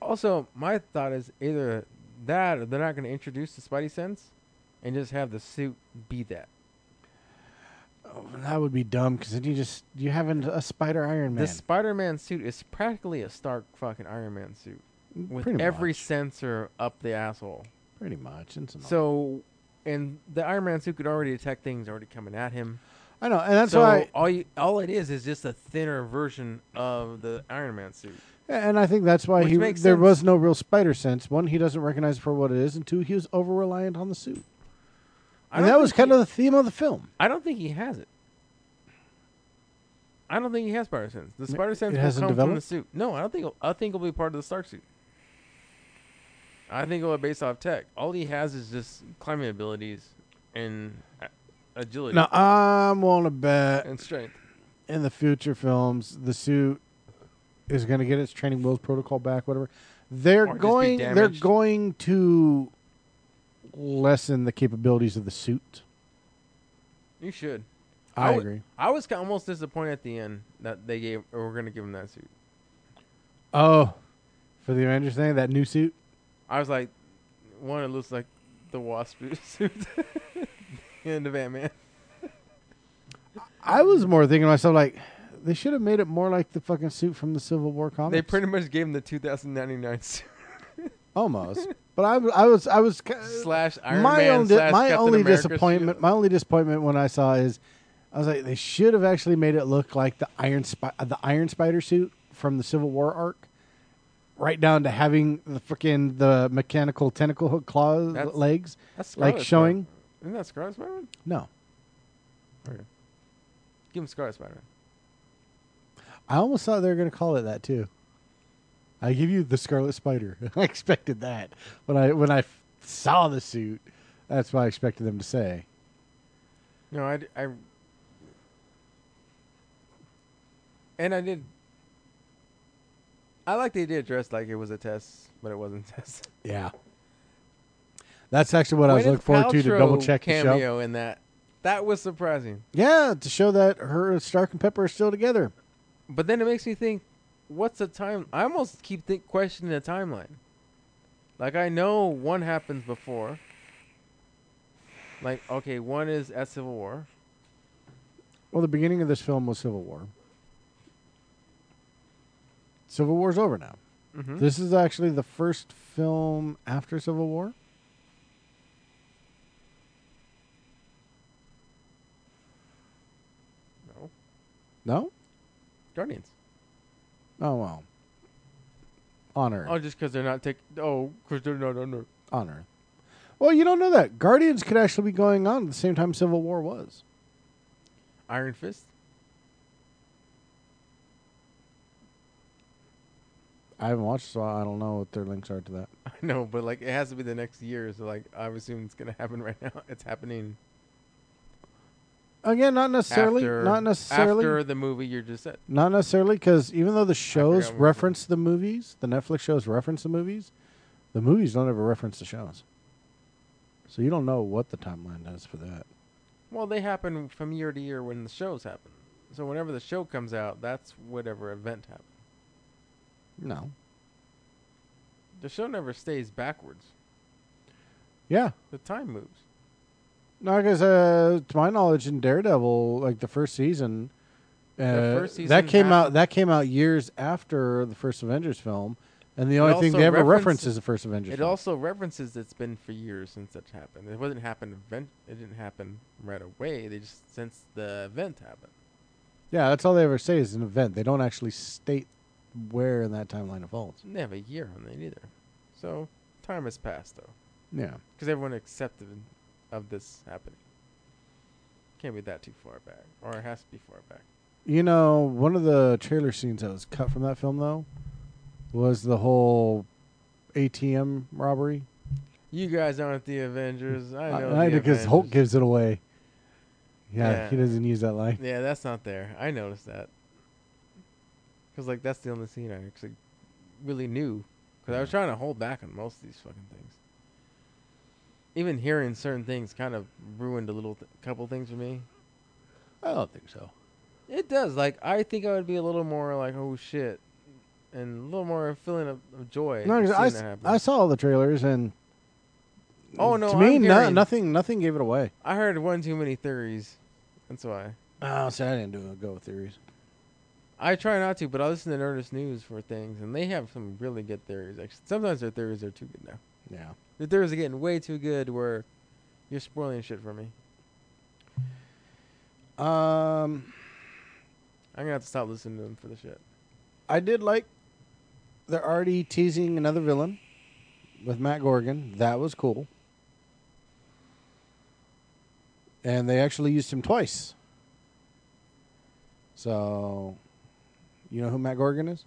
B: also, my thought is either that or they're not going to introduce the Spidey sense and just have the suit be that.
A: Oh, That would be dumb because then you just you having a Spider Iron Man.
B: The Spider Man suit is practically a Stark fucking Iron Man suit with
A: Pretty
B: every
A: much. Oh.
B: sensor up the asshole.
A: pretty much. and some-
B: So, and the Iron Man suit could already detect things already coming at him.
A: I know, and that's
B: so
A: why.
B: all you, all it is is just a thinner version of the Iron Man suit.
A: And I think that's why
B: Which
A: he
B: makes
A: there
B: sense.
A: was no real spider sense. One, he doesn't recognize it for what it is, and two, he was over reliant on the suit.
B: I
A: And
B: don't
A: that was
B: think
A: kind
B: he-
A: of the theme of the film.
B: I don't think he has it. I don't think he has spider sense. The spider sense will
A: hasn't
B: come from the
A: developed?
B: suit. No, I don't think. It'll, I think it'll be part of the Stark suit. I think it'll be based off tech. All he has is just climbing abilities and a- agility
A: Now I'm willing to bet
B: and strength.
A: in the future films the suit is going to get its training wheels protocol back. Whatever they're
B: Or just be
A: going, they're
B: damaged.
A: going to lessen the capabilities of the suit.
B: You should.
A: I,
B: would-
A: agree.
B: I was ki- almost disappointed at the end that they gave or were going to give him that suit.
A: Oh, for the Avengers thing, that new suit.
B: I was like, one, it looks like the Wasp suit and the Batman.
A: I was more thinking to myself like they should have made it more like the fucking suit from the Civil War comics.
B: They pretty much gave him the 2099 suit.
A: almost, but I, I was I was ca-
B: slash Iron
A: my
B: Man
A: own di-
B: slash
A: my
B: Captain
A: only
B: America's
A: disappointment
B: shield.
A: my only disappointment when I saw is I was like they should have actually made it look like the Iron Spi- uh, the Iron Spider suit from the Civil War arc. Right down to having the freaking the mechanical tentacle hook claws
B: That's-
A: legs
B: That's
A: like
B: Scarlet
A: showing
B: Spider-Man. Isn't that Scarlet Spider-Man?
A: no
B: Give him Scarlet Spider-Man.
A: I almost thought they were going to call it that too. I give you the Scarlet Spider. I expected that when I when I f- saw the suit. That's what I expected them to say.
B: No, I, d- I- and I did. I like the idea dressed like it was a test, but it wasn't a test.
A: Yeah, that's actually what I was
B: Gwyneth
A: looking forward to to
B: Paltrow
A: double check the show.
B: cameo in that. That was surprising,
A: Yeah, to show that her Stark and Pepper are still together.
B: but then it makes me think, what's the time? I almost keep think, questioning the timeline. Like I know one happens before. Like okay, one is at Civil War.
A: Well, the beginning of this film was Civil War. Civil War's over now.
B: Mm-hmm.
A: This is actually the first film after Civil War.
B: No.
A: No?
B: Guardians.
A: Oh well. On Earth.
B: Oh, just because they're not taking. Oh, because they're not under.
A: On Earth. Well, you don't know that. Guardians could actually be going on at the same time Civil War was.
B: Iron Fist.
A: I haven't watched, so I don't know what their links are to that.
B: I know, but like it has to be the next year. So like I assume it's gonna happen right now. It's happening
A: Again, not necessarily.
B: after.
A: not necessarily.
B: after the movie you're just at.
A: Not necessarily, because even though the shows
B: what it was.
A: reference the movies, the Netflix shows reference the movies, the movies don't ever reference the shows. So you don't know what the timeline is for that.
B: Well, they happen from year to year when the shows happen. So whenever the show comes out, that's whatever event happened.
A: No.
B: The show never stays backwards.
A: Yeah.
B: The time moves.
A: No, because uh, to my knowledge, in Daredevil, like the first season, uh,
B: first season
A: that came
B: after-
A: out that came out years after the first Avengers film, and the only thing
B: also
A: they ever
B: references-
A: reference is the first Avengers.
B: It
A: film.
B: also references it's been for years since that happened. It wasn't happened event. It didn't happen right away. They just since the event happened.
A: yeah, that's all they ever say is an event. They don't actually state where in that timeline it falls.
B: They have a year on it either. So time has passed though.
A: Yeah.
B: because everyone accepted of this happening. Can't be that too far back, or it has to be far back.
A: You know, one of the trailer scenes that was cut from that film, though, was the whole ATM robbery. Uh,
B: You guys aren't the Avengers. I know. the
A: because Hulk
B: Avengers.
A: gives it away. Yeah,
B: Yeah.
A: he doesn't use that line.
B: Yeah, that's not there. I noticed that. Cause like that's the only scene I actually really knew. Cause I was trying to hold back on most of these fucking things. even hearing certain things kind of ruined a little th- couple things for me.
E: I don't think so.
B: It does. Like I think I would be a little more like oh shit, and a little more feeling of, of joy.
A: No, 'cause
B: seeing
A: I,
B: that
A: s-
B: happen.
A: I saw all the trailers and
B: oh no,
A: to me
B: I'm
A: no,
B: hearing-
A: nothing nothing gave it away.
B: I heard one too many theories. That's why
E: Oh, see, I didn't do a go with theories.
B: I try not to, but I listen to Nerdist News for things, and they have some really good theories. Actually, sometimes their theories are too good now.
E: Yeah.
B: The theories are getting way too good where you're spoiling shit for me.
A: Um,
B: I'm gonna have to stop listening to them for the shit.
A: I did like they're already teasing another villain with Matt Gorgon. That was cool. And they actually used him twice. So, you know who Matt Gorgon is?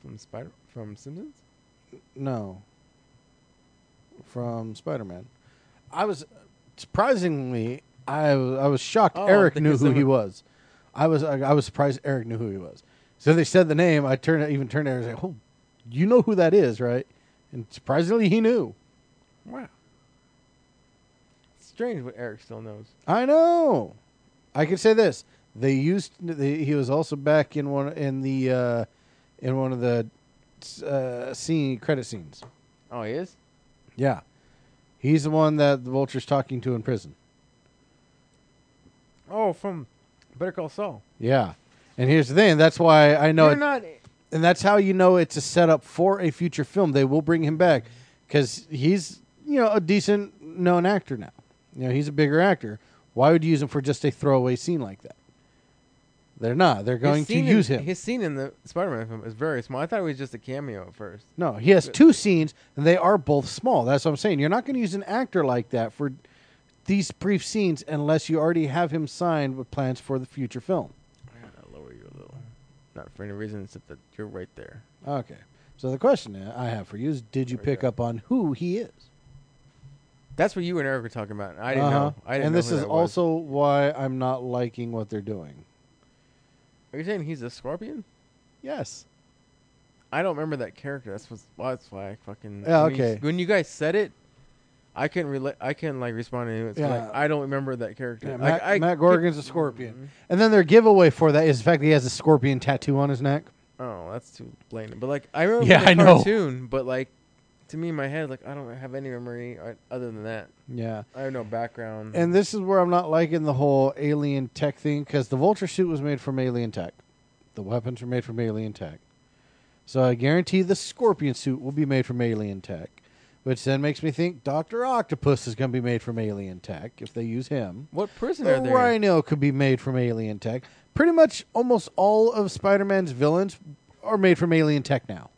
B: From Spider from Simpsons?
A: No. From Spider Man. I was surprisingly, I was, I was shocked.
B: Oh,
A: Eric knew
B: because
A: who
B: they
A: he
B: were-
A: was. I was I, I was surprised Eric knew who he was. So they said the name. I turned even turned to Eric and said, "Oh, you know who that is, right?" And surprisingly, he knew.
B: Wow. Strange what Eric still knows.
A: I know. I can say this. They used. They, he was also back in one in the uh, in one of the uh, scene credit scenes.
B: Oh, he is?
A: Yeah. He's the one that the vulture's talking to in prison.
B: Oh, from Better Call Saul.
A: Yeah. And here's the thing, that's why I know
B: You're
A: it,
B: not
A: and that's how you know it's a setup for a future film. They will bring him back cuz he's, you know, a decent known actor now. You know, he's a bigger actor. Why would you use him for just a throwaway scene like that? They're not. They're going
B: his
A: to
B: scene
A: use
B: in,
A: him.
B: His scene in the Spider Man film is very small. I thought it was just a cameo at first.
A: no, he has two scenes and they are both small. That's what I'm saying. You're not going to use an actor like that for these brief scenes unless you already have him signed with plans for the future film.
B: I gotta lower you a little. Not for any reason except that you're right there.
A: Okay. So the question I have for you is did you
B: There we
A: pick
B: go.
A: up on who he is?
B: That's what you and Eric were talking about. I didn't
A: Uh-huh.
B: know. I didn't
A: and
B: know
A: this
B: who
A: is
B: that was.
A: also why I'm not liking what they're doing.
B: Are you saying he's a scorpion?
A: Yes.
B: I don't remember that character. That's what's, well, that's why I fucking.
A: Yeah,
B: when you-
A: okay.
B: when you guys said it, I couldn't relate. I couldn't like respond to it. So,
A: Yeah.
B: Like, I don't remember that character.
A: Yeah,
B: Like,
A: Matt,
B: I Mm-hmm.
A: Matt
B: could-
A: Gorgon's a scorpion. And then their giveaway for that is the fact that he has a scorpion tattoo on his neck.
B: Oh, that's too lame. But like, I remember
A: Yeah,
B: the
A: I know.
B: cartoon. But like, to me, in my head, like, I don't have any memory uh, other than that.
A: Yeah.
B: I have no background.
A: And this is where I'm not liking the whole alien tech thing because the vulture suit was made from alien tech. The weapons were made from alien tech. So I guarantee the scorpion suit will be made from alien tech, which then makes me think Dr. Octopus is going to be made from alien tech if they use him.
B: what prison
A: The
B: are they? in?
A: rhino could be made from alien tech. Pretty much almost all of Spider Man's villains are made from alien tech now.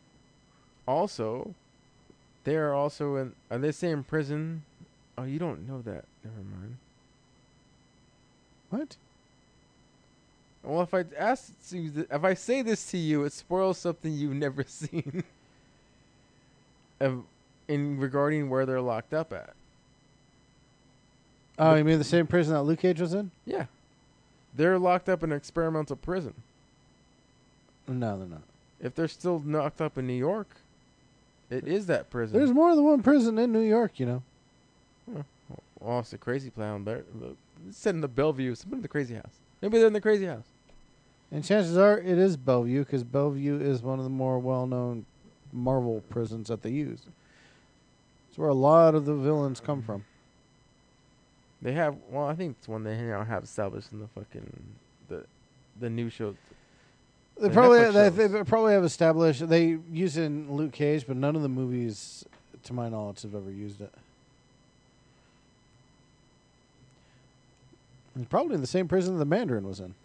B: Also, they are also in. Are they same prison? Oh, you don't know that. Never mind.
A: What?
B: Well, if I ask you, th- if I say this to you, it spoils something you've never seen. of, in regarding where they're locked up at.
A: Oh, you mean the same prison that Luke Cage was in?
B: Yeah, they're locked up in an experimental prison.
A: No, they're not.
B: If they're still locked up in New York, it is that prison.
A: There's more than one prison in New York, you know.
B: oh, it's a crazy plan. There, look, it's set in the Bellevue. It's in the crazy house. Maybe they're in the crazy house.
A: And chances are it is Bellevue because Bellevue is one of the more well known Marvel prisons that they use. It's where a lot of the villains come from.
B: They have. Well, I think it's one they now have established in the fucking the the new show.
A: They
B: The
A: probably they,
B: Netflix
A: they
B: shows.
A: probably have established they use it in Luke Cage, but none of the movies, to my knowledge, have ever used it. It's probably in the same prison the Mandarin was in.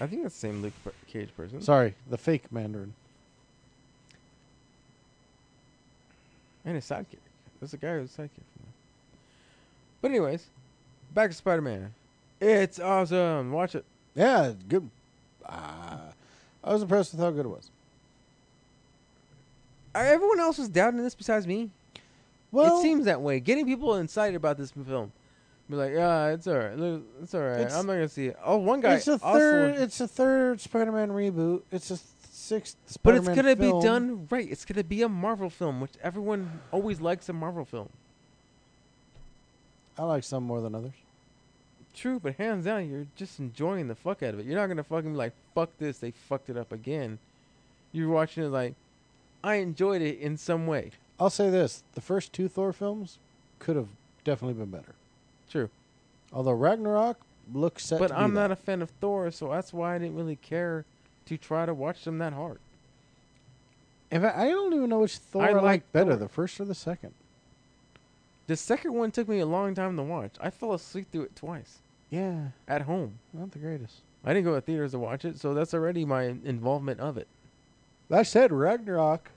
B: I think that's the same Luke P- Cage person.
A: Sorry, the fake Mandarin.
B: And his sidekick. There's a guy who's sidekick. From that. But anyways, back to Spider Man. It's awesome. Watch it.
A: Yeah, good. Uh, I was impressed with how good it was.
B: Are Uh, everyone else was doubting this besides me?
A: Well,
B: it seems that way. Getting people excited about this film. Be like, ah, it's all right. Look, It's all right.
A: It's-
B: I'm not gonna see it. Oh, one guy.
A: It's a
B: also-
A: third. It's a third Spider-Man reboot. It's a s- sixth.
B: But it's
A: Spider-Man
B: gonna
A: film.
B: be done right. It's gonna be a Marvel film, which everyone always likes a Marvel film.
A: I like some more than others.
B: True, but hands down, you're just enjoying the fuck out of it. You're not gonna fucking be like, fuck this, they fucked it up again. You're watching it like, I enjoyed it in some way.
A: I'll say this: the first two Thor films could have definitely been better.
B: True,
A: Although Ragnarok looks set.
B: but
A: to
B: I'm
A: be that.
B: not a fan of Thor, so that's why I didn't really care to try to watch them that hard.
A: In fact, I don't even know which Thor
B: I
A: I,
B: like
A: like better,
B: Thor.
A: the first or the second.
B: The second one took me a long time to watch. I fell asleep through it twice
A: Yeah,
B: at home.
A: not the greatest.
B: I didn't go to theaters to watch it, so that's already my involvement of it.
A: That said, Ragnarok,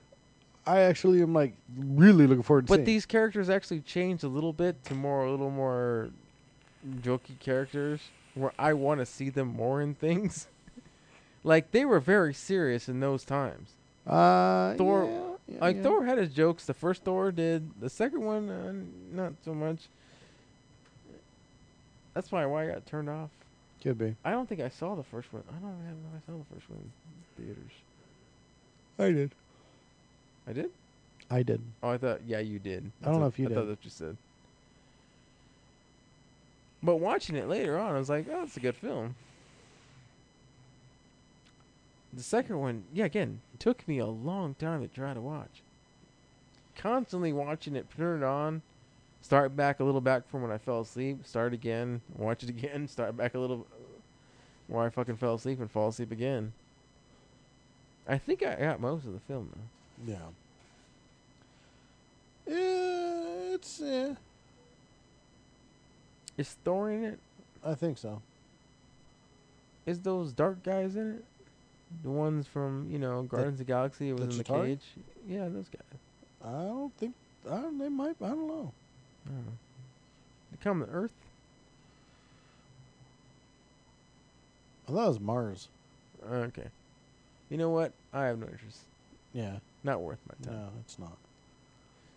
A: I actually am like really looking forward to
B: But
A: seeing.
B: these characters actually changed a little bit to more a little more jokey characters where I want to see them more in things. like they were very serious in those times.
A: uh,
B: Thor-
A: yeah, yeah,
B: Like
A: yeah.
B: Thor had his jokes. The first Thor did. The second one, uh, not so much. That's why why I got turned off.
A: could be.
B: I don't think I saw the first one. I don't even know if I saw the first one in theaters.
A: I did.
B: I did.
A: I did.
B: Oh, I thought yeah, you did.
A: I don't know if you
B: I thought
A: did.
B: that's what you said. But watching it later on, I was like, oh, that's a good film. The second one, yeah, again, took me a long time to try to watch. Constantly watching it, turn it on, start back a little back from when I fell asleep, start again, watch it again, start back a little where I fucking fell asleep and fall asleep again. I think I got most of the film though.
A: Yeah. It's yeah.
B: Is Thor in it?
A: I think so.
B: is those dark guys in it? The ones from you know Guardians of the Galaxy it was
A: the
B: in the
A: Chitauri?
B: cage. Yeah, those guys.
A: I don't think. I don't, they might. I don't know.
B: I don't know. They come to Earth.
A: I thought it was Mars.
B: Okay. You know what? I have no interest.
A: Yeah.
B: Not worth my time.
A: No, it's not.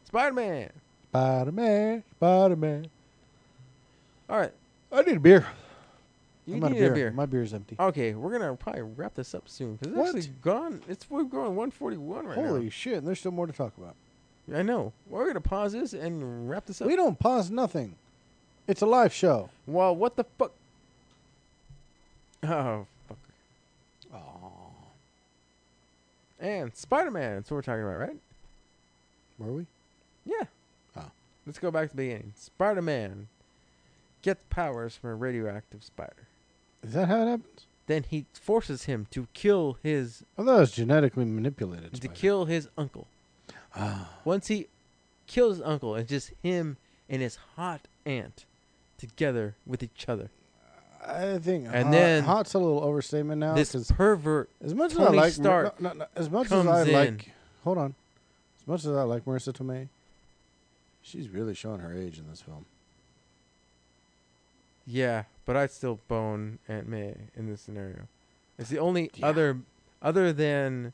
B: Spider Man.
A: Spider Man. Spider Man.
B: All right.
A: I need a beer.
B: You
A: I'm out
B: need
A: of
B: a beer.
A: My beer's empty.
B: Okay, we're gonna probably wrap this up soon because it's
A: What?
B: actually gone. It's we're going 141 right
A: Holy shit! And there's still more to talk about.
B: now. I know. We're gonna pause this and wrap this up.
A: we don't pause nothing. It's a live show.
B: Well, what the fuck? Oh, fucker.
A: Oh,
B: And Spider Man. That's what we're talking about, right?
A: were we?
B: Yeah.
A: Oh.
B: Let's go back to the beginning. Spider Man gets powers from a radioactive spider.
A: Is that how it happens?
B: Then he forces him to kill his
A: I thought it was genetically manipulated.
B: to
A: spider. Ah.
B: kill his uncle. Once he kills his uncle, it's just him and his hot aunt together with each other.
A: I think.
B: And
A: hot,
B: then-
A: hot's a little overstatement now
B: this
A: 'cause
B: pervert
A: as much as I
B: Tony
A: like,
B: Stark
A: no, no, no, as much as
B: comes
A: I
B: in.
A: like, hold on. As much as I like Marissa Tomei, she's really showing her age in this film.
B: Yeah, but I'd still bone Aunt May in this scenario. It's the only
A: Yeah.
B: other other than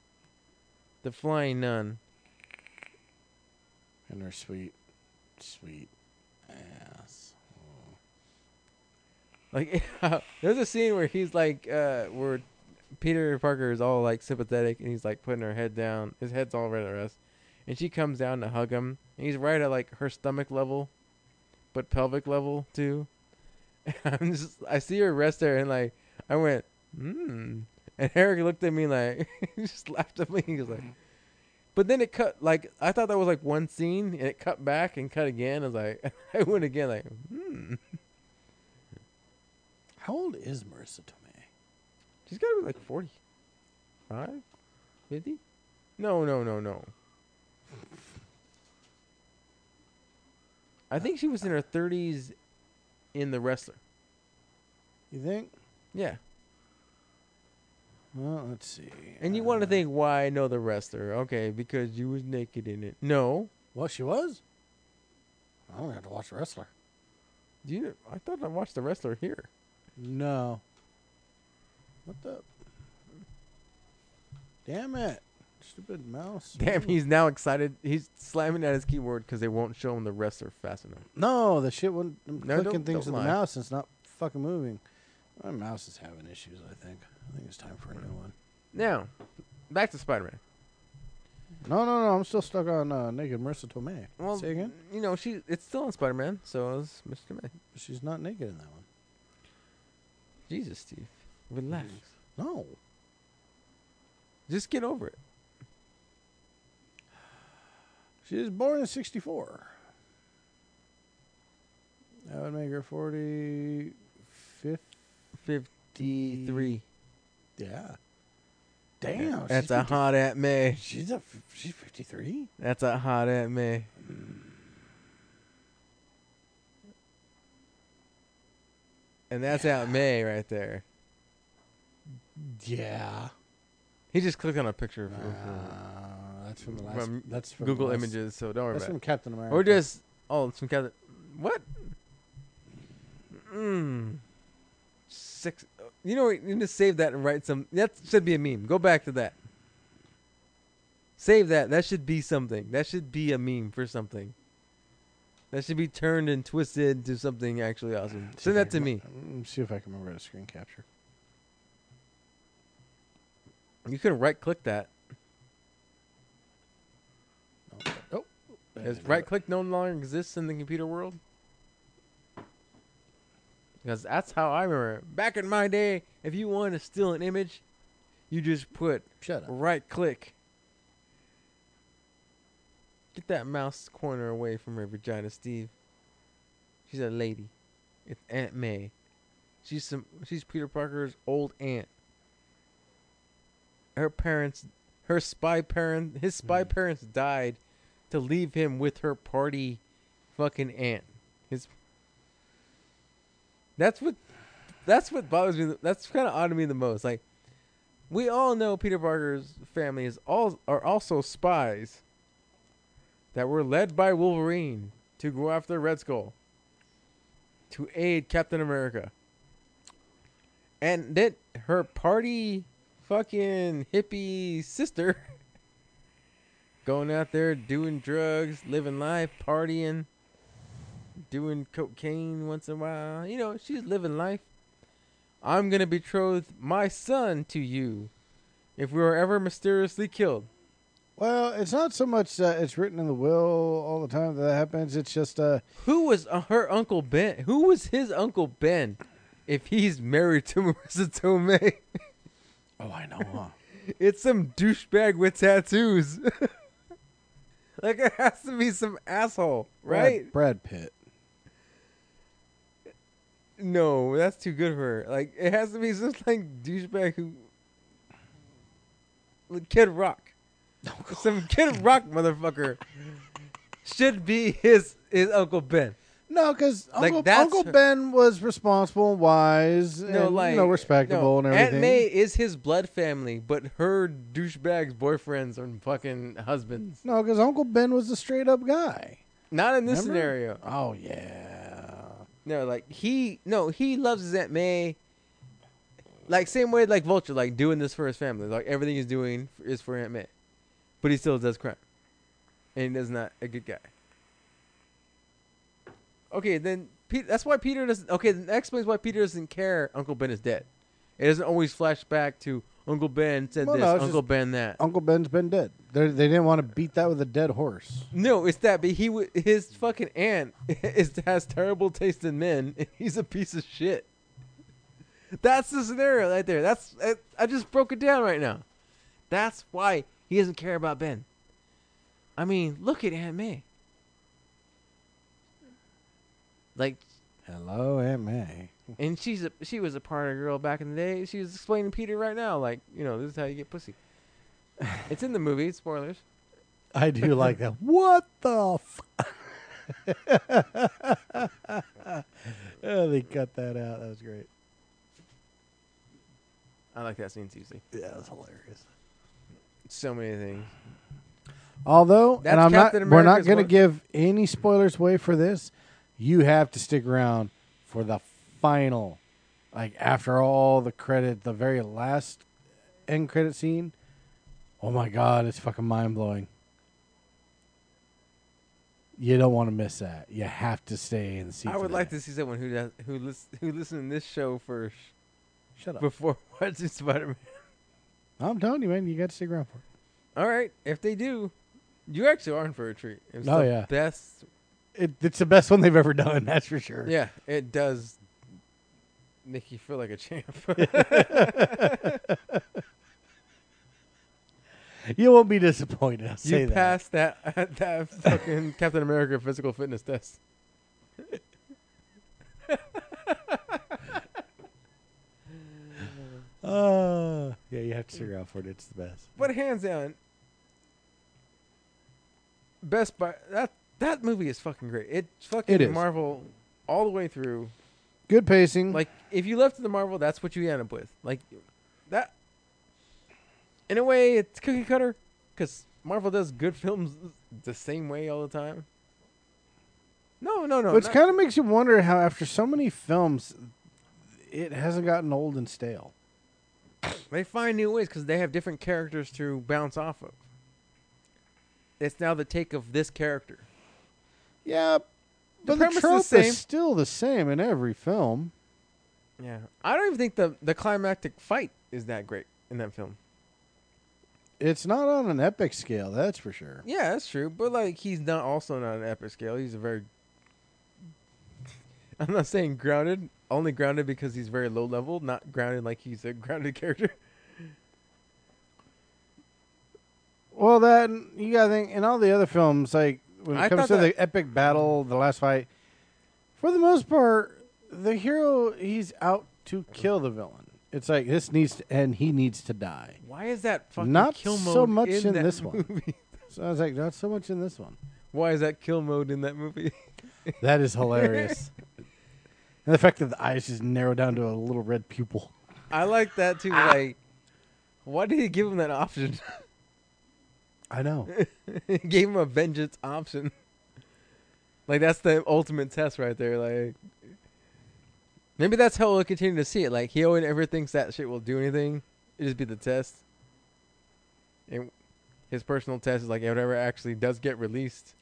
B: the flying nun.
A: And her sweet, sweet ass.
B: Like there's a scene where he's like uh where Peter Parker is all like sympathetic and he's like putting her head down. His head's all right at rest. And she comes down to hug him. And he's right at like her stomach level, but pelvic level too. And I'm just I see her rest there and like I went, Hmm and Eric looked at me like he just laughed at me. He was like But then it cut like I thought that was like one scene and it cut back and cut again. I was like I went again like, hmm.
A: How old is Marissa Tomei?
B: She's got to be like 45? 50? No, no, no, no. I think she was in her 30s in The Wrestler.
A: You think?
B: Yeah.
A: Well, let's see. Uh,
B: And you want to think, why I know The Wrestler? Okay, because you was naked in it. No.
A: Well, she was. I don't have to watch Wrestler.
B: Do you, I thought I watched The Wrestler here.
A: No. What the? Damn it. Stupid mouse.
B: Damn, he's now excited. He's slamming at his keyboard because they won't show him The Wrestler fast enough.
A: No, the shit wouldn't. I'm
B: No,
A: clicking
B: don't-
A: things
B: don't
A: with the
B: lie.
A: mouse and it's not fucking moving. My mouse is having issues, I think. I think it's time for a new one.
B: Now, Back to Spider Man.
A: No, no, no. I'm still stuck on uh, naked Marissa Tomei.
B: Well,
A: Say again.
B: you know, she it's still on Spider Man, so is Mr. May.
A: She's not naked in that one.
B: Jesus, Steve. Relax.
A: No.
B: Just get over it.
A: She was born in 64. That would make her 45th.
B: 53.
A: Yeah. Damn.
B: That's
A: she's
B: a
A: 50
B: hot at May.
A: She's a. f- She's 53.
B: That's a hot at May. And that's at May right there.
A: Yeah.
B: He just clicked on a picture of
A: Uh,
B: of her
A: that's from the last.
B: From
A: that's from
B: Mm-hmm. Google
A: the last-
B: Images, so don't worry
A: That's
B: about
A: from
B: it.
A: Captain America.
B: Or just oh, some kind of what? Mm. Six. You know, what, you need to save that and write some. That should be a meme. Go back to that. Save that. That should be something. That should be a meme for something. That should be turned and twisted to something actually awesome.
A: See
B: Send
A: if I
B: that to
A: can-
B: me.
A: mm, See if I can remember how to screen capture.
B: You could right click that.
A: Oh.
B: Is right click no longer exists in the computer world? Because that's how I remember. it. Back in my day, if you want to steal an image, you just put
A: Shut up.
B: right click. Get that mouse corner away from her vagina, Steve. She's a lady. It's Aunt May. She's some. She's Peter Parker's old aunt. Her parents, her spy parent, his spy
A: Mm-hmm.
B: parents died to leave him with her party, fucking aunt. His. That's what. That's what bothers me. the- That's kind of odd to me the most. Like, we all know Peter Parker's family is all are also spies that were led by Wolverine to go after Red Skull to aid Captain America. And then her party fucking hippie sister going out there doing drugs, living life, partying, doing cocaine once in a while. You know, she's living life. I'm going to betroth my son to you if we are ever mysteriously killed.
A: Well, it's not so much that it's written in the will all the time that, that happens. It's just uh,
B: Who was uh, her Uncle Ben? Who was his Uncle Ben if he's married to Marissa Tomei?
A: Oh, I know, huh?
B: It's some douchebag with tattoos. like, it has to be some asshole, right?
A: Brad, Brad Pitt.
B: No, that's too good for her. Like, it has to be some, like, douchebag who. Like, Kid Rock. some Kid Rock motherfucker should be his, his Uncle Ben.
A: No, because
B: Like,
A: Uncle,
B: that's
A: Uncle
B: her-
A: Ben was responsible and wise
B: No,
A: and
B: like
A: you know, respectable and
B: no,
A: everything.
B: Aunt May is his blood family, but her douchebag's boyfriends and fucking husbands.
A: No, because Uncle Ben was a straight up guy.
B: Not in this
A: Remember?
B: scenario.
A: Oh yeah.
B: No, like he no, he loves his Aunt May. Like same way like Vulture, like doing this for his family. Like everything he's doing f- is for Aunt May. But he still does crime. And is not a good guy. Okay, then Pe- that's why Peter doesn't okay, then that explains why Peter doesn't care Uncle Ben is dead. It doesn't always flash back to Uncle Ben said
A: Well,
B: this,
A: no, it's
B: Uncle
A: just-
B: Ben that.
A: Uncle Ben's been dead. They're, they didn't want to beat that with a dead horse.
B: No, it's that, but he w- his fucking aunt is has terrible taste in men. And he's a piece of shit. That's the scenario right there. That's I, I just broke it down right now. That's why he doesn't care about Ben. I mean, look at Aunt May. Like,
A: Hello, Aunt May.
B: and she's a she was a party girl back in the day. She was explaining to Peter right now, like, you know, this is how you get pussy. It's in the movie. Spoilers.
A: I do like that. What the? F- oh, they cut that out. That was great.
B: I like that scene too. See,
A: Yeah, that was hilarious.
B: so many things.
A: Although,
B: That's
A: and I'm not,
B: Captain
A: we're not
B: America's
A: going to
B: one-
A: give any spoilers away for this. You have to stick around for the final, like after all the credit, the very last end credit scene. Oh my god, it's fucking mind blowing. You don't want to miss that. You have to stay and see.
B: I would like to see someone who does, who lis- who listened to this show first
A: shut up.
B: before watching Spider Man.
A: I'm telling you, man, you got to stick around for it.
B: All right, if they do, you actually are in for a treat. It's
A: Oh,
B: the
A: yeah.
B: best.
A: it. It's the best one they've ever done, that's for sure.
B: Yeah, it does make you feel like a champ.
A: You won't be disappointed. I'll say
B: you
A: that.
B: passed that that fucking Captain America physical fitness test.
A: Uh, yeah, you have to stick around for it. It's the best.
B: But hands down, best by that that movie is fucking great. It fucking
A: It is.
B: Marvel all the way through.
A: Good pacing.
B: Like if you left the Marvel, that's what you end up with. Like that. In a way, it's cookie cutter because Marvel does good films the same way all the time. No, no, no.
A: which
B: not-
A: kind of makes you wonder how, after so many films, it hasn't gotten old and stale.
B: They find new ways because they have different characters to bounce off of. It's now the take of this character.
A: Yeah, but the
B: premise is
A: trope
B: the same.
A: is still the same in every film.
B: Yeah, I don't even think the the climactic fight is that great in that film.
A: It's not on an epic scale, that's for sure.
B: Yeah, that's true. But like, he's not also not an epic scale. He's a very I'm not saying grounded, only grounded because he's very low level, not grounded like he's a grounded character.
A: Well, that you gotta think in all the other films, like when it
B: I
A: comes
B: thought
A: to
B: that-
A: the epic battle, the last fight, for the most part, the hero he's out to kill the villain. It's like this needs to end. He needs to die.
B: Why is that fucking
A: Not
B: kill mode
A: so much in
B: that
A: this one.
B: movie?
A: So I was like, not so much in this one.
B: Why is that kill mode in that movie?
A: That is hilarious. and the fact that the eyes just narrow down to a little red pupil.
B: I like that too. Like, why did he give him that option?
A: I know.
B: He gave him a vengeance option. Like that's the ultimate test right there. Like, maybe that's how we'll continue to see it. Like he always ever thinks that shit will do anything. It just be the test. And his personal test is like if it ever actually does get released.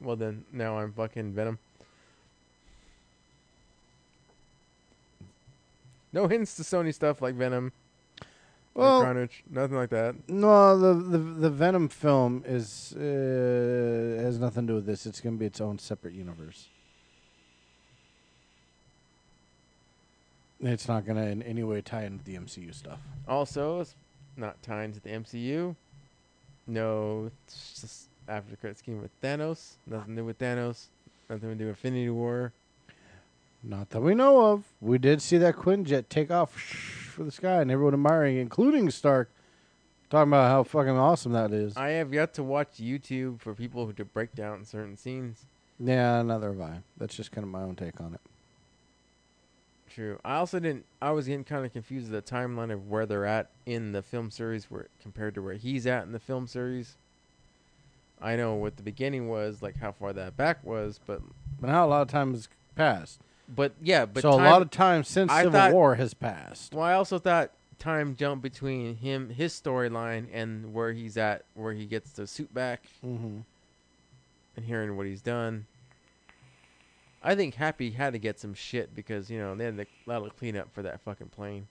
B: Well then, now I'm fucking Venom. No hints to Sony stuff like Venom
A: Well-
B: or Carnage, nothing like that.
A: No, the the, the Venom film is uh, has nothing to do with this. It's going to be its own separate universe. It's not going to in any way tie in with the MCU stuff.
B: Also, it's not tying to the MCU. No, it's just after credit scheme with Thanos. Nothing to do with Thanos. Nothing to do with Infinity War.
A: Not that we know of. We did see that Quinjet take off for the sky, and everyone admiring, including Stark, talking about how fucking awesome that is.
B: I have yet to watch YouTube for people who to break down certain scenes.
A: yeah, another of I. That's just kind of my own take on it.
B: True. I also didn't. I was getting kind of confused with the timeline of where they're at in the film series, where compared to where he's at in the film series. I know what the beginning was, like how far that back was, but
A: But now a lot of time has passed.
B: but yeah, but
A: so
B: time-
A: a lot of time since
B: I
A: Civil
B: thought-
A: War has passed.
B: Well, I also thought time jump between him, his storyline, and where he's at, where he gets the suit back,
A: Mm-hmm.
B: and hearing what he's done. I think Happy had to get some shit because you know they had a lot of cleanup for that fucking plane.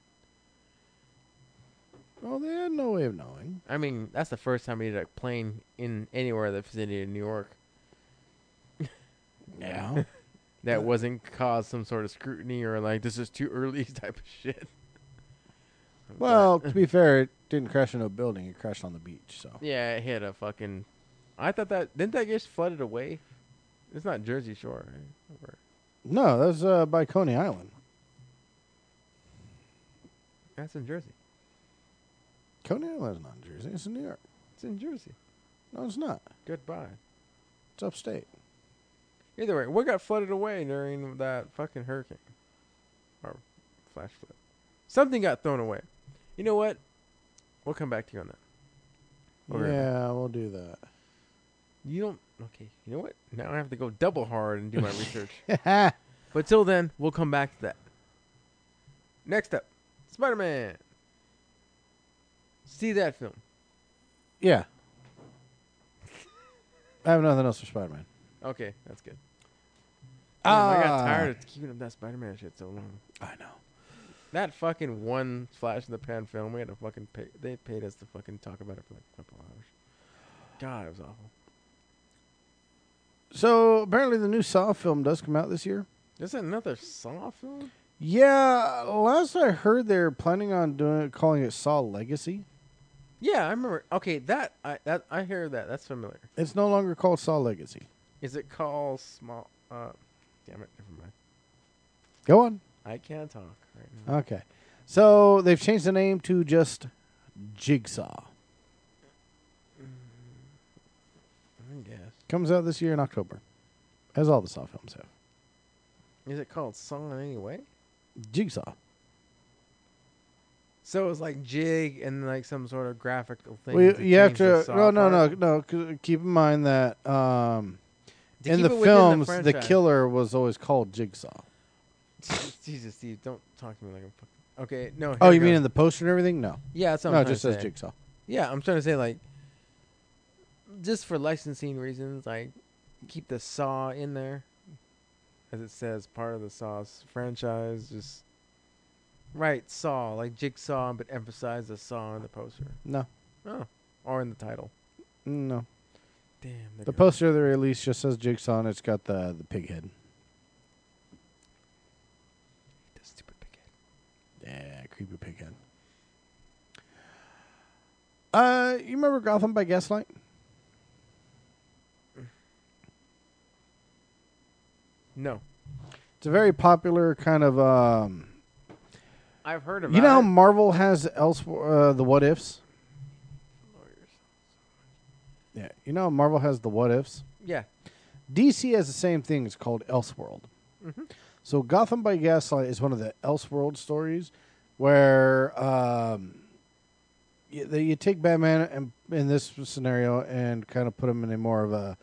A: Well, they had no way of knowing.
B: I mean, that's the first time he did a plane in anywhere in the vicinity of New York
A: Yeah.
B: that wasn't caused some sort of scrutiny or like this is too early type of shit.
A: well, to be fair, it didn't crash into a building. It crashed on the beach. So
B: Yeah, it hit a fucking. I thought that didn't that get flooded away. It's not Jersey Shore. Right? Or-
A: no, that was uh, by Coney Island.
B: That's in Jersey.
A: Coney Island's not in Jersey. It's in New York.
B: It's in Jersey.
A: No, it's not.
B: Goodbye.
A: It's upstate.
B: Either way, what got flooded away during that fucking hurricane? Or flash flood. Something got thrown away. You know what? We'll come back to you on that. Okay.
A: Yeah, we'll do that.
B: You don't. Okay. You know what? Now I have to go double hard and do my research. But till then, we'll come back to that. Next up Spider Man. See that film.
A: yeah. I have nothing else for Spider Man.
B: Okay, that's good. Damn, I got tired of keeping up that Spider Man shit so long.
A: I know.
B: That fucking one flash in the pan film, we had to fucking pay. They paid us to fucking talk about it for like a couple hours. God, it was awful.
A: So apparently, the new Saw film does come out this year.
B: Is it another Saw film?
A: Yeah, last I heard, they're planning on doing calling it Saw Legacy.
B: Yeah, I remember. Okay, that I that I hear that. That's familiar.
A: It's no longer called Saw Legacy.
B: Is it called small? Uh, damn it, never mind.
A: Go on.
B: I can't talk right now.
A: Okay, so they've changed the name to just Jigsaw.
B: I guess.
A: Comes out this year in October, as all the Saw films have.
B: Is it called Saw in any way?
A: Jigsaw.
B: So it's like jig and like some sort of graphical thing.
A: Well, you-
B: to
A: you have
B: change the
A: to
B: Saw
A: no no no
B: part?
A: no. c- Keep in mind that um,
B: To
A: in
B: keep
A: the
B: it within
A: films, the,
B: franchise.
A: killer was always called Jigsaw.
B: Jesus, Steve, don't talk to me like I'm fucking. Okay, no.
A: Oh,
B: here
A: you
B: it
A: mean
B: goes.
A: in the poster and everything? No,
B: Yeah, that's what
A: no,
B: I'm
A: it
B: trying
A: just
B: to
A: says
B: say.
A: Jigsaw.
B: Yeah, I'm trying to say like, just for licensing reasons, like keep the Saw in there, as it says part of the Saw's franchise. Just right Saw like Jigsaw, but emphasize the Saw in the poster.
A: No,
B: Oh, or in the title.
A: no.
B: Damn.
A: The
B: they're going-
A: poster of the release just says Jigsaw, and it's got the the pig head.
B: the stupid pig head.
A: Yeah, creepy pig head. Uh, you remember Gotham by Gaslight?
B: No,
A: It's a very popular kind of. Um,
B: I've heard of.
A: you know how Marvel has else uh, the what ifs. Yeah, you know how Marvel has the what ifs.
B: Yeah.
A: DC has the same thing. It's called Elseworld. So Gotham by Gaslight is one of the Elseworld stories where um, you, they, you take Batman and, in this scenario and kind of put him in a more of a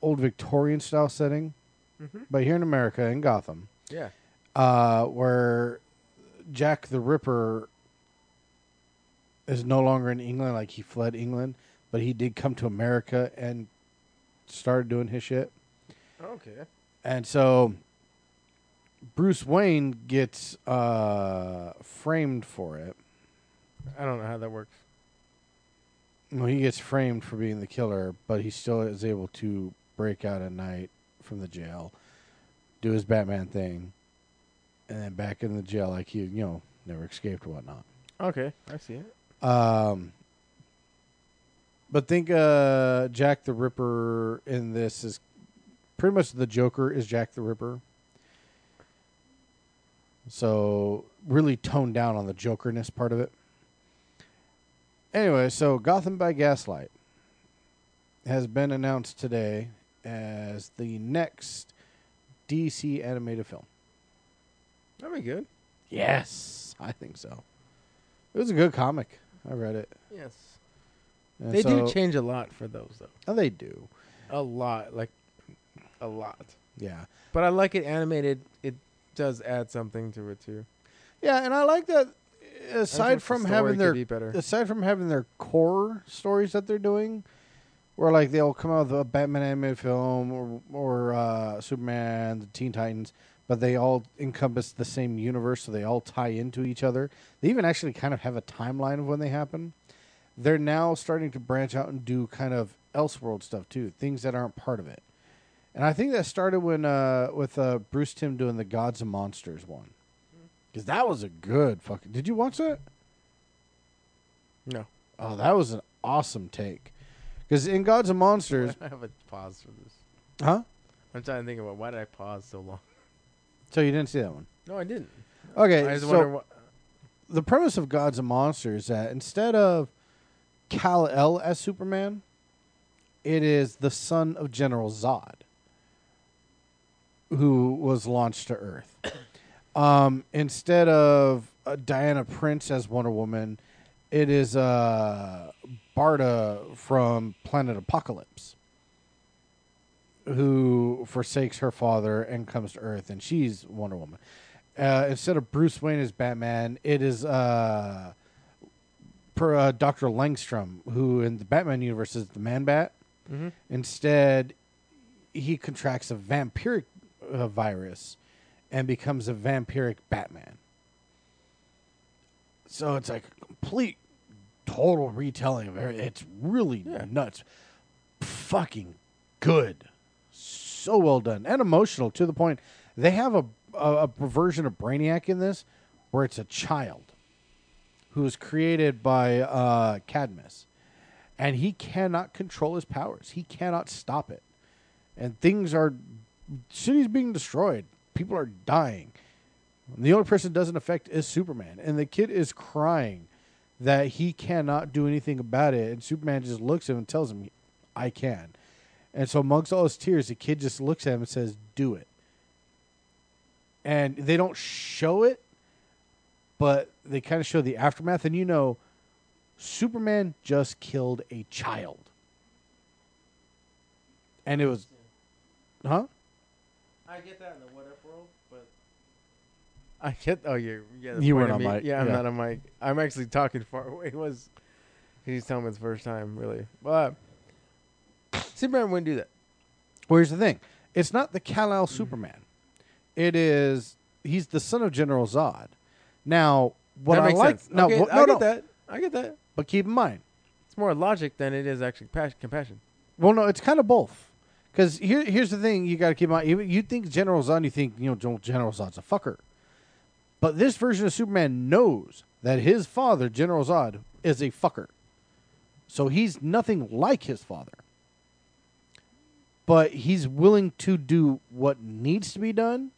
A: old Victorian style setting, but here in America in Gotham,
B: Yeah.
A: uh, where Jack the Ripper is no longer in England. Like he fled England, but he did come to America and started doing his shit.
B: Okay.
A: And so Bruce Wayne gets uh, framed for it.
B: I don't know how that works.
A: Well, he gets framed for being the killer, but he still is able to break out at night from the jail, do his Batman thing, and then back in the jail like he, you know, never escaped or whatnot.
B: Okay, I see it.
A: Um, but think uh, Jack the Ripper in this is pretty much the Joker is Jack the Ripper. So really toned down on the Jokerness part of it. Anyway, so Gotham by Gaslight has been announced today as the next DC animated film.
B: That'd be good.
A: Yes, I think so. It was a good comic. I read it.
B: Yes.
A: And
B: They
A: so-
B: do change a lot for those though.
A: Oh, they do.
B: A lot, like a lot.
A: Yeah.
B: But I like it animated. It does add something to it too.
A: Yeah, and I like that
B: I
A: aside
B: think the
A: from
B: story
A: having
B: could
A: their
B: be better.
A: aside from having their core stories that they're doing where like they'll come out with a Batman animated film or or uh, Superman, the Teen Titans, but they all encompass the same universe so they all tie into each other. They even actually kind of have a timeline of when they happen. They're now starting to branch out and do kind of elseworld stuff too, things that aren't part of it. And I think that started when uh, with uh, Bruce Tim doing the Gods and Monsters one. Because that was a good fucking. Did you watch that?
B: No,
A: Oh, that was an awesome take. Because in Gods and Monsters,
B: I have a pause for this.
A: huh?
B: I'm trying to think about why did I pause so long?
A: So you didn't see that one?
B: No, I didn't. I
A: Okay,
B: just
A: so
B: wonder what.
A: the premise of Gods and Monsters is that instead of Kal El as Superman, it is the son of General Zod, who was launched to Earth. Um, instead of uh, Diana Prince as Wonder Woman, it is uh, Barda from Planet Apocalypse, who forsakes her father and comes to Earth, and she's Wonder Woman. Uh, instead of Bruce Wayne as Batman, it is uh, per, uh, Dr. Langstrom, who in the Batman universe is the Man Bat. Instead, he contracts a vampiric uh, virus and becomes a vampiric Batman. So it's like a complete, total retelling of everything. It's really nuts. Fucking good. So well done and emotional to the point they have a, a, a version of Brainiac in this where it's a child who was created by uh, Cadmus and he cannot control his powers. He cannot stop it. And things are cities being destroyed. People are dying. And the only person it doesn't affect is Superman. And the kid is crying that he cannot do anything about it. And Superman just looks at him and tells him, I can. And so amongst all his tears, the kid just looks at him and says, Do it. And they don't show it, but they kind of show the aftermath. And you know, Superman just killed a child. And it was, huh?
B: I get that in the what if world, but I get. Oh, you're yeah.
A: You weren't
B: were
A: on mic,
B: Yeah, I'm
A: yeah.
B: not on mic. I'm actually talking far away. It was he's telling me it's the first time, really. But Superman wouldn't do that.
A: Where's the thing? It's not the Kal El Superman. It is he's the son of General Zod. Now, what
B: that
A: I
B: makes
A: like
B: sense.
A: now,
B: okay,
A: what-
B: I
A: no,
B: get
A: no,
B: that. I get that.
A: but keep in mind,
B: It's more logic than it is actually pas- compassion.
A: Well, no, it's kind of both. Because here, here's the thing you got to keep in mind. You, you think General Zod, you think, you know, Gen- General Zod's a fucker. But this version of Superman knows that his father, General Zod, is a fucker. So he's nothing like his father. But he's willing to do what needs to be done,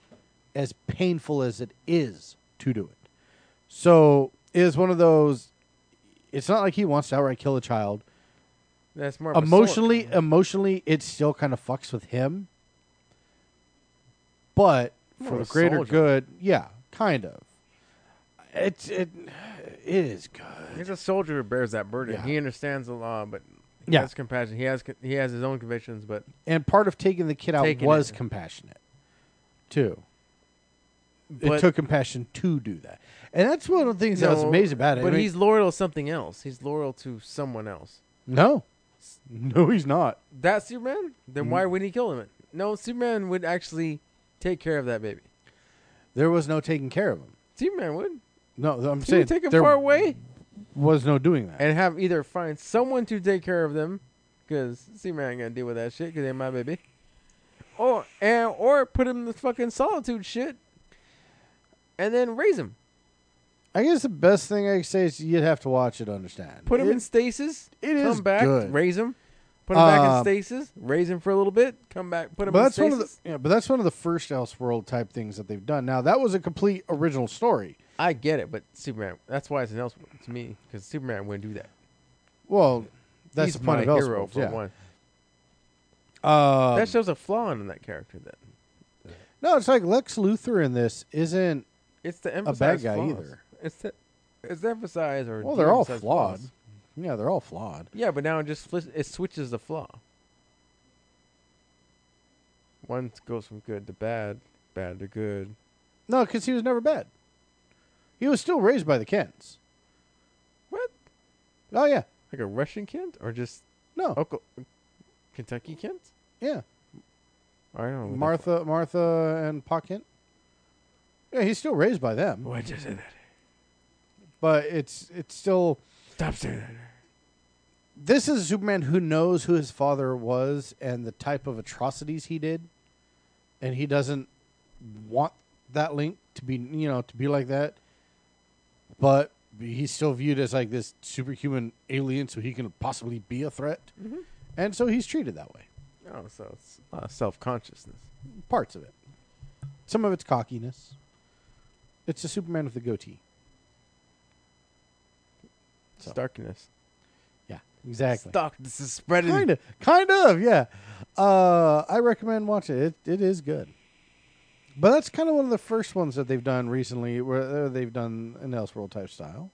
A: as painful as it is to do it. So it is one of those. It's not like he wants to outright kill a child
B: That's more of a sword.
A: emotionally emotionally it still kind of fucks with him but
B: More
A: for
B: of
A: the
B: a
A: greater
B: soldier.
A: good yeah kind of it's it it is good
B: He's a soldier who bears that burden.
A: Yeah.
B: He understands the law, but he
A: Yeah.
B: has compassion. He has he has his own convictions, but
A: and part of taking the kid out
B: Taking
A: was
B: it.
A: compassionate too
B: But-
A: it took compassion to do that and that's one of the things that was
B: No,
A: amazing about it I
B: But
A: mean-
B: he's loyal to something else. He's loyal to someone else.
A: no no he's not
B: That's Superman? Then why wouldn't he kill him? No, Superman would actually take care of that baby.
A: there was no taking care of him
B: Superman would.
A: no i'm
B: He
A: saying
B: would take him
A: there
B: far away
A: was no doing that
B: and have either find someone to take care of them, because Superman ain't gonna deal with that shit because they're my baby, or and or put him in the fucking solitude shit, and then raise him,
A: i guess the best thing i could say is you'd have to watch it to understand
B: put him
A: It-
B: in stasis,
A: it
B: come
A: is
B: back,
A: good.
B: raise him, put him back in
A: Um,
B: stasis, raise him for a little bit, come back, put him
A: But
B: in
A: that's
B: stasis.
A: one of the yeah, but that's one of the first Elseworld type things that they've done. Now that was a complete original story.
B: I get it, but Superman. That's why it's an Elseworld to me, because Superman wouldn't do that.
A: Well, that's
B: He's
A: the point
B: my
A: of
B: hero
A: Elseworlds,
B: for
A: yeah.
B: one.
A: Um,
B: that shows a flaw in that character. Then
A: no, it's like Lex Luthor in this isn't.
B: it's the
A: bad
B: emphasize
A: guy
B: flaws.
A: either.
B: It's the it's the emphasize or
A: Well, they're all
B: de-emphasize
A: flawed.
B: flaws.
A: Yeah, they're all flawed.
B: Yeah, but now it just flips, it switches the flaw. One goes from good to bad, bad to good.
A: No, because he was never bad. He was still raised by the Kents.
B: What?
A: Oh yeah,
B: Like a Russian Kent or just
A: no,
B: Oka- Kentucky Kent?
A: yeah.
B: I don't know. Oh, what the
A: Martha, Martha, and Pa Kent. Yeah, he's still raised by
B: fu-
A: them,
B: Why did you say that?
A: but it's it's still.
B: Stop saying that.
A: this is Superman who knows who his father was and the type of atrocities he did, and he doesn't want that link to be you know to be like that. But he's still viewed as like this superhuman alien, so he can possibly be a threat, and so he's treated that way.
B: Oh, so it's uh, self consciousness.
A: Parts of it, some of it's cockiness. It's the Superman with the goatee. So-
B: Starkness.
A: Yeah, exactly.
B: Darkness is spreading.
A: Kind of, kind of, yeah. Uh, I recommend watching it. it. It is good, but that's kind of one of the first ones that they've done recently, where uh, they've done an Elseworld type style.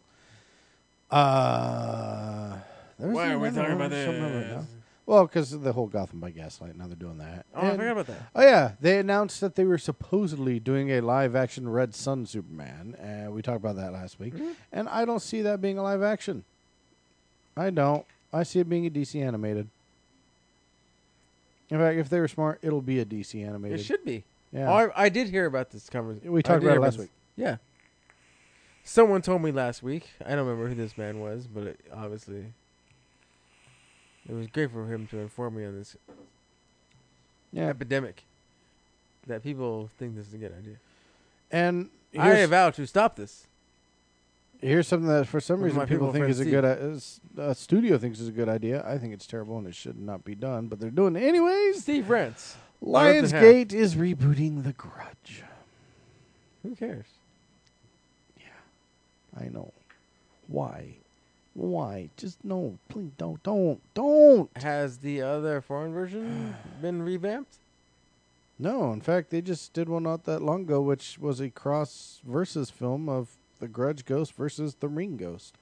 A: Uh, there's
C: Why are we
A: another
C: talking
A: one,
C: about
A: I just don't remember it now.
C: this?
A: Well, because the whole Gotham by Gaslight. Now they're doing that.
B: Oh, I
A: And-
B: forgot about that.
A: Oh yeah, they announced that they were supposedly doing a live action Red Sun Superman, and we talked about that last week.
B: Mm-hmm.
A: And I don't see that being a live action. I don't. I see it being a DC animated. In fact, if they were smart, it'll be a DC animated.
B: It should be.
A: Yeah.
B: Oh, I, I did hear about this conversation.
A: We talked about it last week.
B: Yeah. Someone told me last week. I don't remember who this man was, but it, obviously, it was great for him to inform me on this
A: Yeah,
B: epidemic that people think this is a good idea.
A: and
B: I
A: here's-
B: vow to stop this.
A: Here's something that, for some
B: One of
A: reason,
B: my
A: people
B: people
A: think is a
B: friends
A: good. i- Is, uh, studio thinks is a good idea. I think it's terrible and it should not be done, but they're doing it anyways.
B: Steve Rents. Rip the
A: Lionsgate is rebooting The Grudge.
B: Who cares?
A: I know. Why? Why? Just no, please don't, don't, don't.
B: Has the other foreign version been revamped?
A: No, in fact, they just did one not that long ago, which was a cross versus film of The Grudge Ghost versus The Ring Ghost.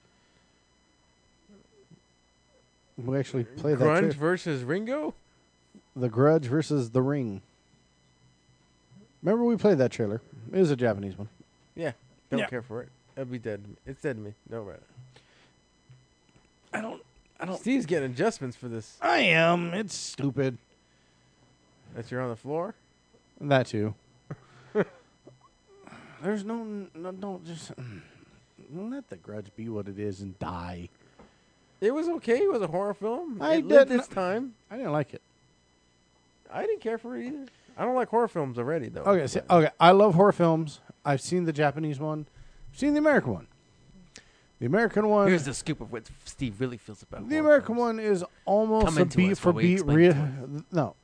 A: We actually played that.
B: Grunge
A: too.
B: versus Ringo.
A: The Grudge versus The Ring. Remember we played that trailer? It was a Japanese one.
B: Yeah, don't
A: Yeah.
B: care for it. It'll be dead. To me. It's dead to me. Don't worry.
A: I don't. I
B: Steve's getting adjustments for this.
A: I am. It's stupid.
B: That you're on the floor.
A: That too. There's no, no, don't just let the grudge be what it is and die.
B: It was okay. It was a horror film.
A: I
B: it lived
A: didn't-
B: its time.
A: I didn't like it.
B: I didn't care for it either. I don't like horror films already
F: Oh,
B: though.
A: Okay, see,
B: But
A: okay. I love horror films. I've seen the Japanese one. I've seen the American one. The American one.
F: Here's the scoop of what Steve really feels about
A: The
F: horror
A: American
F: films.
A: one is almost
F: Come
A: a
F: into
A: beat
F: us
A: for
F: while we
A: beat.
F: explain
A: Re-
F: it to
A: no,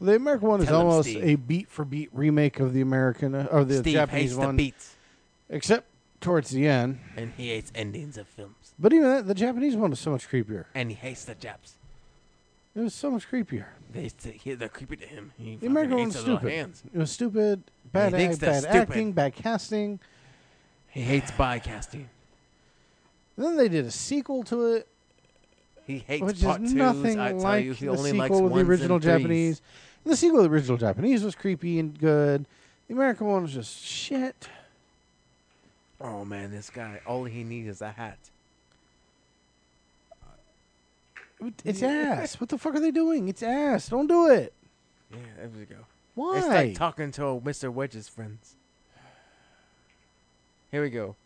A: the American one is
F: Tell 'em,
A: almost
F: Steve.
A: a beat for beat remake of the American uh, or the
F: Steve
A: Japanese
F: hates
A: one,
F: the beats
A: except towards the end.
F: and he hates endings of films
A: But even that, the Japanese one was so much creepier.
F: and he hates the Japs.
A: It was so much creepier.
F: They he, they're creepy to him. He
A: The
F: fucking
A: American
F: hates
A: one's
F: their little
A: stupid.
F: Hands.
A: It was stupid. Bad,
F: thinks
A: act,
F: they're
A: bad
F: stupid.
A: acting, bad casting.
F: He hates by casting.
A: then they did a sequel to it,
F: He hates
A: which
F: part
A: is
F: twos.
A: nothing
F: I tell
A: like
F: you, he
A: the
F: only likes
A: sequel of
F: ones
A: the
F: and
A: original
F: threes.
A: Japanese. And the sequel of the original Japanese was creepy and good. The American one was just shit.
F: Oh man, this guy. All he needs is a hat.
A: It's ass. What the fuck are they doing? It's ass. Don't do it.
B: yeah, there we go.
A: Why?
B: It's like talking to Mr. Wedge's friends. Here we go.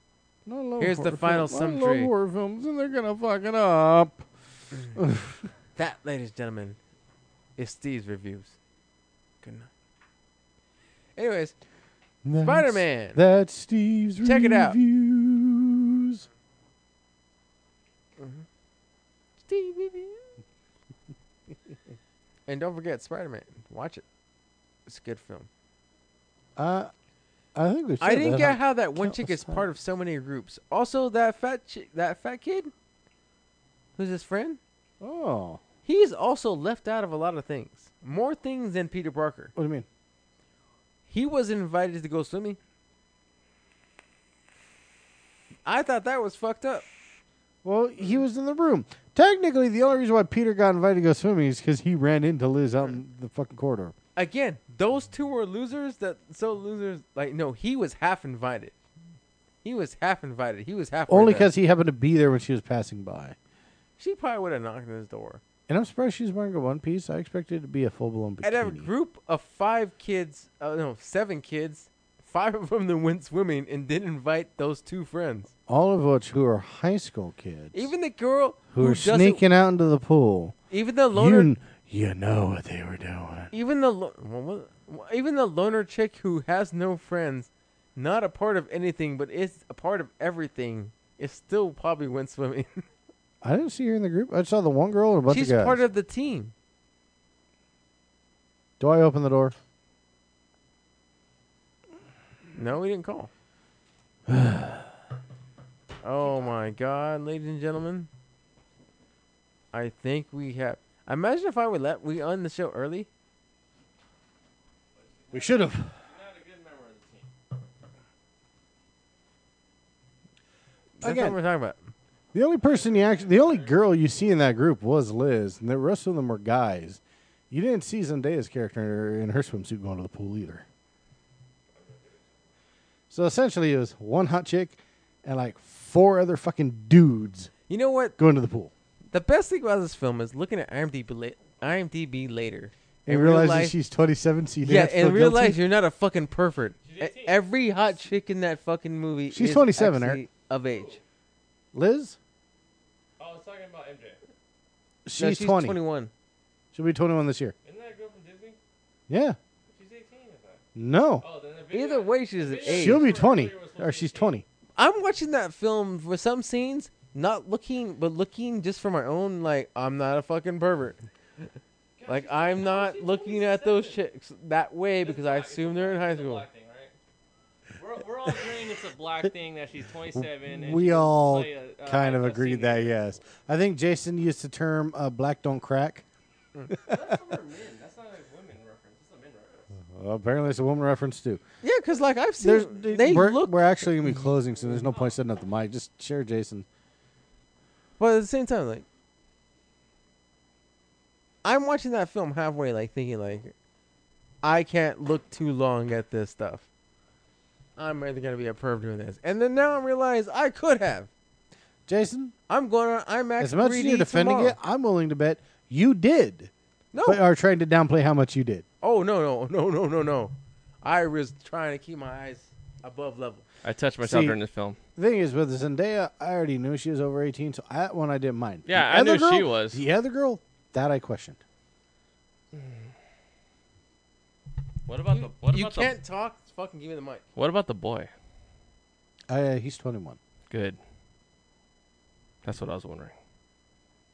A: Not a lot of
B: Here's the
A: horror
B: final
A: films. Not a lot of
B: summary.
A: horror films, and they're gonna fuck it up.
B: That, ladies and gentlemen, is Steve's reviews. Good night. Anyways,
A: That's-
B: Spider Man.
A: That's Steve's
B: Check it out.
A: reviews.
B: Steve reviews. and don't forget Spider Man. Watch it. It's a good film.
A: Uh, I think we.
B: I didn't get
A: that.
B: how that one chick
A: countless
B: is part of so many groups. Also, that fat chick, that fat kid, who's his friend,
A: Oh,
B: he's also left out of a lot of things. More things than Peter Parker.
A: what do you mean?
B: He was invited to go swimming. I thought that was fucked up.
A: Well, he was in the room. Technically, the only reason why Peter got invited to go swimming is because he ran into Liz out in the fucking corridor.
B: Again, those two were losers. That so losers. Like no, he was half invited. He was half invited. He was half.
A: Only because he happened to be there when she was passing by.
B: she probably would have knocked on his door.
A: And I'm surprised she's wearing a one piece. I expected it to be a full blown bikini.
B: I'd have a group of five kids, uh, no, seven kids, five of them that went swimming and didn't invite those two friends.
A: All of which who are high school kids
B: Even the girl
A: who, are
B: doesn't-
A: sneaking out into the pool.
B: even the
A: You,
B: loner,
A: kn- you know what they were doing.
B: even the lo- well, what- even the loner chick who has no friends, not a part of anything, but is a part of everything. Is still probably went swimming.
A: I didn't see her in the group. I saw the one girl and a bunch
B: She's
A: of guys.
B: part of the team.
A: Do I open the door?
B: No, we didn't call. oh my god, ladies and gentlemen. I think we have imagine if I would let we on the show early.
A: We should have.
B: That's
A: Again.
B: what we're talking about.
A: The only person you actually, the only girl you see in that group was Liz, and the rest of them were guys. You didn't see Zendaya's character in her swimsuit going to the pool either. So essentially, it was one hot chick and like four other fucking dudes
B: You know what?
A: going to the pool.
B: The best thing about this film is looking at IMDb, la- IMDb later.
A: And
B: In real
A: realizing
B: life-
A: she's 27, so you
B: yeah,
A: didn't
B: in real
A: guilty.
B: life, you're not a fucking pervert. E- Every hot chick in that fucking movie.
A: She's
B: is
A: 27,
B: actually- of age.
A: Liz?
D: Oh, I was talking about MJ.
A: She's,
B: No, she's
A: 20.
B: 21.
A: She'll be 21 this year.
D: Isn't that a girl from Disney?
A: Yeah.
D: She's 18, I thought.
A: No.
D: Oh, then the video.
B: Either way, she's an
D: She'll
B: age.
A: She'll be 20. Or she's 20.
B: I'm watching that film for some scenes, not looking, but looking just for my own. Like I'm not a fucking pervert. Like I'm not looking at those chicks that way because I assume they're in high
D: It's a
B: school.
D: black thing, right? We're, we're all agreeing it's a black thing that she's 27. And
A: We
D: she'll
A: all
D: play a- uh, a
A: kind of
D: high-class
A: agreed
D: senior.
A: that, yes. I think Jason used the term uh, black don't crack.
D: That's for men. That's not a women reference. That's a men reference.
A: Well, apparently, it's a woman reference, too.
B: Yeah, because like I've seen
A: There's,
B: they
A: we're,
B: look,
A: we're actually going to be closing, so there's no point setting up the mic. Just share Jason.
B: but at the same time, like I'm watching that film halfway, like thinking like I can't look too long at this stuff. I'm either gonna be a perv doing this, and then now I realize I could have.
A: Jason,
B: I'm going to IMAX
A: as much
B: 3D
A: as you're defending
B: tomorrow.
A: it, I'm willing to bet you did,
B: no,
A: but uh, are trying to downplay how much you did.
B: Oh no no no no no no! I was trying to keep my eyes above level.
G: I touched myself
A: See-
G: during the film.
A: The thing is, with Zendaya, I already knew she was over 18, so that one I didn't mind.
G: Yeah,
A: The
G: I knew
A: other
G: she
A: girl-
G: was.
A: The other girl, that I questioned.
G: What about the what
B: you
G: about
B: can't talk. Fucking give me the mic.
G: the what about the boy?
A: I, uh, he's 21.
G: Good. That's what I was wondering.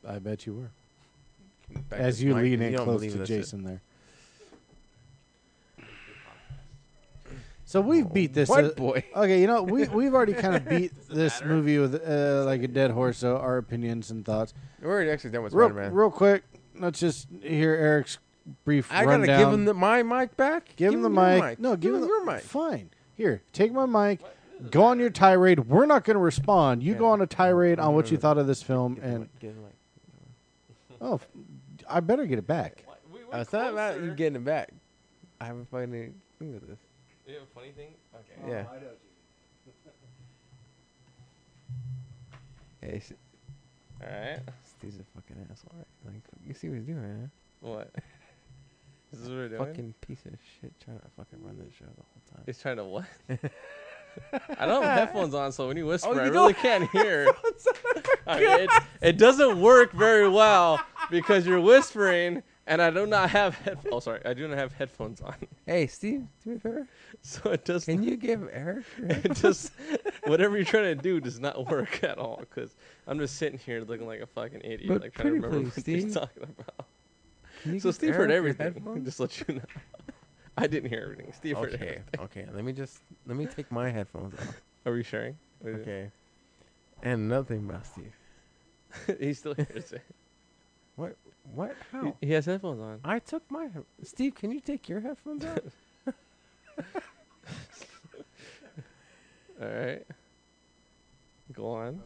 A: I bet you were.
B: Back
A: As
B: this
A: you
B: mic,
A: lean in
B: you don't
A: close
B: believe
A: to
B: this shit.
A: Jason there. So we've beat this.
B: Oh, What
A: uh,
B: boy?
A: Okay, you know we we've already kind of beat this movie with uh, like a dead horse. So our opinions and thoughts.
B: We're already actually done with
A: Real,
B: Spider Man.
A: real quick, let's just hear Eric's brief
B: I gotta
A: rundown.
B: give him the, my mic back.
A: Give, him the
B: your
A: mic. No, give, him the,
B: your mic.
A: Fine. Here, take my mic. Go on your tirade. We're not going to respond. You go on a tirade on what you thought of this film,
B: Mm. Give him the
A: and
B: mic, give him the mic.
A: oh, f- I better get it back.
D: What? We,
B: Uh,
D: we're
B: it's not about you
D: closer.
B: getting it back. I haven't fucking think of this.
D: You have a funny thing? Okay.
B: Yeah. Hey, sh-
G: All right.
B: Steve's a fucking asshole. Right? Like you see what he's doing, right?
G: What? This is what we're doing.
B: Fucking piece of shit trying to fucking run this show the whole time.
G: He's trying to what? I don't have headphones on, so when Oh, you whisper,
B: you
G: I
B: don't
G: really can't hear. I mean, it, it doesn't work very well because you're whispering, and I do not have headphones. Oh, sorry, I do not have headphones on,
B: Hey, Steve, do me a favor.
G: so it does.
B: Can you give Eric?
G: It just whatever you're trying to do does not work at all because I'm just sitting here looking like a fucking idiot,
B: But
G: like trying
B: pretty
G: to remember
B: please,
G: what you're
B: Steve.
G: talking about. So Steve heard everything. Just let you know, I didn't hear everything. Steve heard
B: Okay,
G: everything.
B: okay. Let me just let me take my headphones off.
G: Are we sharing? What is it?
B: Okay. And nothing about Steve.
G: he still hears it.
B: What? How?
G: He, he has headphones on.
B: I took my head- Steve. Can you take your headphones out?
G: All right. Go on.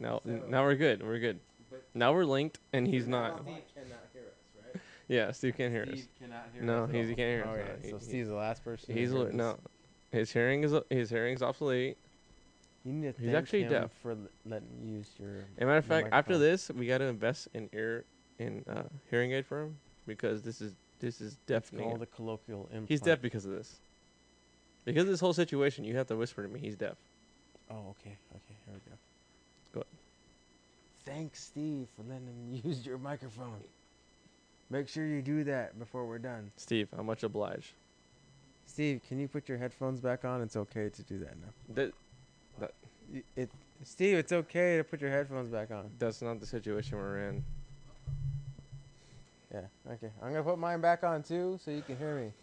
G: Now, now we're good. We're good. Now we're linked, and he's not. Yeah, Steve can't hear us. No, he's, he can't hear us. no. He- he-
B: the last person.
G: he's li- no. His hearing is his hearing's obsolete.
B: You need to
G: He's
B: thank
G: actually
B: him
G: deaf.
B: for l- letting you use your.
G: As a matter of
B: the
G: fact, after
B: microphone.
G: this, we got to invest in ear in uh, hearing aid for him because this is this is
B: It's called
G: deafening.
B: a colloquial implant.
G: He's deaf because of this. Because of this whole situation, you have to whisper to me. He's deaf.
B: Oh, okay. Okay. Here we go.
G: Go ahead.
B: Thanks, Steve, for letting him use your microphone. Make sure you do that before we're done.
G: Steve, how much obliged?
B: Steve, can you put your headphones back on? It's okay to do that now.
G: That
B: Y- It, Steve, it's okay to put your headphones back on.
G: that's not the situation we're in.
B: Yeah. Okay. I'm gonna put mine back on too, so you can hear me.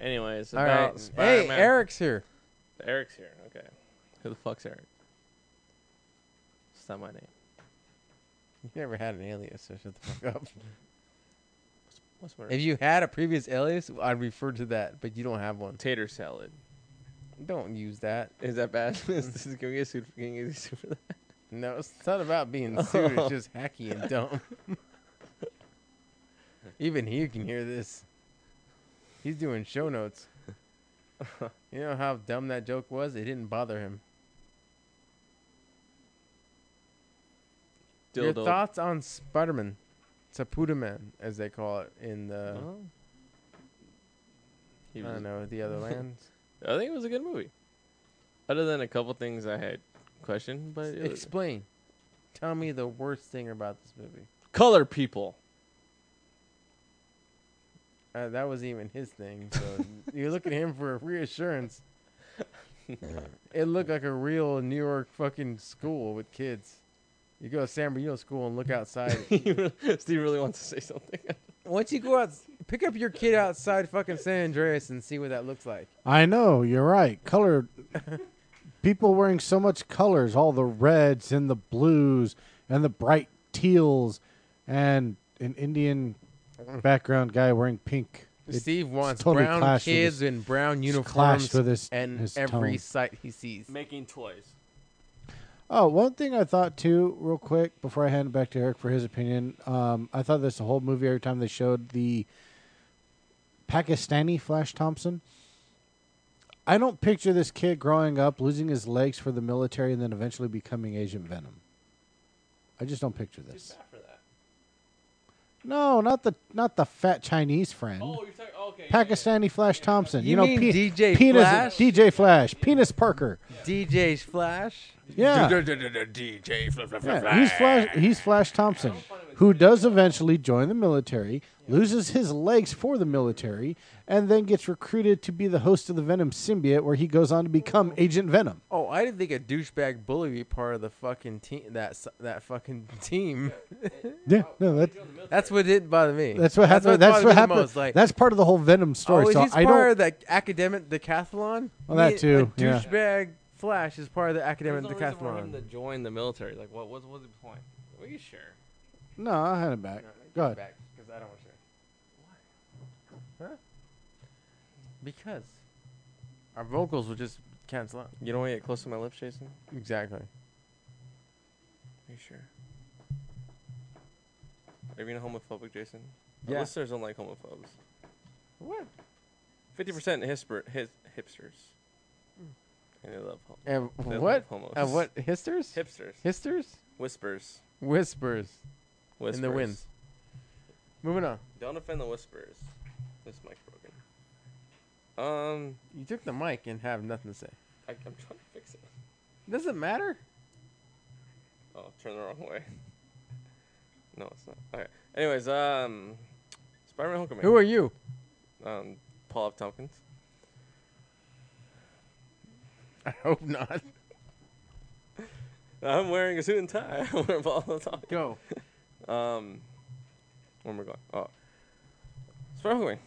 G: Anyways,
B: All
G: about
B: right.
G: Spider-Man.
B: Hey, Eric's here.
G: Eric's here. Okay. Who the fuck's Eric? It's not my name.
B: You never had an alias, so shut the fuck up.
G: What's my
B: if you had a previous alias, I'd refer to that, but you don't have one.
G: Tater salad.
B: Don't use that.
G: Is that bad? is this, can we get sued? Can we get sued for that?
B: No, it's not about being sued. It's
G: Oh.
B: just hacky and dumb. Even he can hear this. He's doing show notes. You know how dumb that joke was? It didn't bother him. Your
G: Dildo.
B: thoughts on Spider-Man, Sapudaman, as they call it in the
G: Oh. He
B: I
G: was-
B: don't know the other lands.
G: I think it was a good movie. Other than a couple things I had questioned, but it was-
B: Explain. Tell me the worst thing about this movie.
G: color people.
B: Uh, that was even his thing. So you look at him for reassurance. it looked like a real New York fucking school with kids. You go to San Bernardino school and look outside.
G: He really- Steve really wants to say something.
B: Once you go out, pick up your kid outside fucking San Andreas and see what that looks like.
A: I know you're right. Color people wearing so much colors, all the reds and the blues and the bright teals, and an Indian background guy wearing pink. It
B: Steve wants
A: totally
B: brown
A: clashed with
B: kids
A: his-
B: in brown
A: just
B: uniforms
A: clashed with his
B: and
A: his
B: every
A: tone.
B: sight he sees.
H: Making toys.
A: Oh, one thing I thought too, real quick, before I hand it back to Eric for his opinion, um, I thought this whole movie every time they showed the Pakistani Flash Thompson. I don't picture this kid growing up, losing his legs for the military, and then eventually becoming Agent Venom. I just don't picture this. No, not the not the fat Chinese friend.
H: Oh, you're talking. Okay. yeah, yeah.
A: Pakistani Flash Thompson. You,
B: You
A: know,
B: mean DJ
A: Penis,
B: Flash?
A: DJ Flash, Penis Parker.
B: DJ's Flash.
A: Yeah. Yeah, he's Flash. He's Flash Thompson, who does eventually join the military, loses his legs for the military, and then gets recruited to be the host of the Venom symbiote, where he goes on to become Agent Venom.
B: Oh, I didn't think a douchebag bully would be part of the fucking team. That s- that fucking team.
A: Yeah, no, that,
B: That's what didn't bother me.
A: that's what happened. That's
B: bothered
A: what
B: me the
A: happened.
B: most, Like,
A: that's part of the whole Venom
B: oh,
A: story.
B: is
A: so
B: he's
A: I
B: part of
A: don't.
B: the academic decathlon?
A: Well, that
B: Me-
A: too,
B: A
A: yeah.
B: douchebag Flash is part of the
G: There's
B: academic
G: no reason for him to
B: decathlon.
G: join the military. Like, what was was the point? Were you sure?
A: No, I had it back. Go ahead.
B: because I don't want to. Huh? Because our vocals will just cancel out.
G: You don't want to get close to my lips, Jason.
B: Exactly.
G: Are you sure? Are you being homophobic, Jason? Our
B: Yeah.
G: listeners don't like homophobes.
B: What?
G: Fifty percent hisper his hipsters. And they love hom-
B: And
G: they love
B: Hmm. what?
G: homos.
B: And what? Histers?
G: Hipsters.
B: Histers?
G: Whispers.
B: Whispers.
G: Whispers.
B: the wind. Moving on.
G: Don't offend the whispers. This mic's broken. Um,
B: You took the mic and have nothing to say.
G: I, I'm trying to fix it.
B: Doesn't matter.
G: Oh, turn the wrong way. No, it's not. Okay. Anyways, um, Spider-Man Homecoming.
B: Who are you?
G: um, Paul F. Tompkins.
B: I hope not.
G: I'm wearing a suit and tie. I'm wearing Paul F. Tompkins.
B: Go.
G: Um, where am I going? Oh, Spider Homecoming.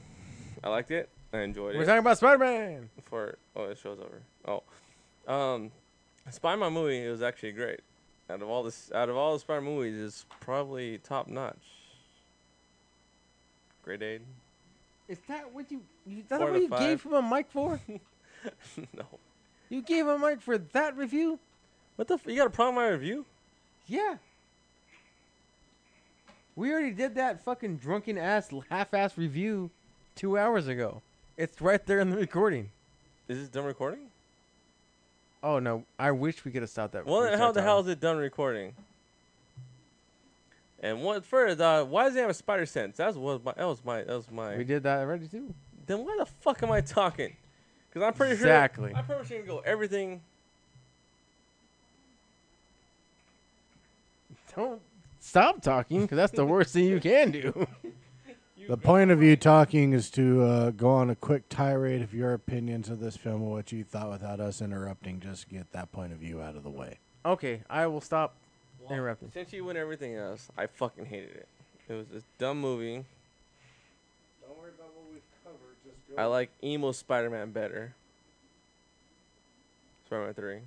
G: I liked it. I enjoyed
B: We're
G: it.
B: talking about Spider Man.
G: For oh, it show's over. Oh, um, Spider Man movie. It was actually great. Out of all this, out of all the Spider movies, it's probably top notch. Grade eight.
B: Is that what you? you is that
G: Four
B: what
G: to
B: you
G: five.
B: gave him a mic for?
G: no.
B: you gave him a mic for that review?
G: What the? F- you got a problem with my review?
B: Yeah. We already did that fucking drunken ass, half ass review two hours ago. It's right there in the recording.
G: Is this done recording?
B: Oh no! I wish we could have stopped that.
G: Well,
B: before we
G: then how
B: started
G: the hell
B: talking.
G: is it done recording? And what further? Uh, why does it have a spider sense? That was my. That was my. That was my.
B: We did that already too.
G: then why the fuck am I talking? Because I'm pretty
B: Exactly.
G: sure. I'm pretty sure you can go everything.
B: Don't stop talking because that's the worst thing you can do.
A: The point of you talking is to uh, go on a quick tirade of your opinions of this film and what you thought without us interrupting. Just get that point of view out of the way.
B: Okay, I will stop interrupting.
G: Since you went everything else, I fucking hated it. It was this dumb movie.
A: Don't worry about what we've covered. Just
G: I like emo Spider-Man better. Spider-Man three.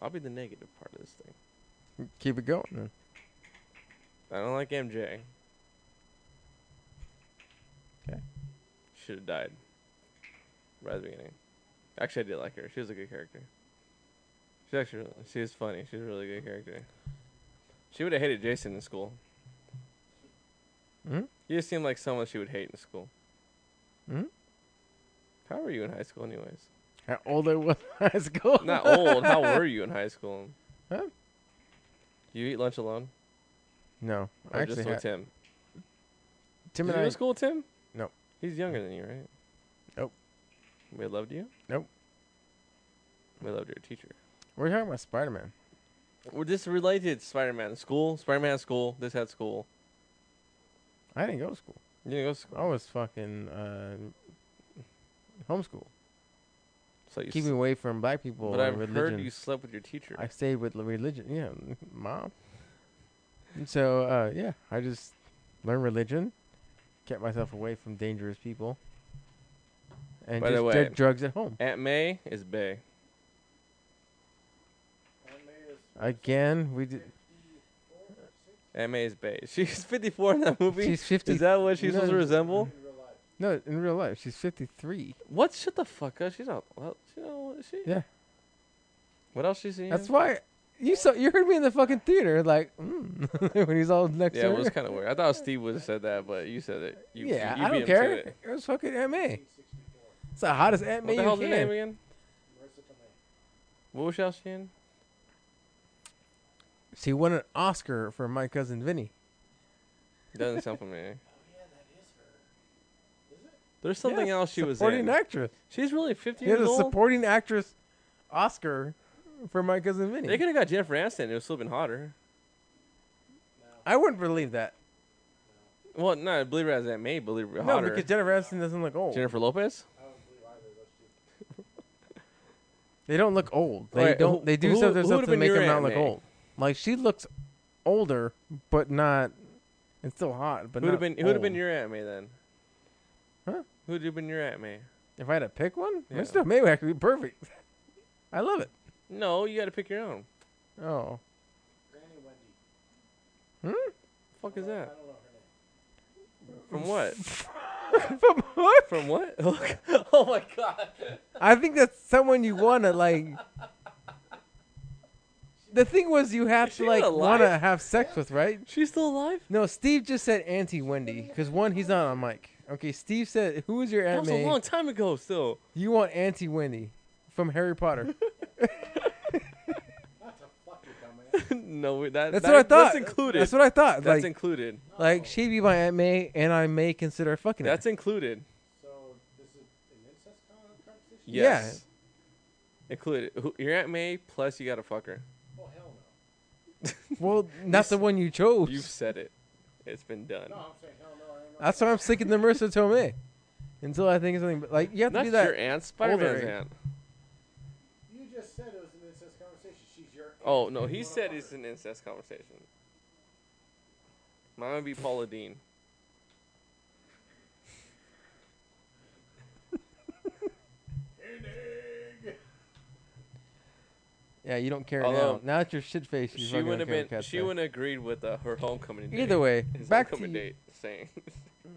G: I'll be the negative part of this thing.
B: Keep it going. Then.
G: I don't like MJ.
B: 'Kay.
G: Should have died. Right at the beginning. Actually, I did like her. She was a good character. She's actually really, she was funny. She's a really good character. She would have hated Jason in school.
B: Mhm.
G: You just seemed like someone she would hate in school.
B: Mhm.
G: How were you in high school, anyways?
B: How old I was in high school?
G: Not old. How were you in high school?
B: Huh?
G: You eat lunch alone,
B: No, I
G: or just
B: actually,
G: with
B: had,
G: Tim?
B: Tim
G: Did
B: and
G: you go
B: I.
G: to school with Tim?
B: No.
G: He's younger than you, right?
B: Nope.
G: We loved you.
B: Nope.
G: We loved your teacher.
B: We're talking about Spider Man.
G: Well, this related Spider-Man school. Spider-Man had school. This had school.
B: I didn't go to school.
G: You didn't go to school.
B: I was fucking uh, homeschool.
G: So you
B: Keep me
G: s-
B: away from black people
G: but
B: and
G: I've
B: religion.
G: heard you slept with your teacher.
B: I stayed with the religion. Yeah, mom. And so uh, yeah, I just learned religion, kept myself away from dangerous people, and
G: By the
B: just
G: way-
B: did drugs at home.
G: Aunt May is Bay.
B: Again, we did.
G: Aunt May is Bay. She's 54 in that movie.
B: She's 50
G: Is that what she's
B: no,
G: supposed to
B: no.
G: resemble?
B: No, in real life, she's fifty three.
G: What? Shut the fuck up. She's not. Well, she not. what is She.
B: Mm-hmm. Yeah.
G: What else she's in?
B: That's why you saw you heard me in the fucking theater like mm, when he's all next
G: Yeah,
B: to
G: it
B: her.
G: was kind of weird. I thought Steve would have said that, but you said it. You,
B: yeah,
G: you
B: I
G: beat
B: don't
G: him to
B: care.
G: it.
B: It was fucking MA. It's the hottest MA
G: What the
B: you
G: hell's her name
B: can.
G: again? What was she else she in?
B: She won an Oscar for My Cousin Vinny.
G: Doesn't sound familiar. There's something
B: Yeah,
G: else she was
B: supporting
G: in.
B: actress.
G: She's really 50
B: She had
G: years
B: a
G: old.
B: supporting actress Oscar for My Cousin Vinny.
G: They could have got Jennifer Aniston. It would have still been hotter.
B: I wouldn't believe that.
G: Well, no, believe it as that may believe it
B: No,
G: hotter.
B: because Jennifer Aniston doesn't look old.
G: Jennifer Lopez.
B: they don't look old. They
G: Alright,
B: don't.
G: who-
B: they do
G: who-
B: something
G: who
B: stuff
G: would've
B: to
G: been
B: make
G: your
B: them not
G: Aunt
B: look
G: May?
B: old. Like she looks older, but not. It's still hot, but
G: Who'd
B: not
G: have been Who'd have
B: old.
G: been your Aunt May then?
B: Huh?
G: Who'd have been your Aunt May?
B: If I had to pick one,
G: Yeah.
B: Mr. Maybach would be perfect. I love it.
G: No, you got to pick your own.
B: Oh.
G: fuck is that? From what?
B: From what?
G: From what? oh my god.
B: I think that's someone you wanna like The thing was you have
G: Is
B: to
G: she
B: like
G: alive?
B: wanna have sex with, right?
G: She's still alive?
B: No, Steve just said Auntie Wendy, because one, he's not on mic. Okay, Steve said who is your
G: That
B: Aunt
G: was a long
B: May?
G: time ago. Still.
B: You want Auntie Wendy from Harry Potter.
G: no, that.
B: That's
G: that-
B: what I thought.
G: That's included.
B: That's what I thought.
G: That's
B: like
G: included.
B: like she'd be my Aunt May and I may consider fucking her.
G: That's included. So this is an incest
B: Yeah.
G: Yes. Included. Who- Your Aunt May plus you got to fuck her.
B: Well, not the one you chose.
G: You've said it. It's been done.
B: That's why I'm sticking to Marissa Tomei. Until I think of something but, like you have to
G: Not
B: do that.
G: your aunt, Spider-Man's
B: older
G: aunt.
A: You just said it was an incest conversation. She's your.
G: Oh no, he said it's an incest conversation. Mine would be Paula Dean.
B: Yeah, you don't care
G: Although,
B: now. Now that you're shit faced, you
G: she
B: fucking don't
G: wouldn't have
B: care
G: been.
B: what Kat
G: She
B: said.
G: wouldn't have agreed with uh, her homecoming date.
B: Either way,
G: his
B: back to
G: homecoming
B: you.
G: date saying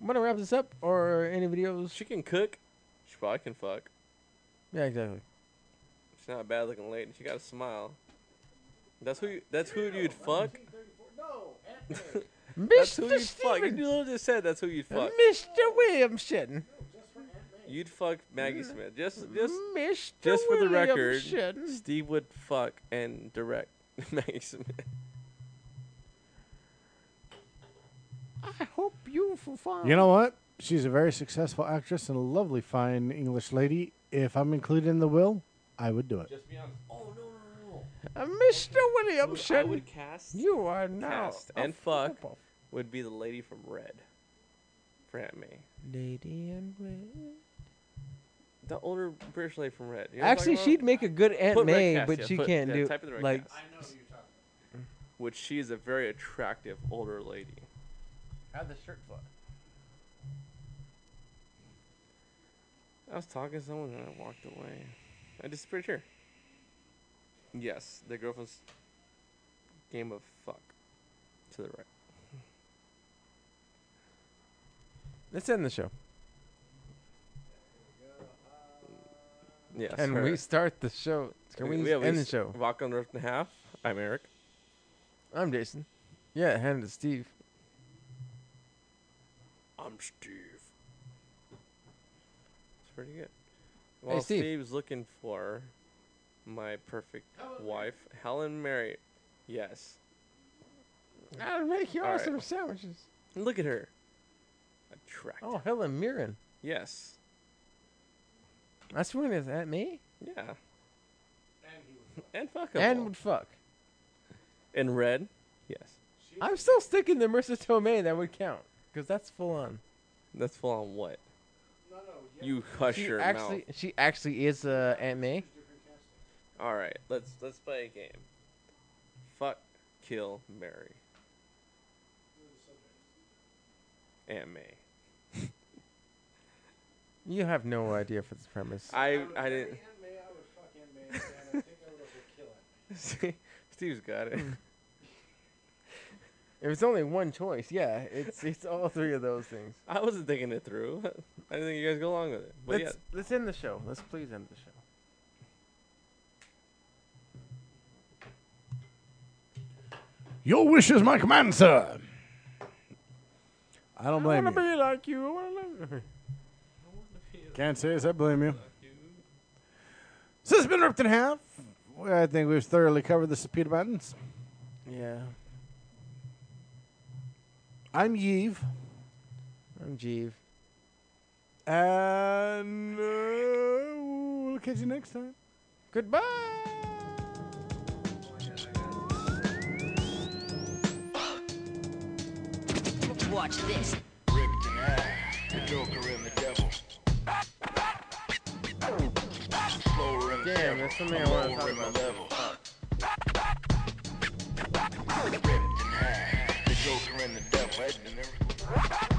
B: I'm gonna wrap this up. Or any videos?
G: she can cook. She probably can fuck.
B: Yeah, exactly.
G: She's not a bad looking lady. She got a smile. That's who. You, that's who you'd fuck. That's who
B: Mr.
G: you'd fuck. You
B: Stevens,
G: literally just said that's who you'd fuck.
B: Mr. Williams Shatton,
G: You'd fuck Maggie Smith. Just, just,
B: Mr.
G: just for the
B: William
G: record,
B: Shatton.
G: Steve would fuck and direct Maggie Smith.
B: I hope you for fun.
A: You know what? She's a very successful actress and a lovely, fine English lady. If I'm included in the will, I would do it.
G: Just be honest. Oh no, no, no,
B: Uh, Mr. William
G: no. I
B: Shatton,
G: would cast
B: you are now
G: cast
B: a
G: and fuck.
B: football
G: would be the lady from Red. For Aunt May.
B: lady in red.
G: The older British lady from Red. You know what I'm
B: Actually,
G: talking about?
B: she'd make a good Aunt
G: Put Red
B: May,
G: cast,
B: but
G: yeah,
B: she
G: put-
B: can't
G: yeah,
B: do
G: type in the Red
B: like.
G: cast. which she is a very attractive older lady.
B: How the shirt fly?
G: I was talking to someone and I walked away. I just pretty sure. Yes, the girl from s- Game of Fuck to the right.
B: Let's end the show.
G: Yes,
B: And
G: her.
B: we start the show. Can we,
G: at
B: end the
G: least
B: show?
G: Walk on Earth and a half. I'm Eric.
B: I'm Jason. Yeah, hand it to Steve.
G: I'm Steve. It's pretty good. Well,
B: Steve.
G: Steve's looking for my perfect wife, Helen Mary. Yes.
B: I'll make you
G: All right.
B: awesome sandwiches.
G: Look at her. Attractive.
B: Oh, Helen Mirren.
G: Yes.
B: That's when is at me?
G: Yeah. And fuck
B: And would fuck.
G: in red. Yes,
B: I'm still sticking to Marissa Tomei. That would count because that's full on.
G: that's full on what? You hush
B: She
G: your
B: actually,
G: mouth.
B: she actually is uh, Aunt May.
G: All right, let's let's play a game. Fuck, kill, Mary. Aunt May.
B: You have no idea for this premise.
G: I I didn't. See, Steve's got it.
B: If it's only one choice, yeah, it's it's all three of those things.
G: I wasn't thinking it through. I didn't think you guys go along with it. But
B: let's let's end the show. Let's please end the show.
A: Your wish is my command, sir. I don't blame
B: I want to
A: you.
B: be like you. I want to.
A: Can't say as I blame you. So it's been ripped in half. Well, I think we've thoroughly covered the subpoena buttons.
B: Yeah,
A: I'm Yeve.
B: I'm Jeeve.
A: And uh, we'll catch you next time.
B: Goodbye.
D: Watch this.
C: ripped in half. The Joker and the devil. Slower in the
B: Damn,
C: devil.
B: that's something I want to
C: Lower
B: talk
C: in the
B: about.
C: level. Ripped in half. The Joker and the devil. That's the lyrical.